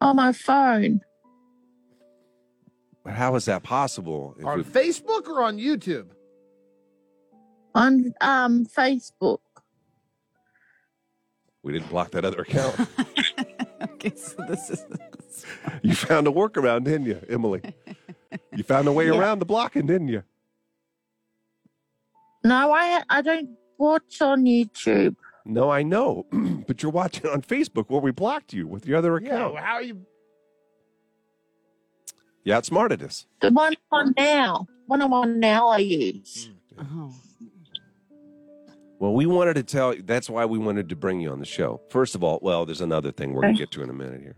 [SPEAKER 11] On my phone.
[SPEAKER 1] But how is that possible? If
[SPEAKER 4] On
[SPEAKER 1] we've-
[SPEAKER 4] Facebook or on YouTube?
[SPEAKER 11] On um Facebook.
[SPEAKER 1] we didn't block that other account.
[SPEAKER 2] okay, so this is
[SPEAKER 1] you found a workaround, didn't you, Emily? You found a way
[SPEAKER 11] Yeah.
[SPEAKER 1] around the blocking, didn't you?
[SPEAKER 11] No, I I don't watch on YouTube.
[SPEAKER 1] No, I know. but you're watching on Facebook where we blocked you with your other account.
[SPEAKER 4] Yeah, how are you?
[SPEAKER 1] You outsmarted us.
[SPEAKER 11] The one I'm on now. One I'm on now I use.
[SPEAKER 2] Oh.
[SPEAKER 1] Well, we wanted to tell you. That's why we wanted to bring you on the show. First of all, well, there's another thing we're going to get to in a minute here.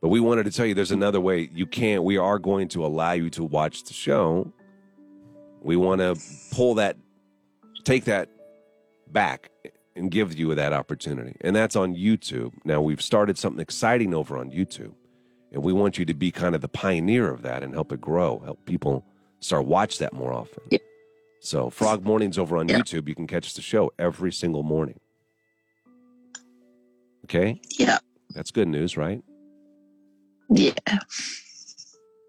[SPEAKER 1] But we wanted to tell you there's another way. You can't. We are going to allow you to watch the show. We want to pull that, take that back and give you that opportunity. And that's on YouTube. Now, we've started something exciting over on YouTube. And we want you to be kind of the pioneer of that and help it grow, help people start watch that more often. So, Frog Mornings over on YouTube, you can catch the show every single morning. Okay?
[SPEAKER 13] Yeah.
[SPEAKER 1] That's good news, right?
[SPEAKER 13] Yeah.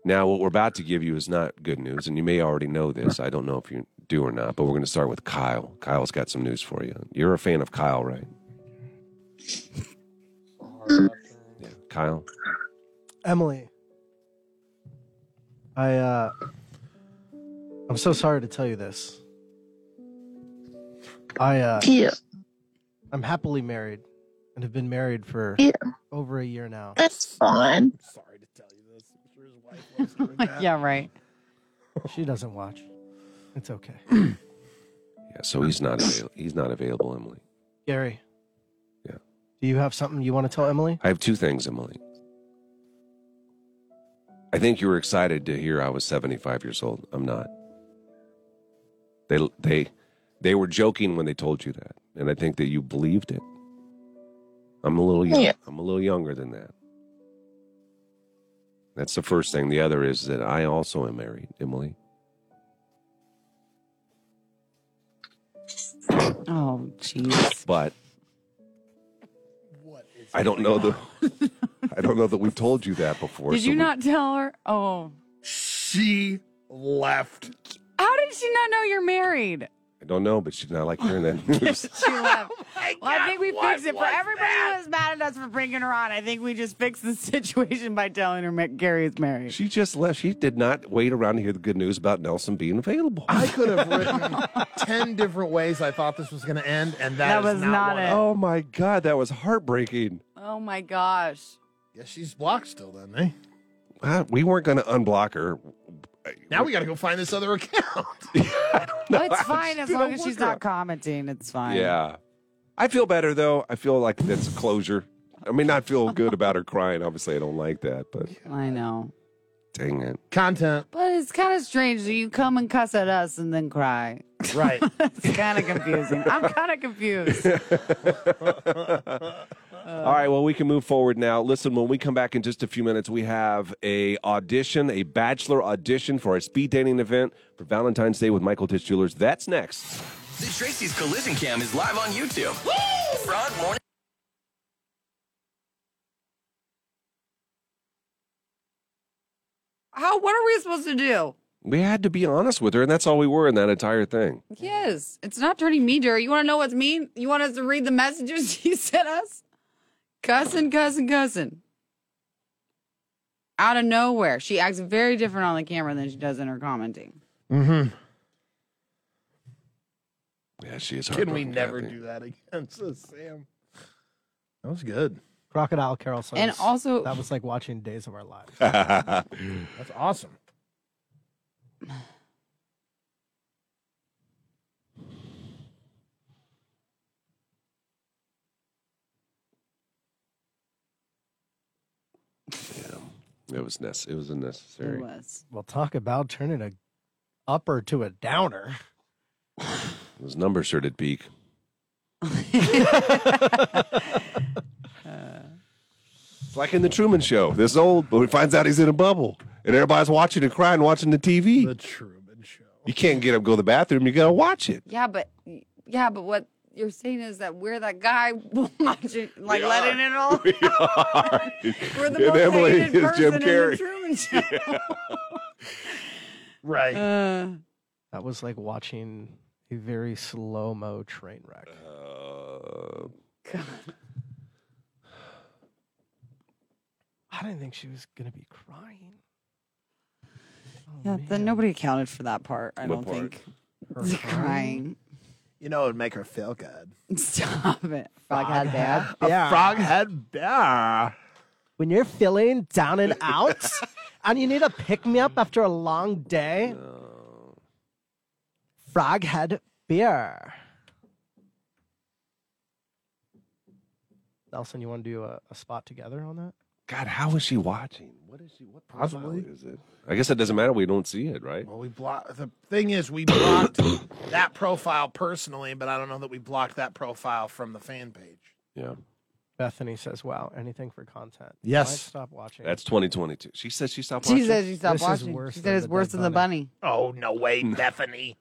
[SPEAKER 1] Now, what we're about to give you is not good news, and you may already know this. I don't know if you do or not, but we're going to start with Kyle. Kyle's got some news for you. You're a fan of Kyle, right? Yeah, Kyle.
[SPEAKER 7] Emily. I uh I'm so sorry to tell you this. I uh
[SPEAKER 13] Yeah.
[SPEAKER 7] I'm happily married and have been married for
[SPEAKER 13] Yeah.
[SPEAKER 7] over a year now.
[SPEAKER 13] That's fine.
[SPEAKER 2] yeah, right.
[SPEAKER 7] She doesn't watch. It's okay.
[SPEAKER 1] Yeah, so he's not avail- he's not available, Emily.
[SPEAKER 7] Gary.
[SPEAKER 1] Yeah.
[SPEAKER 7] Do you have something you want to tell Emily?
[SPEAKER 1] I have two things, Emily. I think you were excited to hear I was 75 years old. I'm not. They they they were joking when they told you that, and I think that you believed it. I'm a little young.
[SPEAKER 13] Yeah.
[SPEAKER 1] I'm a little younger than that. That's the first thing. The other is that I also am married, Emily.
[SPEAKER 2] Oh, jeez.
[SPEAKER 1] But I don't know the I don't know that we've told you that before.
[SPEAKER 2] Did
[SPEAKER 1] so
[SPEAKER 2] you
[SPEAKER 1] we-
[SPEAKER 2] not tell her? Oh.
[SPEAKER 1] She left.
[SPEAKER 2] How did she not know you're married?
[SPEAKER 1] I don't know, but she did not like hearing that news.
[SPEAKER 2] She left. well, I think we
[SPEAKER 13] what
[SPEAKER 2] fixed it for
[SPEAKER 13] was
[SPEAKER 2] everybody who was mad at us for bringing her on. I think we just fixed the situation by telling her Ma- Gary is married.
[SPEAKER 1] She just left. She did not wait around to hear the good news about Nelson being available.
[SPEAKER 4] I could have written 10 different ways I thought this was going to end, and that,
[SPEAKER 2] That
[SPEAKER 4] is
[SPEAKER 2] was not
[SPEAKER 4] one
[SPEAKER 2] it.
[SPEAKER 4] of them.
[SPEAKER 1] Oh my god, that was heartbreaking.
[SPEAKER 2] Oh my gosh.
[SPEAKER 4] Yeah, she's blocked still then, eh?
[SPEAKER 1] Wow, we weren't going to unblock her.
[SPEAKER 4] Now we got to go find this other account.
[SPEAKER 2] Well, it's fine as
[SPEAKER 4] Dude,
[SPEAKER 2] long
[SPEAKER 4] I
[SPEAKER 2] as she's
[SPEAKER 4] work her
[SPEAKER 2] not
[SPEAKER 4] up.
[SPEAKER 2] commenting. It's fine.
[SPEAKER 1] Yeah, I feel better though. I feel like that's a closure. I mean, not feel good about her crying. Obviously, I don't like that, but
[SPEAKER 2] I know.
[SPEAKER 1] dang it.
[SPEAKER 4] Content.
[SPEAKER 2] But it's kind of strange that you come and cuss at us and then cry.
[SPEAKER 4] Right.
[SPEAKER 2] It's kind of confusing. I'm kind of confused. Uh.
[SPEAKER 1] All right, well, we can move forward now. Listen, when we come back in just a few minutes, we have a audition, a bachelor audition for a speed dating event for Valentine's Day with Michael Tish Jewelers. That's next.
[SPEAKER 5] The Tracy's Collision Cam is live on YouTube. Frog Morning.
[SPEAKER 2] How? What are we supposed to do?
[SPEAKER 1] We had to be honest with her, and that's all we were in that entire thing.
[SPEAKER 2] Yes, it's not turning me dirty. You want to know what's mean? You want us to read the messages he sent us? Cussing, cussing, cussing. Out of nowhere, she acts very different on the camera than she does in her commenting.
[SPEAKER 4] Mm-hmm.
[SPEAKER 1] Yeah, she is.
[SPEAKER 4] Can we
[SPEAKER 1] heartbroken,
[SPEAKER 4] never
[SPEAKER 1] Kathy.
[SPEAKER 4] do that again? So, Sam. That was good.
[SPEAKER 7] Crocodile Carol says
[SPEAKER 2] And also-
[SPEAKER 7] that was like watching Days of Our Lives.
[SPEAKER 1] Mm-hmm.
[SPEAKER 4] That's awesome.
[SPEAKER 1] It was nece- It was unnecessary.
[SPEAKER 2] It was.
[SPEAKER 7] Well, talk about turning a upper to a downer.
[SPEAKER 1] Those numbers sure did peak. It's like in the Truman Show. This old, but he finds out he's in a bubble, and everybody's watching and crying, watching the TV. The
[SPEAKER 4] Truman Show.
[SPEAKER 1] You can't get up, go to the bathroom. You gotta watch it.
[SPEAKER 2] Yeah, but yeah, but what you're saying is that we're that guy watching, like
[SPEAKER 1] We
[SPEAKER 2] letting
[SPEAKER 1] are.
[SPEAKER 2] it all.
[SPEAKER 1] We are.
[SPEAKER 2] We're the
[SPEAKER 1] And
[SPEAKER 2] most
[SPEAKER 1] Emily
[SPEAKER 2] hated
[SPEAKER 1] is Jim
[SPEAKER 2] person in the
[SPEAKER 1] Carrey.
[SPEAKER 2] Truman Show.
[SPEAKER 4] Right.
[SPEAKER 2] Uh,
[SPEAKER 7] That was like watching a very slow mo train wreck.
[SPEAKER 1] Uh,
[SPEAKER 7] I didn't think she was gonna be crying.
[SPEAKER 2] yeah, then nobody accounted for that part. I don't
[SPEAKER 7] What part?
[SPEAKER 2] think.
[SPEAKER 7] Her
[SPEAKER 2] The
[SPEAKER 7] crying?
[SPEAKER 2] crying.
[SPEAKER 9] You know, it would make her feel good.
[SPEAKER 2] Stop it. Frog had bad.
[SPEAKER 9] A frog head bear.
[SPEAKER 8] When you're feeling down and out and you need a pick me up after a long day, frog head beer.
[SPEAKER 7] Nelson, you want to do a, a spot together on that?
[SPEAKER 1] God, how is she watching? What is she? What
[SPEAKER 4] possibly?
[SPEAKER 1] Is it? I guess it doesn't matter. We don't see it, right?
[SPEAKER 4] Well, we block. The thing is, we blocked that profile personally, but I don't know that we blocked that profile from the fan page.
[SPEAKER 1] Yeah.
[SPEAKER 7] Bethany says, "Wow, anything for content."
[SPEAKER 1] Yes.
[SPEAKER 7] Why stop watching.
[SPEAKER 1] That's 2022. She says she stopped watching.
[SPEAKER 2] She said she stopped
[SPEAKER 7] This is
[SPEAKER 2] watching.
[SPEAKER 7] worse
[SPEAKER 2] She
[SPEAKER 7] than
[SPEAKER 2] said it's
[SPEAKER 7] the
[SPEAKER 2] worse
[SPEAKER 7] dead
[SPEAKER 2] than the bunny.
[SPEAKER 4] Oh no way, Bethany.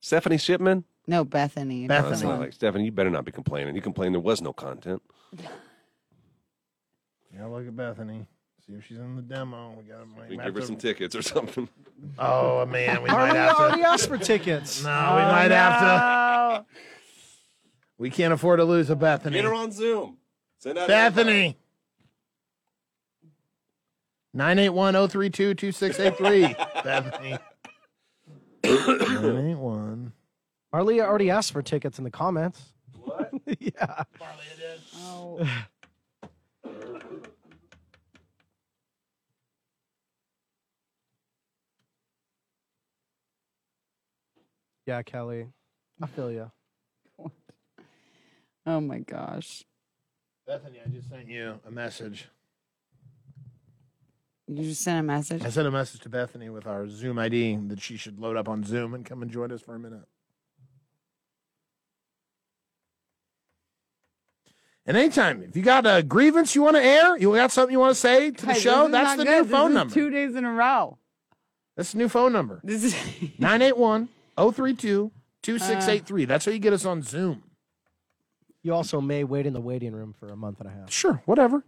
[SPEAKER 1] Stephanie Shipman?
[SPEAKER 2] No, Bethany.
[SPEAKER 1] No, that's not like Stephanie, you better not be complaining. You complained there was no content.
[SPEAKER 4] Yeah, look at Bethany. See if she's in the demo. We got.
[SPEAKER 1] We give her some tickets or something.
[SPEAKER 4] Oh man, we
[SPEAKER 7] Are
[SPEAKER 4] might
[SPEAKER 7] we
[SPEAKER 4] have
[SPEAKER 7] already
[SPEAKER 4] to.
[SPEAKER 7] asked for tickets?
[SPEAKER 4] No, we might have to. We can't afford to lose a Bethany.
[SPEAKER 1] Get her on Zoom. Send out
[SPEAKER 4] Bethany. 981-032-2683. Bethany. 981.
[SPEAKER 7] Marlia already asked for tickets in the comments.
[SPEAKER 1] What?
[SPEAKER 7] yeah.
[SPEAKER 2] Oh.
[SPEAKER 7] Yeah, Kelly. I feel you.
[SPEAKER 2] Oh my gosh.
[SPEAKER 4] Bethany, I just sent you a message.
[SPEAKER 2] You just sent a message.
[SPEAKER 4] I sent a message to Bethany with our Zoom ID that she should load up on Zoom and come and join us for a minute. And anytime, if you got a grievance you want to air, you got something you want to say to the
[SPEAKER 2] Guys,
[SPEAKER 4] show,
[SPEAKER 2] this is
[SPEAKER 4] that's
[SPEAKER 2] not
[SPEAKER 4] the
[SPEAKER 2] good.
[SPEAKER 4] new
[SPEAKER 2] This
[SPEAKER 4] phone
[SPEAKER 2] is
[SPEAKER 4] number.
[SPEAKER 2] Two days in a row.
[SPEAKER 4] That's the new phone number.
[SPEAKER 2] This is
[SPEAKER 4] 981 032 2683. That's how you get us on Zoom.
[SPEAKER 7] You also may wait in the waiting room for a month and a half.
[SPEAKER 4] Sure, whatever.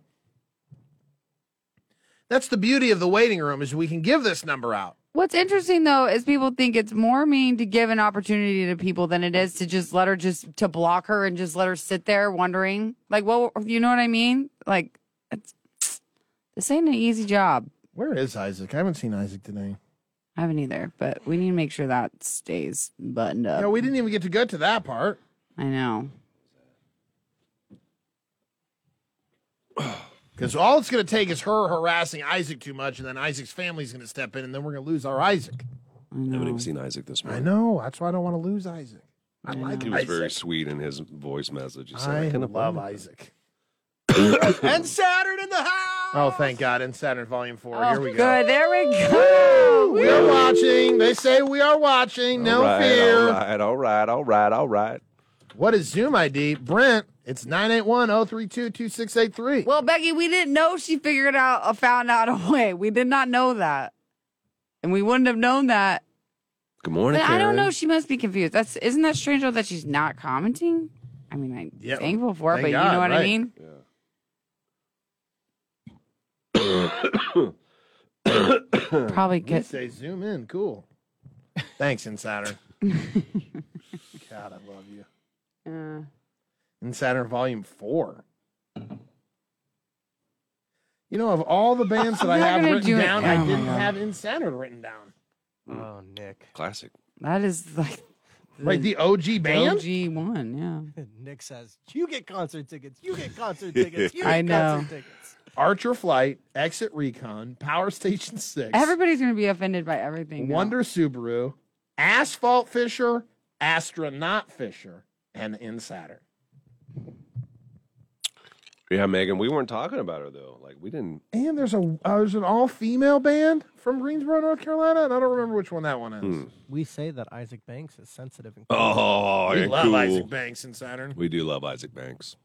[SPEAKER 4] That's the beauty of the waiting room is we can give this number out.
[SPEAKER 2] What's interesting though is people think it's more mean to give an opportunity to people than it is to just let her just to block her and just let her sit there wondering like well you know what I mean like it's, this ain't an easy job.
[SPEAKER 4] Where is Isaac? I haven't seen Isaac today.
[SPEAKER 2] I haven't either, but we need to make sure that stays buttoned up.
[SPEAKER 4] Yeah, we didn't even get to go to that part.
[SPEAKER 2] I know.
[SPEAKER 4] Because all it's going to take is her harassing Isaac too much, and then Isaac's family's going to step in, and then we're going to lose our Isaac.
[SPEAKER 1] I haven't even seen Isaac this
[SPEAKER 4] I
[SPEAKER 1] morning.
[SPEAKER 4] know. That's why I don't want to lose Isaac. I like
[SPEAKER 1] He was
[SPEAKER 4] Isaac.
[SPEAKER 1] very sweet in his voice message. He said,
[SPEAKER 4] I
[SPEAKER 1] I, kind of
[SPEAKER 4] love Isaac. and Saturn in the house. Oh, thank God! And Saturn Volume Four.
[SPEAKER 2] Oh,
[SPEAKER 4] Here we go.
[SPEAKER 2] Good. There we go.
[SPEAKER 4] We are watching. They say we are watching. No
[SPEAKER 1] all right,
[SPEAKER 4] fear.
[SPEAKER 1] All right, all right, all right, all right.
[SPEAKER 4] What is Zoom ID? Brent, it's 981-032-2683.
[SPEAKER 2] Well, Becky, we didn't know she figured out uh, found out a way. We did not know that, and we wouldn't have known that.
[SPEAKER 1] Good morning,
[SPEAKER 2] But I
[SPEAKER 1] Karen.
[SPEAKER 2] don't know. She must be confused. That's isn't that strange though that she's not commenting. I mean, I'm
[SPEAKER 4] Yeah,
[SPEAKER 2] thankful for it,
[SPEAKER 4] thank
[SPEAKER 2] but you
[SPEAKER 4] God,
[SPEAKER 2] know what I
[SPEAKER 4] right.
[SPEAKER 2] mean. Probably
[SPEAKER 4] You
[SPEAKER 2] good.
[SPEAKER 4] say Zoom in. Cool. Thanks, Insider. God, I love you.
[SPEAKER 2] Uh,
[SPEAKER 4] Insider Volume 4. You know, of all the bands that I
[SPEAKER 2] I'm not
[SPEAKER 4] have
[SPEAKER 2] gonna
[SPEAKER 4] written
[SPEAKER 2] do it.
[SPEAKER 4] down,
[SPEAKER 2] Oh
[SPEAKER 4] I
[SPEAKER 2] my
[SPEAKER 4] didn't
[SPEAKER 2] God.
[SPEAKER 4] have Insider written down.
[SPEAKER 7] Oh, Nick.
[SPEAKER 1] Classic.
[SPEAKER 2] that is like
[SPEAKER 4] Like the OG band?
[SPEAKER 2] OG one. Yeah,
[SPEAKER 7] Nick says, "You get concert tickets. You get concert tickets. You get
[SPEAKER 2] I know.
[SPEAKER 7] concert tickets."
[SPEAKER 4] Archer Flight, Exit Recon, Power Station 6,
[SPEAKER 2] everybody's gonna be offended by everything. now.
[SPEAKER 4] Wonder Subaru, Asphalt Fisher, Astronaut Fisher, and Insider.
[SPEAKER 1] Yeah, Megan, we weren't talking about her though. Like we didn't.
[SPEAKER 4] And there's a uh, there's an all female band from Greensboro, North Carolina, and I don't remember which one that one is.
[SPEAKER 1] Hmm.
[SPEAKER 7] We say that Isaac Banks is sensitive and
[SPEAKER 1] Oh,
[SPEAKER 4] We
[SPEAKER 1] you're
[SPEAKER 4] love
[SPEAKER 1] cool.
[SPEAKER 4] Isaac Banks and Saturn.
[SPEAKER 1] We do love Isaac Banks.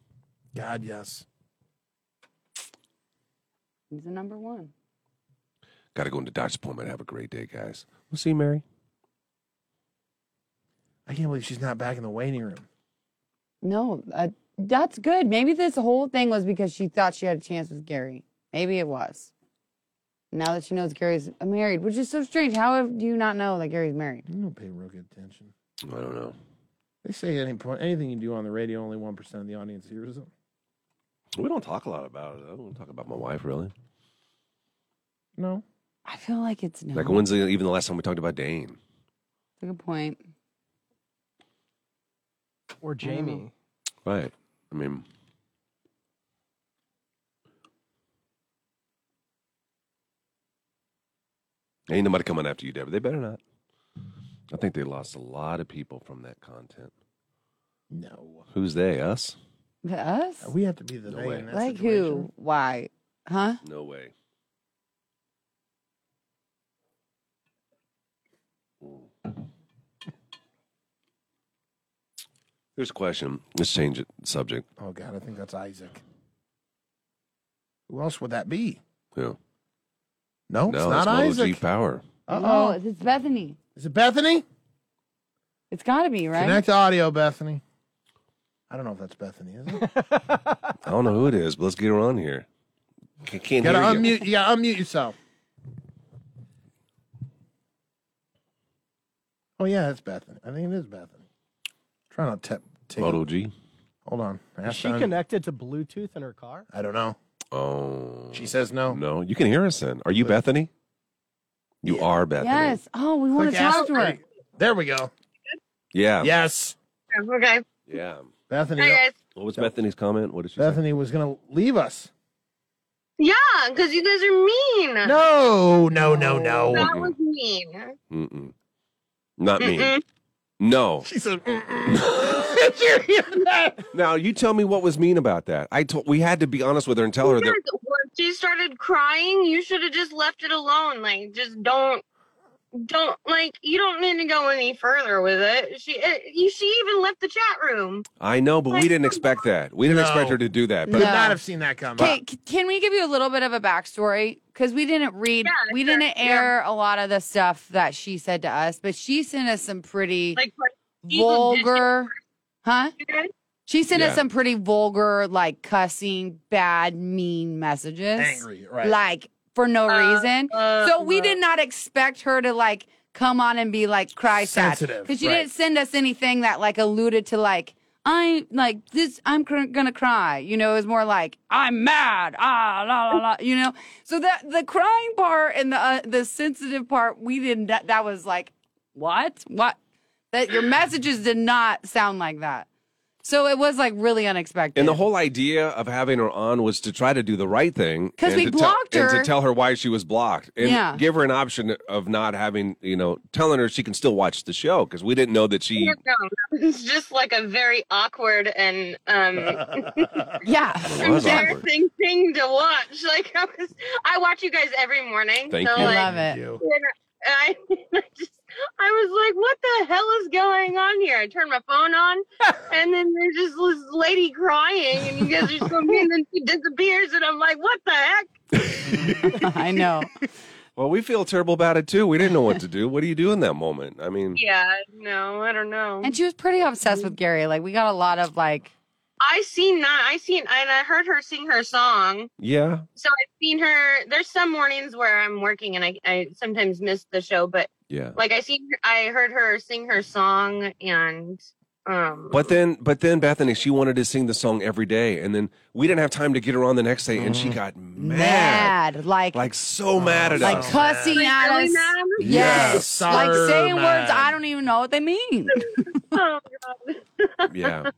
[SPEAKER 4] God, yes.
[SPEAKER 2] He's the number one.
[SPEAKER 1] Got to go into Dodge Appointment. Have a great day, guys. We'll see you, Mary.
[SPEAKER 4] I can't believe she's not back in the waiting room.
[SPEAKER 2] No, uh, that's good. Maybe this whole thing was because she thought she had a chance with Gary. Maybe it was. Now that she knows Gary's married, which is so strange. How have- do you not know that Gary's married?
[SPEAKER 4] You don't pay real good attention.
[SPEAKER 1] I don't know.
[SPEAKER 4] They say any point anything you do on the radio, only one percent of the audience hears it.
[SPEAKER 1] We don't talk a lot about it. I don't talk about my wife really.
[SPEAKER 4] No.
[SPEAKER 2] I feel like it's no.
[SPEAKER 1] Like when's the, even the last time we talked about Dane?
[SPEAKER 2] That's a good point. Mm.
[SPEAKER 7] Or
[SPEAKER 4] Mm-hmm.
[SPEAKER 7] Jamie.
[SPEAKER 1] Right. I mean, ain't nobody coming after you, Deborah. They better not. I think they lost a lot of people from that content.
[SPEAKER 4] No.
[SPEAKER 1] Who's they? Us?
[SPEAKER 2] To us?
[SPEAKER 4] We have to be the
[SPEAKER 1] No
[SPEAKER 4] they
[SPEAKER 1] way.
[SPEAKER 4] in that
[SPEAKER 2] Like
[SPEAKER 4] situation.
[SPEAKER 2] who? Why? Huh?
[SPEAKER 1] No way. Here's a question. Let's change it subject.
[SPEAKER 4] Oh God, I think that's Isaac. Who else would that be?
[SPEAKER 1] Yeah.
[SPEAKER 4] No, it's not
[SPEAKER 1] Model G
[SPEAKER 4] Isaac.
[SPEAKER 1] Power.
[SPEAKER 2] No, it's Bethany.
[SPEAKER 4] Is it Bethany?
[SPEAKER 2] It's got to be, right?
[SPEAKER 4] Connect audio, Bethany. I don't know if that's Bethany, is it?
[SPEAKER 1] I don't know who it is, but let's get her on here. C-
[SPEAKER 4] you
[SPEAKER 1] Can't
[SPEAKER 4] gotta
[SPEAKER 1] hear you.
[SPEAKER 4] unmute. You gotta unmute yourself. Oh yeah, it's Bethany. I think it is Bethany. Try not to take.
[SPEAKER 1] Model G.
[SPEAKER 4] Hold on. I have
[SPEAKER 7] Is she
[SPEAKER 4] to un-
[SPEAKER 7] connected to Bluetooth in her car?
[SPEAKER 4] I don't know.
[SPEAKER 1] Oh. She
[SPEAKER 4] says no.
[SPEAKER 1] No, you can hear us then. Are you Bethany? You are Bethany.
[SPEAKER 2] Yes. Oh, we want to
[SPEAKER 4] Click
[SPEAKER 2] talk
[SPEAKER 4] ask
[SPEAKER 2] to her.
[SPEAKER 4] There we go.
[SPEAKER 1] Yeah.
[SPEAKER 4] Yes.
[SPEAKER 2] Okay.
[SPEAKER 1] Yeah.
[SPEAKER 4] Bethany.
[SPEAKER 1] What was Bethany's comment? What did she
[SPEAKER 4] Bethany was gonna leave us.
[SPEAKER 14] Yeah, because you guys are mean.
[SPEAKER 4] No, no, no, no.
[SPEAKER 14] That was mean.
[SPEAKER 1] say? Mm-mm. Not me.
[SPEAKER 14] Mm-mm.
[SPEAKER 1] No.
[SPEAKER 4] She said,
[SPEAKER 14] Did you hear that?
[SPEAKER 1] Now you tell me what was mean about that. I told we had to be honest with her and tell her
[SPEAKER 14] Yes,
[SPEAKER 1] that
[SPEAKER 14] when she started crying, you should have just left it alone. Like, just don't, don't like. You don't need to go any further with it. She, it, you, she even left the chat room.
[SPEAKER 1] I know, but we didn't expect that. We didn't expect her to do that. But
[SPEAKER 4] Could not have seen that coming.
[SPEAKER 2] Okay, c- can we give you a little bit of a backstory? Because we didn't read, we didn't air a lot of the stuff that she said to us, but she sent us some pretty vulgar, huh? She sent
[SPEAKER 14] Yeah.
[SPEAKER 2] us some pretty vulgar, like cussing, bad, mean messages.
[SPEAKER 14] Angry, right.
[SPEAKER 2] Like for no
[SPEAKER 14] Uh,
[SPEAKER 2] reason.
[SPEAKER 14] uh,
[SPEAKER 2] so we
[SPEAKER 14] no.
[SPEAKER 2] did not expect her to like come on and be like cry sad
[SPEAKER 14] Sensitive,
[SPEAKER 2] because she
[SPEAKER 14] right.
[SPEAKER 2] didn't send us anything that like alluded to like I like this. I'm cr- gonna cry. You know, it's more like I'm mad. Ah, la la la. You know, so that the crying part and the uh, the sensitive part, we didn't. That, that was like, what? What? That your messages did not sound like that. So it was like really unexpected.
[SPEAKER 1] and the whole idea of having her on was to try to do the right thing
[SPEAKER 2] 'Cause
[SPEAKER 1] and
[SPEAKER 2] we
[SPEAKER 1] to
[SPEAKER 2] blocked
[SPEAKER 1] tell, and
[SPEAKER 2] her.
[SPEAKER 1] to tell her why she was blocked and
[SPEAKER 2] Yeah.
[SPEAKER 1] give her an option of not having you know telling her she can still watch the show because we didn't know that she
[SPEAKER 14] No, it's just like a very awkward and um
[SPEAKER 2] yeah
[SPEAKER 1] It was awkward.
[SPEAKER 14] embarrassing thing to watch. Like I was, I watch you guys every morning.
[SPEAKER 1] Thank
[SPEAKER 14] so
[SPEAKER 1] you.
[SPEAKER 14] Like,
[SPEAKER 1] I love it. Thank you.
[SPEAKER 14] and I, I just, I was like, what the hell is going on here? I turned my phone on, and then there's just this lady crying, and you guys are just going, and then she disappears, and I'm like, what the heck?
[SPEAKER 2] I know.
[SPEAKER 1] Well, we feel terrible about it too. We didn't know what to do. What do you do in that moment? I mean,
[SPEAKER 14] Yeah, no, I don't know.
[SPEAKER 2] and she was pretty obsessed with Gary. Like we got a lot of like
[SPEAKER 14] I seen that. I seen, and I heard her sing her song.
[SPEAKER 1] yeah.
[SPEAKER 14] so I've seen her. There's some mornings where I'm working and I, I sometimes miss the show, but
[SPEAKER 1] Yeah.
[SPEAKER 14] like I seen, I heard her sing her song and um.
[SPEAKER 1] But then, but then Bethany, she wanted to sing the song every day, and then we didn't have time to get her on the next day, and she got mad,
[SPEAKER 2] mad, Mm. like Oh,
[SPEAKER 1] like so mad at
[SPEAKER 2] like
[SPEAKER 1] us.
[SPEAKER 2] cussing
[SPEAKER 14] Like,
[SPEAKER 2] at
[SPEAKER 14] really
[SPEAKER 2] us.
[SPEAKER 14] mad?
[SPEAKER 1] Yes.
[SPEAKER 2] like
[SPEAKER 1] Sour
[SPEAKER 2] saying
[SPEAKER 1] mad.
[SPEAKER 2] words I don't even know what they mean.
[SPEAKER 14] oh god.
[SPEAKER 1] Yeah.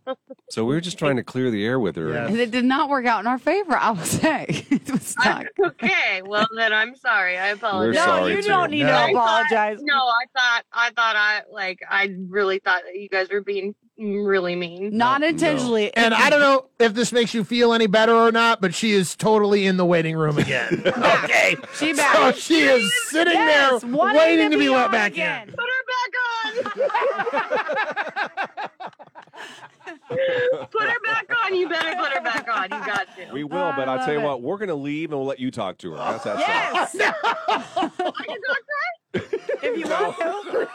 [SPEAKER 1] So we were just trying to clear the air with her.
[SPEAKER 2] And it did not work out in our favor, I will say. it was not.
[SPEAKER 14] okay, well then I'm sorry. I apologize.
[SPEAKER 2] sorry, No, you don't too. need to
[SPEAKER 14] I thought-
[SPEAKER 2] apologize.
[SPEAKER 14] no, I thought I thought I like I really thought that you guys were being really mean.
[SPEAKER 2] Not intentionally.
[SPEAKER 4] And I don't know if this makes you feel any better or not, but she is totally in the waiting room again. okay.
[SPEAKER 2] She
[SPEAKER 1] Oh,
[SPEAKER 2] back.
[SPEAKER 4] So she is sitting
[SPEAKER 2] Yes,
[SPEAKER 4] there
[SPEAKER 2] wanting
[SPEAKER 4] waiting
[SPEAKER 2] to
[SPEAKER 4] to be
[SPEAKER 2] be
[SPEAKER 4] let
[SPEAKER 2] on
[SPEAKER 4] back
[SPEAKER 2] again.
[SPEAKER 4] in.
[SPEAKER 14] Put her back on. You better put her back on. You got to.
[SPEAKER 1] We will, but I'll tell you what, we're gonna leave and we'll let you talk to her. That's that's
[SPEAKER 14] Yes.
[SPEAKER 2] if you want to.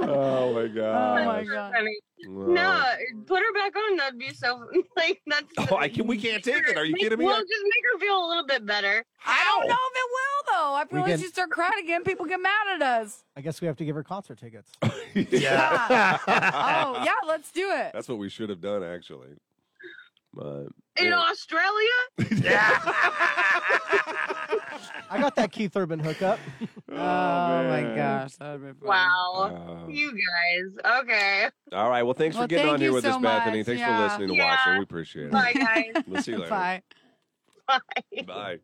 [SPEAKER 1] Oh my god.
[SPEAKER 2] Oh my god.
[SPEAKER 14] I mean,
[SPEAKER 1] Wow.
[SPEAKER 14] No, put her back on. That'd be so like that's.
[SPEAKER 1] Oh, I can, we can't take it. Are you
[SPEAKER 14] Make-
[SPEAKER 1] kidding me?
[SPEAKER 14] Well, just make her feel a little bit better.
[SPEAKER 2] I don't know if it will though. I feel
[SPEAKER 7] We
[SPEAKER 2] like
[SPEAKER 7] can-
[SPEAKER 2] she start crying again, people get mad at us.
[SPEAKER 7] I guess we have to give her concert tickets.
[SPEAKER 1] yeah.
[SPEAKER 2] Oh yeah, let's do it.
[SPEAKER 1] That's what we should have done actually. But oh,
[SPEAKER 14] In Australia,
[SPEAKER 7] I got that Keith Urban hookup.
[SPEAKER 1] oh,
[SPEAKER 2] my
[SPEAKER 1] man.
[SPEAKER 2] gosh, that would be
[SPEAKER 14] wow,
[SPEAKER 1] Oh.
[SPEAKER 14] you guys. Okay,
[SPEAKER 1] All right. Well, thanks
[SPEAKER 2] Well,
[SPEAKER 1] for getting
[SPEAKER 2] thank
[SPEAKER 1] on here
[SPEAKER 2] you
[SPEAKER 1] with
[SPEAKER 2] so
[SPEAKER 1] us, Bethany.
[SPEAKER 2] much.
[SPEAKER 1] Thanks
[SPEAKER 2] Yeah.
[SPEAKER 1] for listening to
[SPEAKER 14] Yeah.
[SPEAKER 1] watching. We appreciate it.
[SPEAKER 14] bye guys.
[SPEAKER 1] We'll see you later.
[SPEAKER 2] Bye.
[SPEAKER 14] Bye.
[SPEAKER 1] Bye.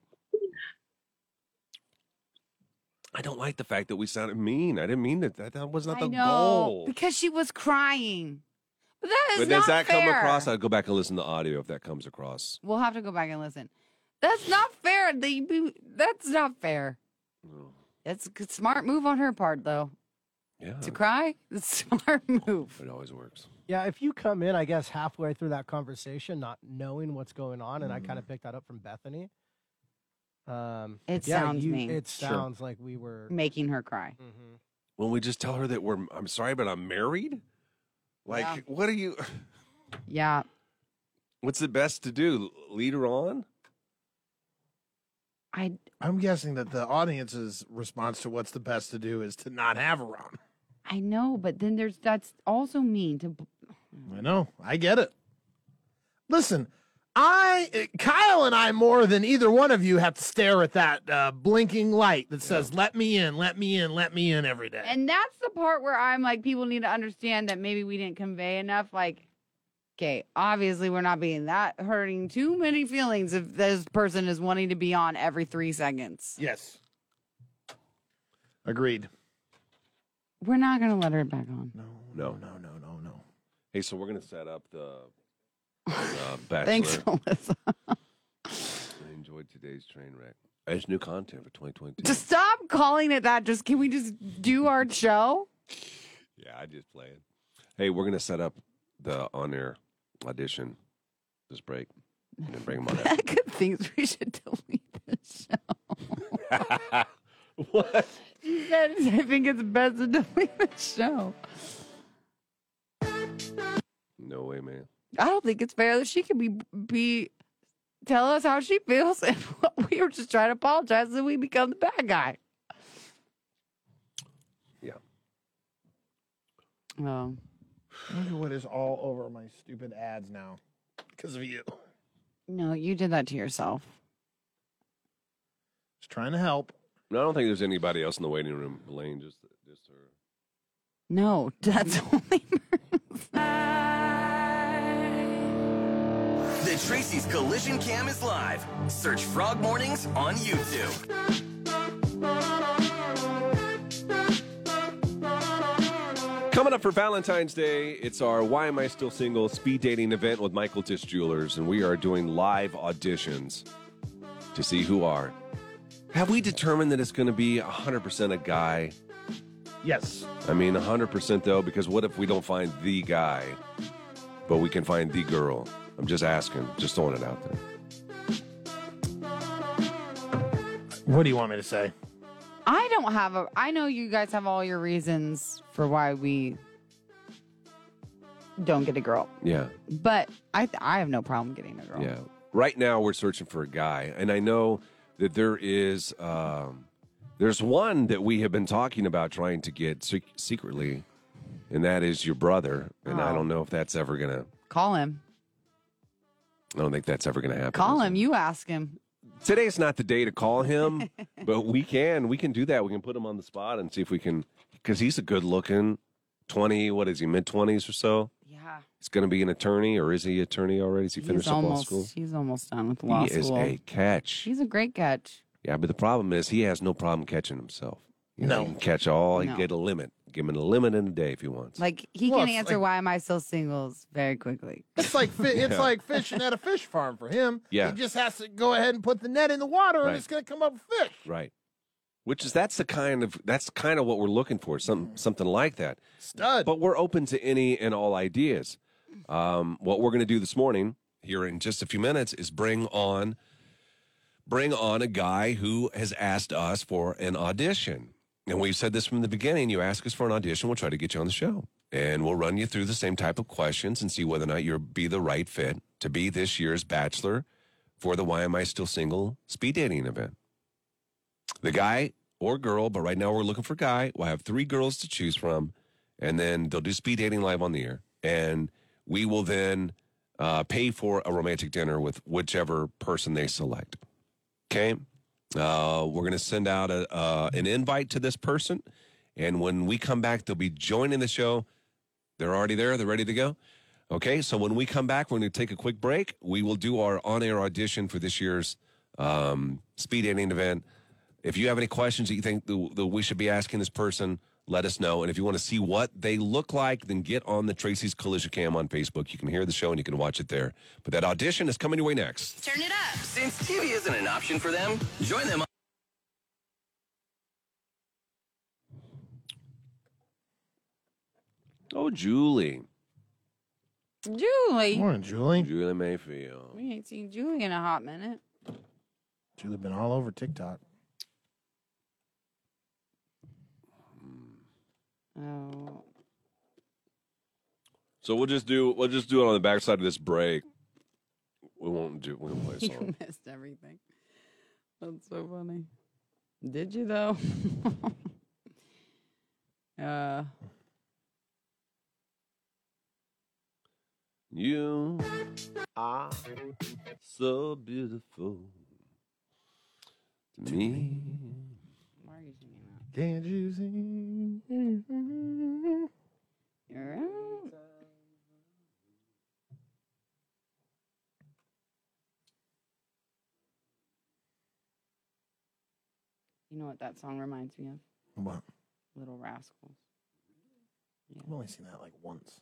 [SPEAKER 1] I don't like the fact that we sounded mean. I didn't mean that. That, that was not
[SPEAKER 2] I
[SPEAKER 1] the
[SPEAKER 2] know
[SPEAKER 1] goal.
[SPEAKER 2] because she was crying. But that is
[SPEAKER 1] But
[SPEAKER 2] not
[SPEAKER 1] does that
[SPEAKER 2] fair.
[SPEAKER 1] come across? I'll go back and listen to audio if that comes across.
[SPEAKER 2] We'll have to go back and listen. That's not fair. They be- that's not fair. That's a smart move on her part, though.
[SPEAKER 1] Yeah.
[SPEAKER 2] To cry, it's a smart move.
[SPEAKER 1] It always works.
[SPEAKER 7] Yeah, if you come in, I guess halfway through that conversation, not knowing what's going on, and I
[SPEAKER 2] Mhm.
[SPEAKER 7] kind of picked that up from Bethany. Um,
[SPEAKER 2] It
[SPEAKER 7] yeah,
[SPEAKER 2] sounds
[SPEAKER 7] you-
[SPEAKER 2] mean.
[SPEAKER 7] It
[SPEAKER 2] Sure.
[SPEAKER 7] sounds like we were Mm-hmm.
[SPEAKER 2] Making her cry.
[SPEAKER 1] When we just tell her that we're, I'm sorry, but I'm married. Like,
[SPEAKER 2] Yeah.
[SPEAKER 1] what are you?
[SPEAKER 2] Yeah.
[SPEAKER 1] What's the best to do? Lead her on?
[SPEAKER 2] I
[SPEAKER 4] I'm guessing that the audience's response to what's the best to do is to not have her on.
[SPEAKER 2] I know, but then there's that's also mean to.
[SPEAKER 4] I know. I get it. Listen, I Kyle and I more than either one of you have to stare at that uh, blinking light that says "Let me in, let me in, let me in" every day.
[SPEAKER 2] And that's the part where I'm like, people need to understand that maybe we didn't convey enough. Like, okay, obviously we're not being that hurting too many feelings if this person is wanting to be on every three seconds.
[SPEAKER 4] Yes. Agreed.
[SPEAKER 2] We're not gonna let her back on.
[SPEAKER 4] No.
[SPEAKER 1] No,
[SPEAKER 4] no, no, no, no.
[SPEAKER 1] Hey, so we're gonna set up the uh, bachelor.
[SPEAKER 2] Thanks, Alyssa.
[SPEAKER 1] I enjoyed today's train wreck. It's new content for 2022.
[SPEAKER 2] Just stop calling it that. Just can we just do our show?
[SPEAKER 1] yeah, I just play it. Hey, we're gonna set up the on-air audition this break and then bring them on. out.
[SPEAKER 2] Good things we should delete this show.
[SPEAKER 1] what?
[SPEAKER 2] She said, I think it's best to delete the show.
[SPEAKER 1] no way, man.
[SPEAKER 2] I don't think it's fair that she can be be tell us how she feels and what we were just trying to apologize and we become the bad guy.
[SPEAKER 1] Yeah.
[SPEAKER 2] Oh.
[SPEAKER 4] Look at what is all over my stupid ads now because of you.
[SPEAKER 2] No, you did that to yourself.
[SPEAKER 4] Just trying to help.
[SPEAKER 1] No, I don't think there's anybody else in the waiting room. Elaine, just just her.
[SPEAKER 2] No, that's only
[SPEAKER 5] The Tracy's Collision Cam is live. Search Frog Mornings on YouTube.
[SPEAKER 1] Coming up for Valentine's Day, it's our Why Am I Still Single speed dating event with Michael Dish Jewelers, and we are doing live auditions to see who are. Have we determined that it's going to be 100% a guy?
[SPEAKER 4] Yes.
[SPEAKER 1] I mean, 100% though, because what if we don't find the guy, but we can find the girl? I'm just asking, just throwing it out there.
[SPEAKER 4] What do you want me to say?
[SPEAKER 2] I don't have a I know you guys have all your reasons for why we don't get a girl.
[SPEAKER 1] Yeah.
[SPEAKER 2] But I th- I have no problem getting a girl.
[SPEAKER 1] Yeah. Right now, we're searching for a guy, and I know that there is um, there's one that we have been talking about trying to get se- secretly, and that is your brother. And I
[SPEAKER 2] Oh.
[SPEAKER 1] don't know if that's ever gonna.
[SPEAKER 2] Call him.
[SPEAKER 1] I don't think that's ever gonna happen.
[SPEAKER 2] Call him. You ask him.
[SPEAKER 1] Today's not the day to call him, but we can we can do that. We can put him on the spot and see if we can because he's a good looking twenty. What is he? Mid twenties or so.
[SPEAKER 2] Yeah.
[SPEAKER 1] He's going to be an attorney, or is he attorney already? Is he
[SPEAKER 2] He's
[SPEAKER 1] finished up law
[SPEAKER 2] almost-
[SPEAKER 1] school?
[SPEAKER 2] He's almost done with law
[SPEAKER 1] he
[SPEAKER 2] school.
[SPEAKER 1] is a catch.
[SPEAKER 2] He's a great catch.
[SPEAKER 1] Yeah, but the problem is he has no problem catching himself. You know,
[SPEAKER 2] No.
[SPEAKER 1] he can catch all. He
[SPEAKER 2] No.
[SPEAKER 1] can get a limit. Give him a limit in a day if he wants.
[SPEAKER 2] Like he
[SPEAKER 4] Well,
[SPEAKER 2] can
[SPEAKER 4] it's
[SPEAKER 2] answer
[SPEAKER 4] like-
[SPEAKER 2] why am I still singles very quickly.
[SPEAKER 4] It's like fi- it's
[SPEAKER 1] Yeah.
[SPEAKER 4] like fishing at a fish farm for him.
[SPEAKER 1] Yeah.
[SPEAKER 4] He just has to go ahead and put the net in the water,
[SPEAKER 1] Right.
[SPEAKER 4] and it's going to come up fish.
[SPEAKER 1] Right. Which is that's the kind of that's kind of what we're looking for. Something something like that.
[SPEAKER 4] Stud.
[SPEAKER 1] But we're open to any and all ideas. Um, what we're going to do this morning here in just a few minutes is bring on bring on a guy who has asked us for an audition. And we've said this from the beginning. You ask us for an audition, we'll try to get you on the show. And we'll run you through the same type of questions and see whether or not you'll be the right fit to be this year's bachelor for the Why Am I Still Single speed dating event. The guy or girl, but right now we're looking for guy. We'll have three girls to choose from. And then they'll do speed dating live on the air. And we will then uh, pay for a romantic dinner with whichever person they select. Okay. Uh, we're going to send out a, uh, an invite to this person. And when we come back, they'll be joining the show. They're already there, they're ready to go. Okay. So when we come back, we're going to take a quick break. We will do our on air audition for this year's um, speed dating event. If you have any questions that you think that that we should be asking this person, Let us know. And if you want to see what they look like, then get on the Tracy's Collision Cam on Facebook. You can hear the show and you can watch it there. But that audition is coming your way next.
[SPEAKER 5] Turn it up. Since TV isn't an option for them, join them.
[SPEAKER 1] Oh, Julie.
[SPEAKER 2] Julie.
[SPEAKER 1] Julie. Julie Mayfield.
[SPEAKER 2] We ain't seen Julie in a hot minute.
[SPEAKER 4] Julie been all over TikTok.
[SPEAKER 2] Oh.
[SPEAKER 1] So we'll just do we'll just do it on the backside of this break. We won't do we won't play a
[SPEAKER 2] You
[SPEAKER 1] song.
[SPEAKER 2] missed everything. That's so funny. Did you though? uh
[SPEAKER 1] you are so beautiful to me.
[SPEAKER 2] why are you singing that?
[SPEAKER 4] Can't you see?
[SPEAKER 2] You're out. You know what that song reminds me of?
[SPEAKER 4] What?
[SPEAKER 2] Little Rascals.
[SPEAKER 4] I've only seen that like once.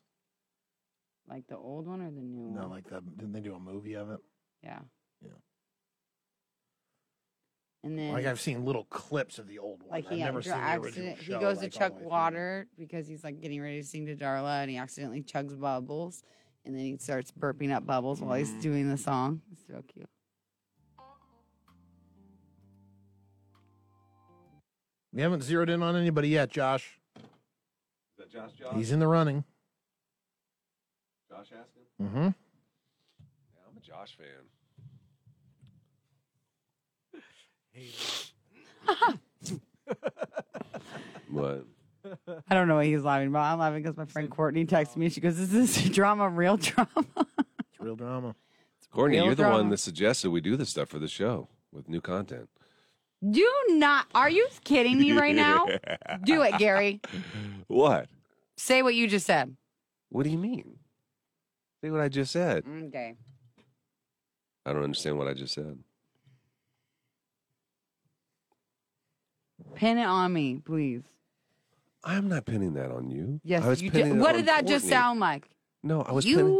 [SPEAKER 2] Like the old one or the new
[SPEAKER 4] No,
[SPEAKER 2] one?
[SPEAKER 4] like that. Didn't they do a movie of it?
[SPEAKER 2] Yeah.
[SPEAKER 4] Yeah.
[SPEAKER 2] And then
[SPEAKER 4] Like I've seen little clips of the old one.
[SPEAKER 2] like
[SPEAKER 4] I've
[SPEAKER 2] he had
[SPEAKER 4] never
[SPEAKER 2] a
[SPEAKER 4] seen
[SPEAKER 2] dr-
[SPEAKER 4] the
[SPEAKER 2] accident.
[SPEAKER 4] accident.
[SPEAKER 2] He goes to Chuck water because he's like getting ready to sing to Darla, and he accidentally chugs bubbles, and then he starts burping up bubbles while
[SPEAKER 4] Mm.
[SPEAKER 2] he's doing the song. It's so cute.
[SPEAKER 4] We haven't zeroed in on anybody yet, Josh.
[SPEAKER 1] Is that Josh Josh?
[SPEAKER 4] He's in the running.
[SPEAKER 1] Josh Askin?
[SPEAKER 4] Mm-hmm.
[SPEAKER 1] Yeah, I'm a Josh fan. What?
[SPEAKER 2] I don't know what he's laughing about. I'm laughing because my friend Courtney texts me. She goes, "Is this drama real drama?"
[SPEAKER 4] It's real drama.
[SPEAKER 1] Courtney,
[SPEAKER 2] Real
[SPEAKER 1] you're the
[SPEAKER 2] drama.
[SPEAKER 1] one that suggested we do this stuff for the show with new content.
[SPEAKER 2] Do not. Are you kidding me right now? Do it, Gary.
[SPEAKER 1] What?
[SPEAKER 2] Say what you just said.
[SPEAKER 1] What do you mean? Say what I just said.
[SPEAKER 2] Okay.
[SPEAKER 1] I don't understand what I just said.
[SPEAKER 2] Pin it on me, please.
[SPEAKER 1] I'm not pinning that on you.
[SPEAKER 2] Yes,
[SPEAKER 1] I was
[SPEAKER 2] you
[SPEAKER 1] pinning
[SPEAKER 2] did.
[SPEAKER 1] it
[SPEAKER 2] What
[SPEAKER 1] on
[SPEAKER 2] did that just
[SPEAKER 1] Courtney.
[SPEAKER 2] sound like?
[SPEAKER 1] No, I was
[SPEAKER 2] you,
[SPEAKER 1] pinning.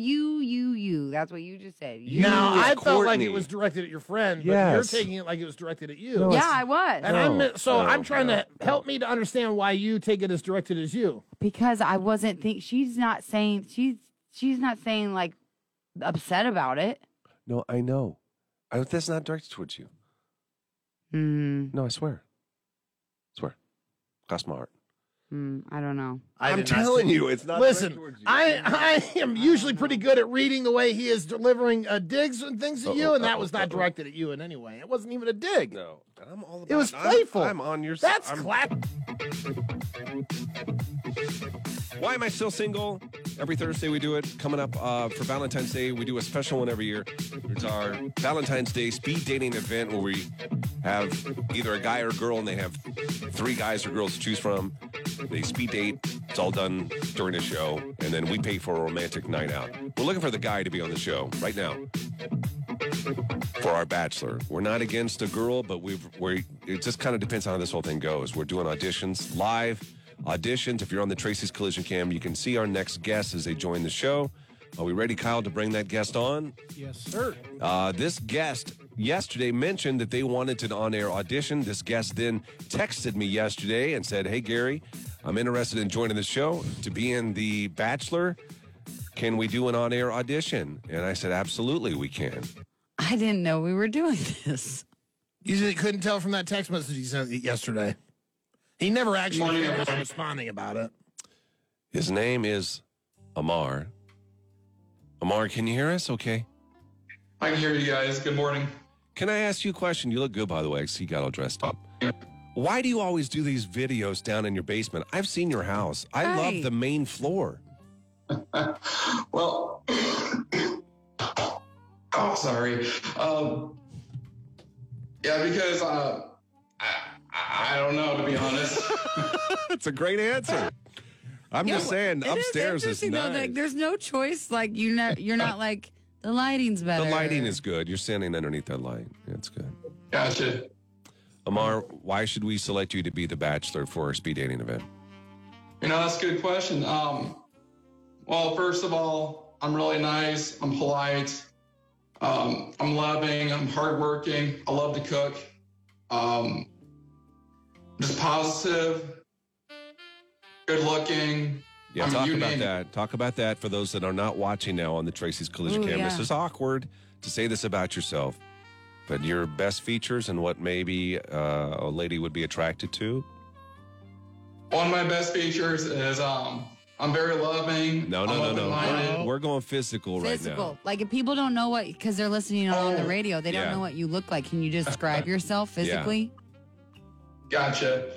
[SPEAKER 2] you, you, you. That's what you just said. You.
[SPEAKER 1] You
[SPEAKER 4] Now
[SPEAKER 1] was
[SPEAKER 4] I felt like
[SPEAKER 1] Courtney.
[SPEAKER 4] it was directed at your friend, but
[SPEAKER 1] Yes.
[SPEAKER 4] you're taking it like it was directed at you.
[SPEAKER 1] No, it's-
[SPEAKER 2] yeah, I was.
[SPEAKER 4] And I'm so
[SPEAKER 1] No,
[SPEAKER 4] I'm trying
[SPEAKER 1] no,
[SPEAKER 4] to help me to understand why you take it as directed as you.
[SPEAKER 2] because I wasn't think she's not saying she's she's not saying like upset about it.
[SPEAKER 1] No, I know. I, that's not directed towards you.
[SPEAKER 2] Mm.
[SPEAKER 1] No, I swear. Swear. Cost my heart.
[SPEAKER 2] Mm, I don't know.
[SPEAKER 1] I am telling you, it's not.
[SPEAKER 4] Listen, I I am usually pretty good at reading the way he is delivering uh, digs and things at you,
[SPEAKER 1] Uh-oh,
[SPEAKER 4] and that
[SPEAKER 1] uh-oh,
[SPEAKER 4] was not
[SPEAKER 1] uh-oh.
[SPEAKER 4] directed at you in any way. It wasn't even a dig.
[SPEAKER 1] No, I'm all about.
[SPEAKER 4] It was
[SPEAKER 1] I'm-
[SPEAKER 4] playful.
[SPEAKER 1] I'm, on your. s-
[SPEAKER 4] That's
[SPEAKER 1] I'm-
[SPEAKER 4] clap.
[SPEAKER 1] Why am I still single? Every Thursday we do it. Coming up uh, for Valentine's Day, we do a special one every year. It's our Valentine's Day speed dating event where we have either a guy or a girl, and they have three guys or girls to choose from. They speed date. It's all done during the show, and then we pay for a romantic night out. We're looking for the guy to be on the show right now for our bachelor. We're not against a girl, but we've we it just kind of depends on how this whole thing goes. We're doing auditions live auditions. If you're on the Tracy's Collision Cam, you can see our next guest as they join the show. Are we ready, Kyle, to bring that guest on?
[SPEAKER 7] Yes, sir.
[SPEAKER 1] Uh, this guest yesterday mentioned that they wanted an on air audition. This guest then texted me yesterday and said, Hey, Gary, I'm interested in joining the show to be in The Bachelor. Can we do an on air audition? And I said, Absolutely, we can.
[SPEAKER 2] I didn't know we were doing this.
[SPEAKER 4] You just couldn't tell from that text message he sent yesterday. He never actually was responding about it.
[SPEAKER 1] His name is Amar. Amar, can you hear us okay?
[SPEAKER 15] I can hear you guys. Good morning.
[SPEAKER 1] Can I ask you a question? You look good, by the way. I see you got all dressed up. Why do you always do these videos down in your basement? I've seen your house. I love the main floor.
[SPEAKER 15] Well, oh, sorry. Um, yeah, because uh, I, I don't know, to be honest.
[SPEAKER 1] That's a great answer. I'm just saying, upstairs is, nice.
[SPEAKER 2] like, there's no choice. Like you, know, you're not like the lighting's better.
[SPEAKER 1] the lighting is good. You're standing underneath that light. That's good.
[SPEAKER 15] Gotcha.
[SPEAKER 1] Amar, why should we select you to be the bachelor for our speed dating event?
[SPEAKER 15] You know, that's a good question. Um, well, first of all, I'm really nice. I'm polite. Um, I'm loving. I'm hardworking. I love to cook. Um, just positive, good looking.
[SPEAKER 1] Yeah,
[SPEAKER 15] I mean,
[SPEAKER 1] talk
[SPEAKER 15] you
[SPEAKER 1] about
[SPEAKER 15] name it.
[SPEAKER 1] that. Talk about that for those that are not watching now on the Tracy's Collision
[SPEAKER 15] Ooh,
[SPEAKER 1] Camera. This
[SPEAKER 15] yeah.
[SPEAKER 1] is awkward to say this about yourself, but your best features and what maybe uh, a lady would be attracted to.
[SPEAKER 15] One of my best features is um, I'm very loving.
[SPEAKER 1] No, no,
[SPEAKER 15] I'm
[SPEAKER 1] no, no.
[SPEAKER 15] open-minded.
[SPEAKER 1] We're, we're going physical,
[SPEAKER 2] Physical.
[SPEAKER 1] right
[SPEAKER 2] Like if people don't know what, because they're listening on the radio, they don't
[SPEAKER 1] yeah.
[SPEAKER 2] know what you look like. Can you describe yourself physically?
[SPEAKER 15] Gotcha.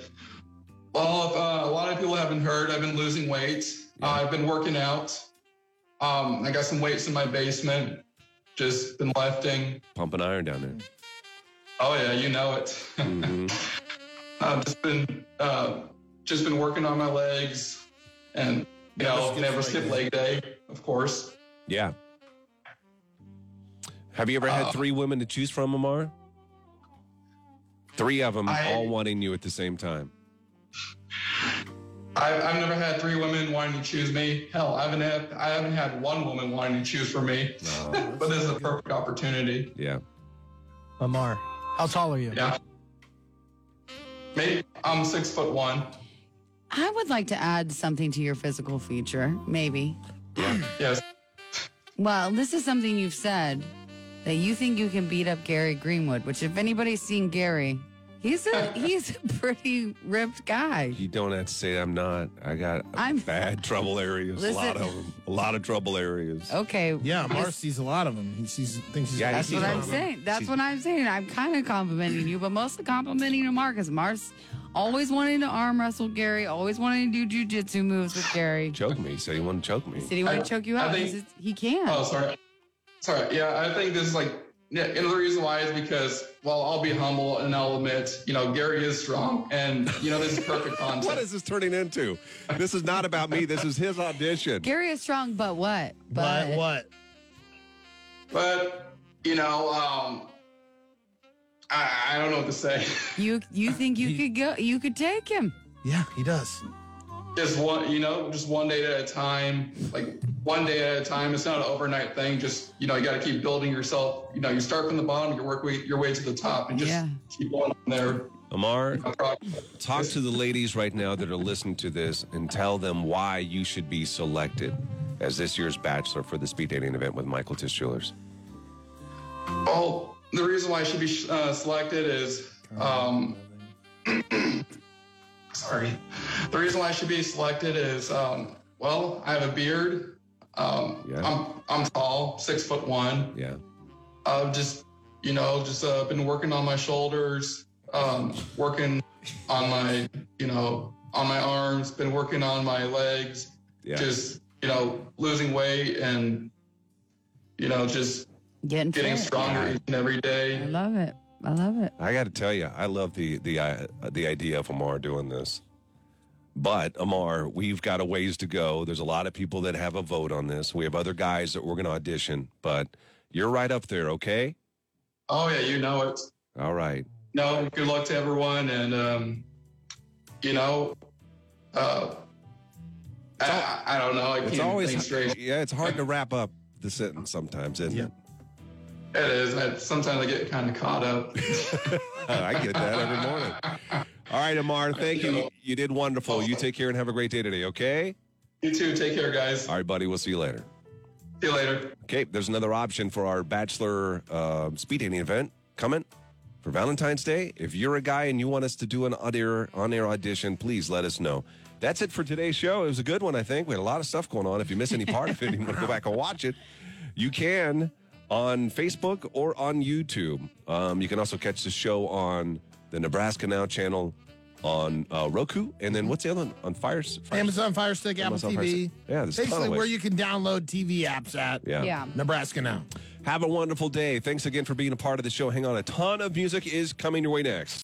[SPEAKER 15] Well, if, uh, a lot of people haven't heard. I've been losing weight. Uh, I've been working out. Um, I got some weights in my basement. Just been lifting.
[SPEAKER 1] now. Pumping iron down there. Mm-hmm.
[SPEAKER 15] Oh yeah, you know it. I've just been uh, just been working on my legs, and you know never skip leg day, of course.
[SPEAKER 1] Yeah. Have you ever
[SPEAKER 15] Uh,
[SPEAKER 1] had three women to choose from, Amar? Three of them
[SPEAKER 15] I-
[SPEAKER 1] all wanting you at the same time.
[SPEAKER 15] I've, I've never had three women wanting to choose me. Hell, I haven't had I haven't had one woman wanting to choose for me. but this is a perfect opportunity.
[SPEAKER 1] Yeah.
[SPEAKER 7] Amar, how tall are you?
[SPEAKER 15] Yeah. Maybe I'm six foot one.
[SPEAKER 2] I would like to add something to your physical feature, maybe.
[SPEAKER 15] Yes.
[SPEAKER 2] Well, this is something you've said that you think you can beat up Gary Greenwood, which if anybody's seen Gary, he's a he's a pretty ripped guy.
[SPEAKER 1] You don't have to say I'm not. I got
[SPEAKER 2] I'm-
[SPEAKER 1] bad trouble areas.
[SPEAKER 2] Listen- Oh,
[SPEAKER 1] A lot of them. A lot of trouble areas.
[SPEAKER 2] Okay.
[SPEAKER 9] Yeah, Mar
[SPEAKER 2] Yes.
[SPEAKER 9] sees a lot of them. He sees thinks he's
[SPEAKER 1] Yeah, he
[SPEAKER 2] That's
[SPEAKER 1] sees a
[SPEAKER 2] what
[SPEAKER 1] lot
[SPEAKER 2] I'm
[SPEAKER 1] of them.
[SPEAKER 2] saying. That's
[SPEAKER 1] Sees-
[SPEAKER 2] what I'm saying. I'm kind of complimenting you, but mostly complimenting to Marcus. Mars always wanting to arm wrestle Gary, always wanting to do jujitsu moves with Gary.
[SPEAKER 1] Choke me. He said he wanted to choke me.
[SPEAKER 2] Said he wanted to choke you
[SPEAKER 15] I
[SPEAKER 2] out.
[SPEAKER 15] think-
[SPEAKER 2] He says he can.
[SPEAKER 15] Oh, sorry. Sorry. Yeah, I think this is like, yeah, and the reason why is because, well, I'll be humble and I'll admit, you know, Gary is strong and, you know, this is perfect content.
[SPEAKER 1] What is this turning into? This is not about me. This is his audition.
[SPEAKER 2] Gary is strong, but what? But
[SPEAKER 9] what?
[SPEAKER 15] But, you know, um, I, I don't know what to say.
[SPEAKER 2] You you think you could go? You could take him?
[SPEAKER 9] Yeah, he does.
[SPEAKER 15] Just one, you know, just one day at a time, like one day at a time. It's not an overnight thing. Just, you know, you got to keep building yourself. You know, you start from the bottom, you work way, your way to the top and just keep going from there.
[SPEAKER 1] Amar, talk to the ladies right now that are listening to this and tell them why you should be selected as this year's bachelor for the speed dating event with Michael Tischulers.
[SPEAKER 15] Well, the reason why I should be uh, selected is, um, sorry, the reason why I should be selected is, um, well, I have a beard. Um, I'm I'm tall, six foot one.
[SPEAKER 1] Yeah.
[SPEAKER 15] I've just, you know, just uh, been working on my shoulders, um, working on my, you know, on my arms. Been working on my legs.
[SPEAKER 1] Yeah.
[SPEAKER 15] Just, you know, losing weight and, you know, just
[SPEAKER 2] getting
[SPEAKER 15] getting
[SPEAKER 2] fit.
[SPEAKER 15] stronger each and every day.
[SPEAKER 2] I love it. I love it.
[SPEAKER 1] I got to tell you, I love the the uh, the idea of Amar doing this. But Amar, we've got a ways to go. There's a lot of people that have a vote on this. We have other guys that we're going to audition, but you're right up there, okay?
[SPEAKER 15] Oh yeah, you know it.
[SPEAKER 1] All right.
[SPEAKER 15] No, good luck to everyone, and um, you know, uh, I, I don't know. I
[SPEAKER 1] It's
[SPEAKER 15] can't
[SPEAKER 1] always
[SPEAKER 15] think straight.
[SPEAKER 1] yeah, it's hard to wrap up the sentence sometimes, isn't it?
[SPEAKER 15] It is. I, sometimes I get kind of caught up.
[SPEAKER 1] I get that every morning. All right, Amar, thank you. You did wonderful. You take care and have a great day today, okay?
[SPEAKER 15] You too. Take care, guys.
[SPEAKER 1] All right, buddy. We'll see you later.
[SPEAKER 15] See you later.
[SPEAKER 1] Okay, there's another option for our bachelor uh, speed dating event coming for Valentine's Day. If you're a guy and you want us to do an on-air, on-air audition, please let us know. That's it for today's show. It was a good one, I think. We had a lot of stuff going on. If you miss any part of it and you want to go back and watch it, you can on Facebook or on YouTube. Um, you can also catch the show on the Nebraska Now channel on uh, Roku. And
[SPEAKER 9] Mm-hmm.
[SPEAKER 1] then what's the other one? On Fire, Fire
[SPEAKER 9] Amazon Fire Stick, Apple
[SPEAKER 1] Amazon Fire
[SPEAKER 9] TV.
[SPEAKER 1] Stick. Yeah, there's a ton of
[SPEAKER 9] basically where
[SPEAKER 1] ways.
[SPEAKER 9] you can download TV apps at.
[SPEAKER 1] Yeah. Yeah.
[SPEAKER 9] Nebraska now.
[SPEAKER 1] Have a wonderful day. Thanks again for being a part of the show. Hang on, a ton of music is coming your way next.